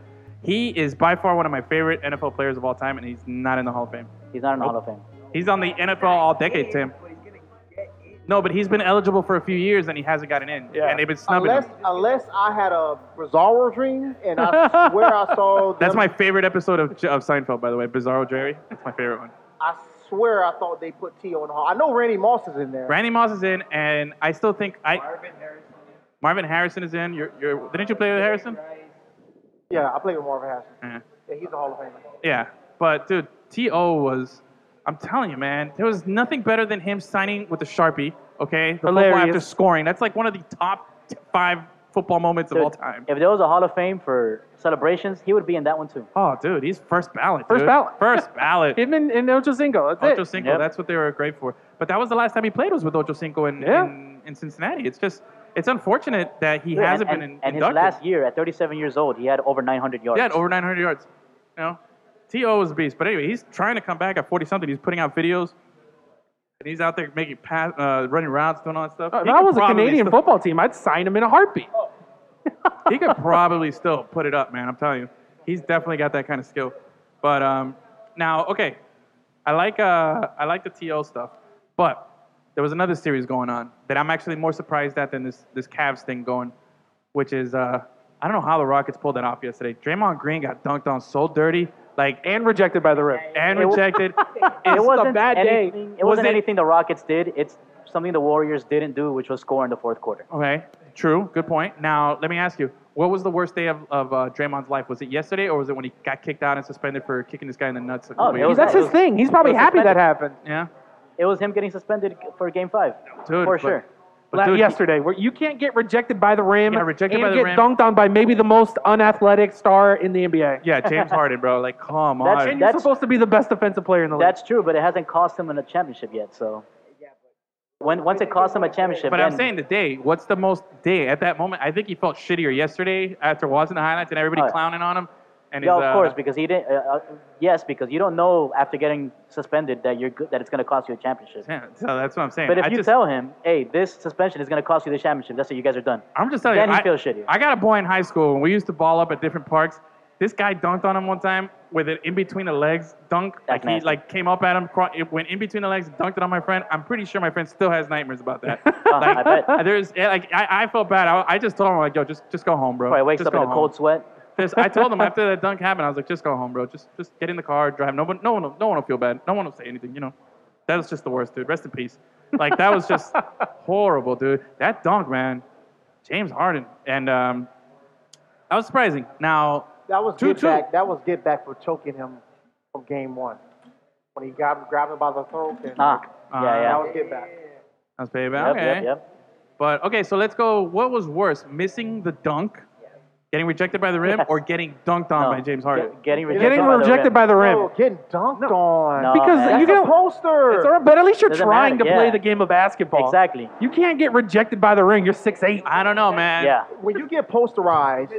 Speaker 5: he is by far one of my favorite NFL players of all time, and he's not in the Hall of Fame.
Speaker 4: He's not in the Hall of Fame.
Speaker 5: He's on the NFL All Decade team. No, but he's been eligible for a few years and he hasn't gotten in, and they've been snubbing
Speaker 6: Unless,
Speaker 5: him.
Speaker 6: unless I had a bizarro dream and I swear I saw. Them,
Speaker 5: That's my favorite episode of, of Seinfeld, by the way. Bizarro Jerry. That's my favorite one.
Speaker 6: I swear I thought they put T.O. in the Hall. I know Randy Moss is in there.
Speaker 5: Randy Moss is in, and I still think I. Marvin Harrison. Marvin Harrison is in. You're, you're, didn't you play with Harrison?
Speaker 6: yeah, I played with Marvin Harrison.
Speaker 5: Yeah.
Speaker 6: Yeah, he's a Hall of Famer.
Speaker 5: Yeah, but dude, To was. I'm telling you, man, there was nothing better than him signing with the sharpie. Okay, the football
Speaker 9: Hilarious.
Speaker 5: after scoring. That's like one of the top t- five football moments of all time.
Speaker 4: If there was a Hall of Fame for celebrations, he would be in that one too.
Speaker 5: Oh, dude, he's first ballot.
Speaker 9: First
Speaker 5: dude.
Speaker 9: ballot.
Speaker 5: First ballot.
Speaker 9: Him and, and Ocho Cinco. That's
Speaker 5: Ocho
Speaker 9: it.
Speaker 5: Cinco.
Speaker 4: Yep.
Speaker 5: That's what they were great for. But that was the last time he played was with Ocho Cinco in
Speaker 9: Yeah.
Speaker 5: in, in Cincinnati. It's just it's unfortunate that he
Speaker 4: Yeah,
Speaker 5: hasn't
Speaker 4: and,
Speaker 5: been
Speaker 4: and,
Speaker 5: in,
Speaker 4: and his
Speaker 5: inducted.
Speaker 4: last year, at 37 years old, he had over 900 yards.
Speaker 5: Yeah, over 900 yards. You know, To was a beast. But anyway, he's trying to come back at 40 something. He's putting out videos, and he's out there making pass, uh, running routes, doing all that stuff.
Speaker 9: If
Speaker 5: He
Speaker 9: I
Speaker 5: could
Speaker 9: Oh, was a
Speaker 5: probably
Speaker 9: Canadian
Speaker 5: still-
Speaker 9: football team, I'd sign him in a heartbeat.
Speaker 5: he could probably still put it up, man. I'm telling you, he's definitely got that kind of skill. But um, now, okay, I like uh, I like the To stuff, but there was another series going on that I'm actually more surprised at than this this Cavs thing going, which is uh, I don't know how the Rockets pulled that off yesterday. Draymond Green got dunked on so dirty, like
Speaker 9: And rejected by the rip.
Speaker 5: and rejected. It's
Speaker 4: It wasn't
Speaker 5: a bad day.
Speaker 4: anything, It wasn't
Speaker 5: Was it-
Speaker 4: anything the Rockets did. It's something the Warriors didn't do, which was score in the fourth quarter.
Speaker 5: Okay, true, good point. Now let me ask you: What was the worst day of, of uh, Draymond's life? Was it yesterday, or was it when he got kicked out and suspended for kicking this guy in the nuts?
Speaker 4: Oh, it was-
Speaker 9: That's his
Speaker 4: it
Speaker 9: thing. He's probably
Speaker 4: it was
Speaker 9: happy that
Speaker 4: suspended.
Speaker 9: happened.
Speaker 5: yeah,
Speaker 4: It was him getting suspended for Game Five,
Speaker 5: dude,
Speaker 4: for
Speaker 5: but-
Speaker 4: sure.
Speaker 5: but
Speaker 9: Like
Speaker 5: dude, he-
Speaker 9: yesterday, where you can't get rejected by the rim
Speaker 5: Yeah, rejected
Speaker 9: and
Speaker 5: by the
Speaker 9: get
Speaker 5: rim.
Speaker 9: dunked on by maybe the most unathletic star in the NBA.
Speaker 5: yeah, James Harden, bro. Like, come
Speaker 4: That's-
Speaker 5: on.
Speaker 9: and you're
Speaker 4: that's-
Speaker 9: supposed to be the best defensive player in the league.
Speaker 4: That's true, but it hasn't cost him a championship yet. So, when once it costs him a championship,
Speaker 5: But I'm
Speaker 4: then-
Speaker 5: saying today, what's the most day at that moment? I think he felt shittier yesterday after watching the highlights and everybody
Speaker 4: Oh, yeah.
Speaker 5: clowning on him. And
Speaker 4: yeah,
Speaker 5: his,
Speaker 4: of
Speaker 5: uh,
Speaker 4: course, because he didn't. Uh, uh, yes, because you don't know after getting suspended that you're good, that it's going to cost you a championship.
Speaker 5: yeah, so that's what I'm saying.
Speaker 4: But if
Speaker 5: I
Speaker 4: you
Speaker 5: just,
Speaker 4: tell him, "Hey, this suspension is going to cost you the championship," that's it. You guys are done.
Speaker 5: I'm just telling
Speaker 4: then
Speaker 5: you,
Speaker 4: he
Speaker 5: I,
Speaker 4: feels shittier.
Speaker 5: I got a boy in high school, and we used to ball up at different parks. This guy dunked on him one time with it in between the legs dunk. like he
Speaker 4: nasty.
Speaker 5: like came up at him, cro- it went in between the legs, dunked it on my friend. I'm pretty sure my friend still has nightmares about that. like,
Speaker 4: Uh-huh, I bet.
Speaker 5: There's yeah, like I, I felt bad. I, I just told him like, yo, just just go home, bro.
Speaker 4: Probably wakes
Speaker 5: just
Speaker 4: up in
Speaker 5: go
Speaker 4: a
Speaker 5: home.
Speaker 4: cold sweat.
Speaker 5: This- I told him after that dunk happened, I was like, just go home, bro. Just just get in the car, drive. No one, no one, will- no one will feel bad. No one will say anything. You know, that was just the worst, dude. Rest in peace. Like that was just horrible, dude. That dunk, man. James Harden, and um, that was surprising. Now,
Speaker 6: That was
Speaker 5: Two,
Speaker 6: get
Speaker 5: two.
Speaker 6: back. That was get back for choking him from game one when he grabbed grabbed him by the throat. And
Speaker 4: Ah,
Speaker 5: Uh,
Speaker 4: yeah,
Speaker 6: that
Speaker 4: yeah.
Speaker 6: was get back.
Speaker 5: that was payback.
Speaker 4: Yep,
Speaker 5: okay.
Speaker 4: yep, yep.
Speaker 5: But okay, so let's go. What was worse, missing the dunk, getting rejected by the rim,
Speaker 4: Yes.
Speaker 5: or getting dunked on
Speaker 4: No.
Speaker 5: by James Harden?
Speaker 4: Oh. Get- getting rejected.
Speaker 9: Getting
Speaker 4: by the
Speaker 9: rejected
Speaker 4: rim.
Speaker 9: by the rim.
Speaker 6: Oh, getting dunked on.
Speaker 4: No,
Speaker 9: Because
Speaker 4: man.
Speaker 9: you
Speaker 6: That's a
Speaker 9: get
Speaker 6: poster.
Speaker 9: It's all right, but at least you're
Speaker 4: Doesn't
Speaker 9: trying
Speaker 4: matter,
Speaker 9: to play
Speaker 4: yeah.
Speaker 9: the game of basketball.
Speaker 4: Exactly.
Speaker 9: You can't get rejected by the ring. You're six eight.
Speaker 5: I don't know, man.
Speaker 4: Yeah.
Speaker 6: when you get posterized,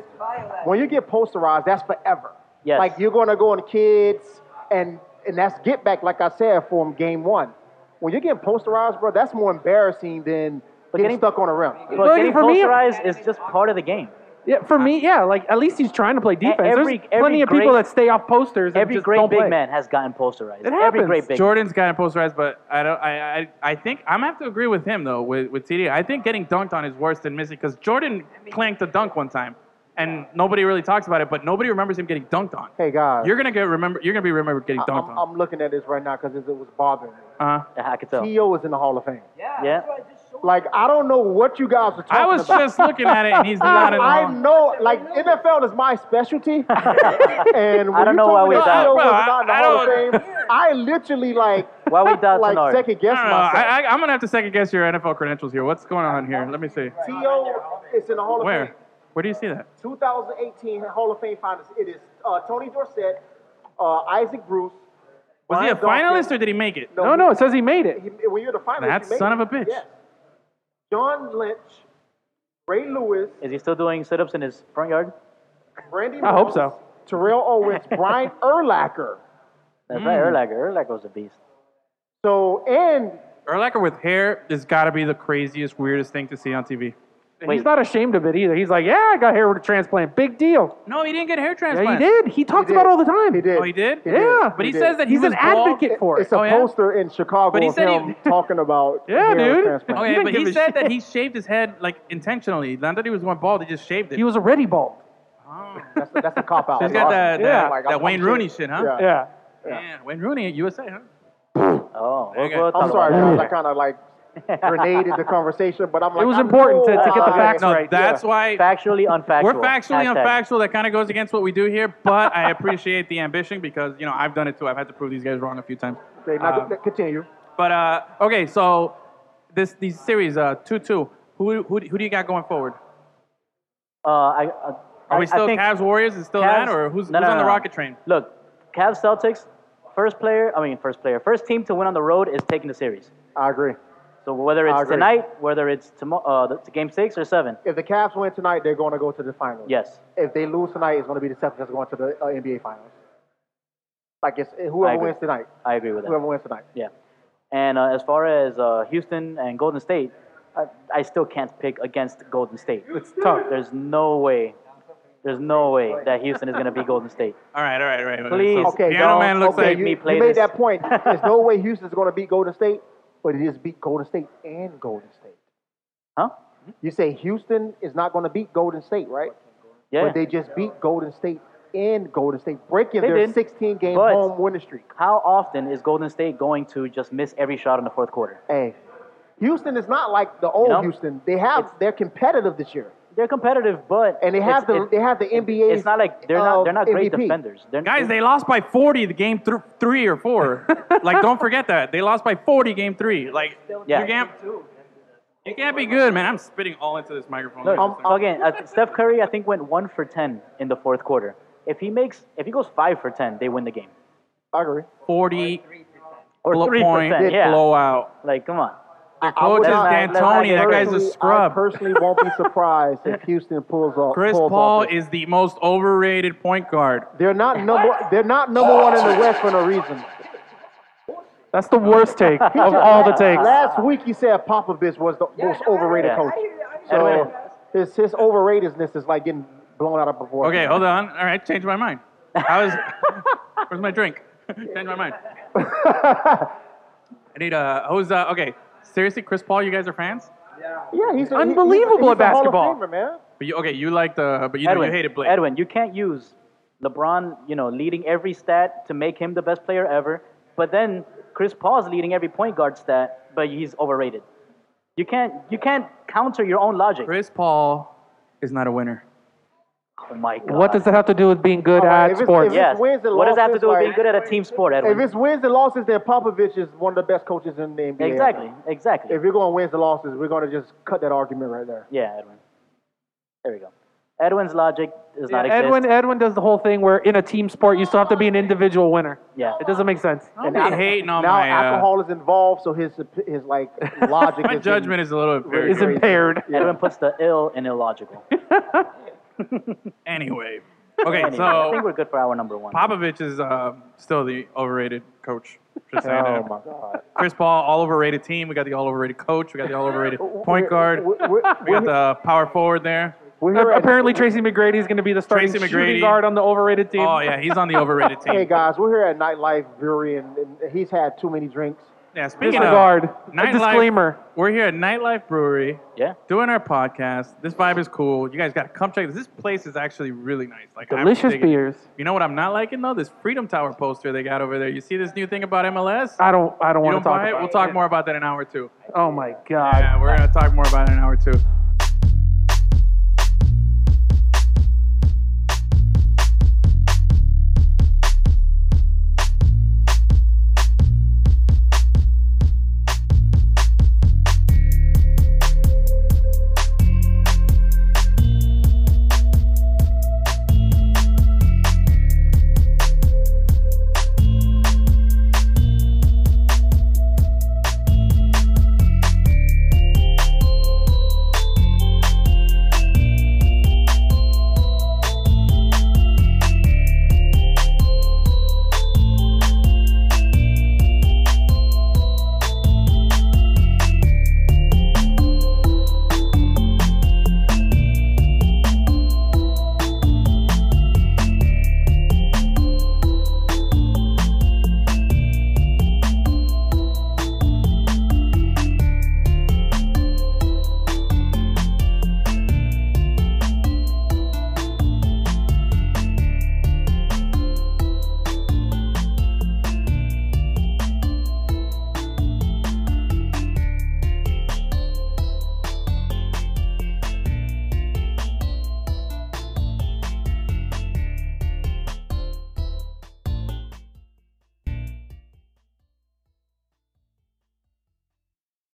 Speaker 6: when you get posterized, that's forever.
Speaker 4: Yes.
Speaker 6: Like you're gonna go on kids and and that's get back, like I said, from game one. When you're getting posterized, bro, that's more embarrassing than getting
Speaker 4: getting-
Speaker 6: stuck on a rim.
Speaker 4: But
Speaker 9: Look,
Speaker 4: getting
Speaker 9: for me-
Speaker 4: posterized is just part of the game.
Speaker 9: Yeah, for me, yeah. Like at least he's trying to play defense.
Speaker 4: E-, every-
Speaker 9: There's
Speaker 4: every
Speaker 9: plenty of
Speaker 4: great-
Speaker 9: people that stay off posters. and
Speaker 4: Every
Speaker 9: just
Speaker 4: great
Speaker 9: don't
Speaker 4: big
Speaker 9: play.
Speaker 4: man has gotten posterized.
Speaker 9: It
Speaker 4: Every
Speaker 9: happens.
Speaker 4: great big.
Speaker 5: Jordan's kind of posterized, but I don't. I, I I think I'm gonna have to agree with him though. With with TD, I think getting dunked on is worse than missing because Jordan clanked a dunk one time, and nobody really talks about it, but nobody remembers him getting dunked on.
Speaker 6: Hey guys,
Speaker 5: You're gonna get remember. You're gonna be remembered getting
Speaker 6: I'm,
Speaker 5: dunked on.
Speaker 6: I'm looking at this right now because it was bothering me.
Speaker 5: Uh-huh.
Speaker 4: I could tell.
Speaker 6: T.O. is in the Hall of Fame.
Speaker 4: Yeah.
Speaker 6: Like I don't know what you guys are talking
Speaker 5: I was
Speaker 6: about.
Speaker 5: just looking at it, and he's not in the
Speaker 6: I
Speaker 5: hall.
Speaker 6: know, like NFL is my specialty, and when
Speaker 4: I don't
Speaker 6: you
Speaker 4: know
Speaker 6: told
Speaker 4: why
Speaker 6: me
Speaker 4: we
Speaker 6: that
Speaker 4: thought-
Speaker 6: T.O.
Speaker 5: Bro,
Speaker 6: was
Speaker 5: I-
Speaker 6: not in the
Speaker 5: I
Speaker 6: Hall of
Speaker 5: don't-
Speaker 6: Fame, I literally like
Speaker 4: Why we doubt
Speaker 6: like
Speaker 4: Tenard?
Speaker 6: second guess
Speaker 5: I don't know.
Speaker 6: myself.
Speaker 5: I, I, I'm gonna have to second guess your NFL credentials here. What's going on here? Let me see.
Speaker 6: T.O. is in the Hall of Fame.
Speaker 5: Where? Where do you see that?
Speaker 6: 2018 Hall of Fame finals. It is uh, Tony Dorsett, uh, Isaac Bruce.
Speaker 5: Was he a
Speaker 6: Brian Dawkins-
Speaker 5: finalist or did he make it?
Speaker 9: No, no. It says he made it.
Speaker 6: he- when you're the finalist,
Speaker 5: That
Speaker 6: you make
Speaker 5: son
Speaker 6: it.
Speaker 5: of a bitch.
Speaker 6: Yes. John Lynch, Ray Lewis,
Speaker 4: Is he still doing sit-ups in his front yard?
Speaker 6: Randy.
Speaker 9: I hope
Speaker 6: Moss,
Speaker 9: so.
Speaker 6: Terrell Owens, Brian Erlacher.
Speaker 4: That's right,
Speaker 9: Mm.
Speaker 4: Erlacher. Erlacher was a beast.
Speaker 6: So and
Speaker 5: Erlacher with hair has got to be the craziest, weirdest thing to see on TV.
Speaker 9: He's not ashamed of it either. He's like, yeah, I got hair with a transplant. Big deal.
Speaker 5: No, he didn't get hair
Speaker 9: Yeah, he
Speaker 5: transplant.
Speaker 9: did. He talks
Speaker 6: did.
Speaker 9: about it all the time.
Speaker 6: he did.
Speaker 5: Oh, he did.
Speaker 9: Yeah,
Speaker 5: But he,
Speaker 6: did.
Speaker 5: says that he
Speaker 9: He's
Speaker 5: was
Speaker 9: an advocate
Speaker 5: bald-
Speaker 9: for it.
Speaker 6: It's a
Speaker 5: Oh, yeah?
Speaker 6: poster in Chicago
Speaker 5: But he
Speaker 6: of
Speaker 5: said he-
Speaker 6: him talking about
Speaker 9: Yeah,
Speaker 6: hair
Speaker 9: dude.
Speaker 6: transplant.
Speaker 9: He
Speaker 5: Okay,
Speaker 9: didn't
Speaker 5: Oh, but
Speaker 9: give
Speaker 5: he
Speaker 9: a
Speaker 5: said
Speaker 9: shit.
Speaker 5: that he shaved his head like intentionally. Not that he was going bald, he just shaved it. Oh,
Speaker 9: He was already bald.
Speaker 6: That's, that's a cop out.
Speaker 5: He's got that,
Speaker 9: Yeah.
Speaker 5: that,
Speaker 6: Like,
Speaker 5: that
Speaker 6: I'm-
Speaker 5: Wayne
Speaker 6: I'm
Speaker 5: Rooney
Speaker 6: serious.
Speaker 5: shit, huh?
Speaker 6: Yeah.
Speaker 9: Yeah.
Speaker 5: Yeah, Wayne Rooney at USA, huh?
Speaker 4: Oh,
Speaker 5: There
Speaker 4: we'll,
Speaker 5: you
Speaker 4: we'll
Speaker 5: go.
Speaker 4: talk
Speaker 6: I'm sorry,
Speaker 4: about
Speaker 6: guys. I kind of like grenaded the conversation, but I'm like,
Speaker 9: It was
Speaker 6: I
Speaker 9: important to,
Speaker 6: know
Speaker 9: to get the
Speaker 6: why-
Speaker 9: facts
Speaker 5: No,
Speaker 9: right.
Speaker 5: that's why
Speaker 4: that. Factually unfactual.
Speaker 5: we're factually
Speaker 4: Hashtag.
Speaker 5: unfactual. That kind of goes against what we do here, but I appreciate the ambition because, you know, I've done it too. I've had to prove these guys wrong a few times.
Speaker 6: Okay, now
Speaker 5: Um,
Speaker 6: c- continue.
Speaker 5: But, uh, okay, so this these series, 2 2, who, who, who do you got going forward?
Speaker 4: Uh, I, uh,
Speaker 5: Are we
Speaker 4: I-
Speaker 5: still
Speaker 4: I think
Speaker 5: Cavs Warriors? Is still
Speaker 4: Cavs-
Speaker 5: that, or who's,
Speaker 4: No,
Speaker 5: who's
Speaker 4: no,
Speaker 5: on the
Speaker 4: no, no.
Speaker 5: rocket train?
Speaker 4: Look, Cavs Celtics, first player, I mean, first player, first team to win on the road is taking the series.
Speaker 6: I agree.
Speaker 4: So whether
Speaker 6: I
Speaker 4: it's
Speaker 6: agree.
Speaker 4: tonight, whether it's tomorrow, uh, the- to game six or seven,
Speaker 6: If the Cavs win tonight, they're going to go to the finals.
Speaker 4: yes.
Speaker 6: If they lose tonight, it's going to be the Celtics going to the uh, NBA finals. Like it's
Speaker 4: I
Speaker 6: whoever
Speaker 4: agree.
Speaker 6: wins tonight.
Speaker 4: I agree with that.
Speaker 6: Whoever wins tonight.
Speaker 4: Yeah. And uh, as far as uh, Houston and Golden State, I, I still can't pick against Golden State. It's
Speaker 9: tough.
Speaker 4: There's no way. There's no way that Houston is going to be Golden State.
Speaker 5: All right, all right, all right.
Speaker 4: Please,
Speaker 5: So
Speaker 6: Okay,
Speaker 5: Piano
Speaker 6: don't-
Speaker 5: Man looks
Speaker 6: okay,
Speaker 5: like
Speaker 6: you,
Speaker 4: me play
Speaker 6: you made
Speaker 4: this.
Speaker 6: that point. There's no way Houston's going to beat Golden State, but it just beat Golden State and Golden State.
Speaker 4: Huh?
Speaker 6: You say Houston is not going to beat Golden State, right?
Speaker 4: Yeah.
Speaker 6: But they just beat Golden State and Golden State, breaking
Speaker 4: They
Speaker 6: their
Speaker 4: did.
Speaker 6: 16 game
Speaker 4: But-
Speaker 6: home winning streak.
Speaker 4: How often is Golden State going to just miss every shot in the fourth quarter?
Speaker 6: Hey, Houston is not like the old
Speaker 4: know?
Speaker 6: Houston. They have they're competitive this year.
Speaker 4: they're competitive, but
Speaker 6: And they have
Speaker 4: it's-
Speaker 6: the
Speaker 4: it-
Speaker 6: they have the NBA.
Speaker 4: It's not like they're not
Speaker 6: uh,
Speaker 4: they're not great
Speaker 6: MVP.
Speaker 4: defenders. They're,
Speaker 5: Guys, they lost by 40 the game thr three or four. like, don't forget that. They lost by 40 game three. Like,
Speaker 4: Yeah.
Speaker 5: you, can't, you can't be good, man. I'm spitting all into this microphone.
Speaker 4: Look,
Speaker 6: Um,
Speaker 5: I'm
Speaker 4: so again, uh, Steph Curry, I think, went one for 10 in the fourth quarter. If he makes, if he goes five for 10, they win the game.
Speaker 6: I agree.
Speaker 5: 40
Speaker 4: Or
Speaker 5: blow-
Speaker 4: 3%,
Speaker 5: point
Speaker 4: yeah.
Speaker 5: blowout.
Speaker 4: Like, come on.
Speaker 5: Their
Speaker 6: I would
Speaker 5: coach is
Speaker 6: not-
Speaker 5: D'Antoni. That guy's a
Speaker 6: personally- I
Speaker 5: scrub.
Speaker 6: personally won't be surprised if Houston pulls off.
Speaker 5: Chris
Speaker 6: pulls
Speaker 5: Paul
Speaker 6: off this.
Speaker 5: is the most overrated point guard.
Speaker 6: They're not number. They're not number one in the West for no reason.
Speaker 9: That's the worst take of all the takes.
Speaker 6: Last week you said Popovich was the most overrated
Speaker 4: Yeah.
Speaker 6: coach.
Speaker 4: Edwin.
Speaker 6: So his his overratedness is like getting blown out of proportion.
Speaker 5: Okay, hold on. All right, change my mind. I was. where's my drink? change my mind. I need a. Who's uh? Okay, seriously, Chris Paul, you guys are fans?
Speaker 6: Yeah, he's a- he-
Speaker 9: Unbelievable
Speaker 6: he's a- he's a
Speaker 9: at
Speaker 6: Hall of
Speaker 9: basketball.
Speaker 6: Famer, man.
Speaker 5: But you okay? You like the, but you know
Speaker 4: Edwin,
Speaker 5: you hated Blake.
Speaker 4: Edwin, you can't use LeBron, you know, leading every stat to make him the best player ever. But then Chris Paul's leading every point guard stat, but he's overrated. You can't, you can't counter your own logic.
Speaker 5: Chris Paul is not a winner.
Speaker 4: Oh my God.
Speaker 9: What does that have to do with being good
Speaker 6: All right, if
Speaker 9: at
Speaker 6: it's-
Speaker 9: sports?
Speaker 6: if it's-
Speaker 4: Yes.
Speaker 6: wins and
Speaker 4: What does that have to
Speaker 6: losses,
Speaker 4: do with being
Speaker 6: like-
Speaker 4: good at a team sport,
Speaker 6: If
Speaker 4: Edwin?
Speaker 6: it's wins and losses, then Popovich is one of the best coaches in the NBA.
Speaker 4: Exactly, exactly.
Speaker 6: If you're going wins and losses, we're going to just cut that argument right there.
Speaker 4: Yeah, Edwin. There we go. Edwin's logic does not exist.
Speaker 9: Edwin, Edwin does the whole thing where in a team sport you still have to be an individual winner.
Speaker 4: yeah.
Speaker 9: It doesn't make sense.
Speaker 5: Don't be hating on
Speaker 6: now
Speaker 5: my. uh,
Speaker 6: alcohol is involved, so his his like logic.
Speaker 5: my
Speaker 6: is
Speaker 5: judgment is a little impaired.
Speaker 9: It's impaired.
Speaker 4: Edwin puts the ill in illogical.
Speaker 5: anyway.
Speaker 4: Anyway, I
Speaker 5: Okay,
Speaker 4: think
Speaker 5: so
Speaker 4: we're good for our number one.
Speaker 5: Popovich is uh, still the overrated coach. Just saying
Speaker 6: Oh
Speaker 5: that.
Speaker 6: my god.
Speaker 5: Chris Paul, all overrated team. We got the all overrated coach. We got the all overrated point guard.
Speaker 6: We're, we're,
Speaker 5: We got the power forward there.
Speaker 6: we're here
Speaker 9: A-
Speaker 6: at,
Speaker 9: Apparently, Tracy McGrady is going to be the starting
Speaker 5: Tracy
Speaker 9: shooting
Speaker 5: McGrady.
Speaker 9: guard on the overrated team.
Speaker 5: Oh yeah, he's on the overrated team.
Speaker 6: hey guys, we're here at Nightlife Brewery, and, and he's had too many drinks.
Speaker 5: yeah, speaking
Speaker 9: Disregard.
Speaker 5: of
Speaker 9: A
Speaker 5: nightlife,
Speaker 9: disclaimer.
Speaker 5: we're here at Nightlife Brewery
Speaker 4: yeah.
Speaker 5: doing our podcast. This vibe is cool. You guys got to come check this. This place is actually really nice. Like I'm
Speaker 9: Delicious
Speaker 5: digging it.
Speaker 9: beers.
Speaker 5: You know what I'm not liking though? This Freedom Tower poster they got over there. You see this new thing about MLS?
Speaker 9: I don't. I don't
Speaker 5: you don't
Speaker 9: want to talk
Speaker 5: buy it?
Speaker 9: about
Speaker 5: We'll talk more about that in an hour two.
Speaker 9: Oh my god.
Speaker 5: Yeah, we're gonna talk more about it in an hour two.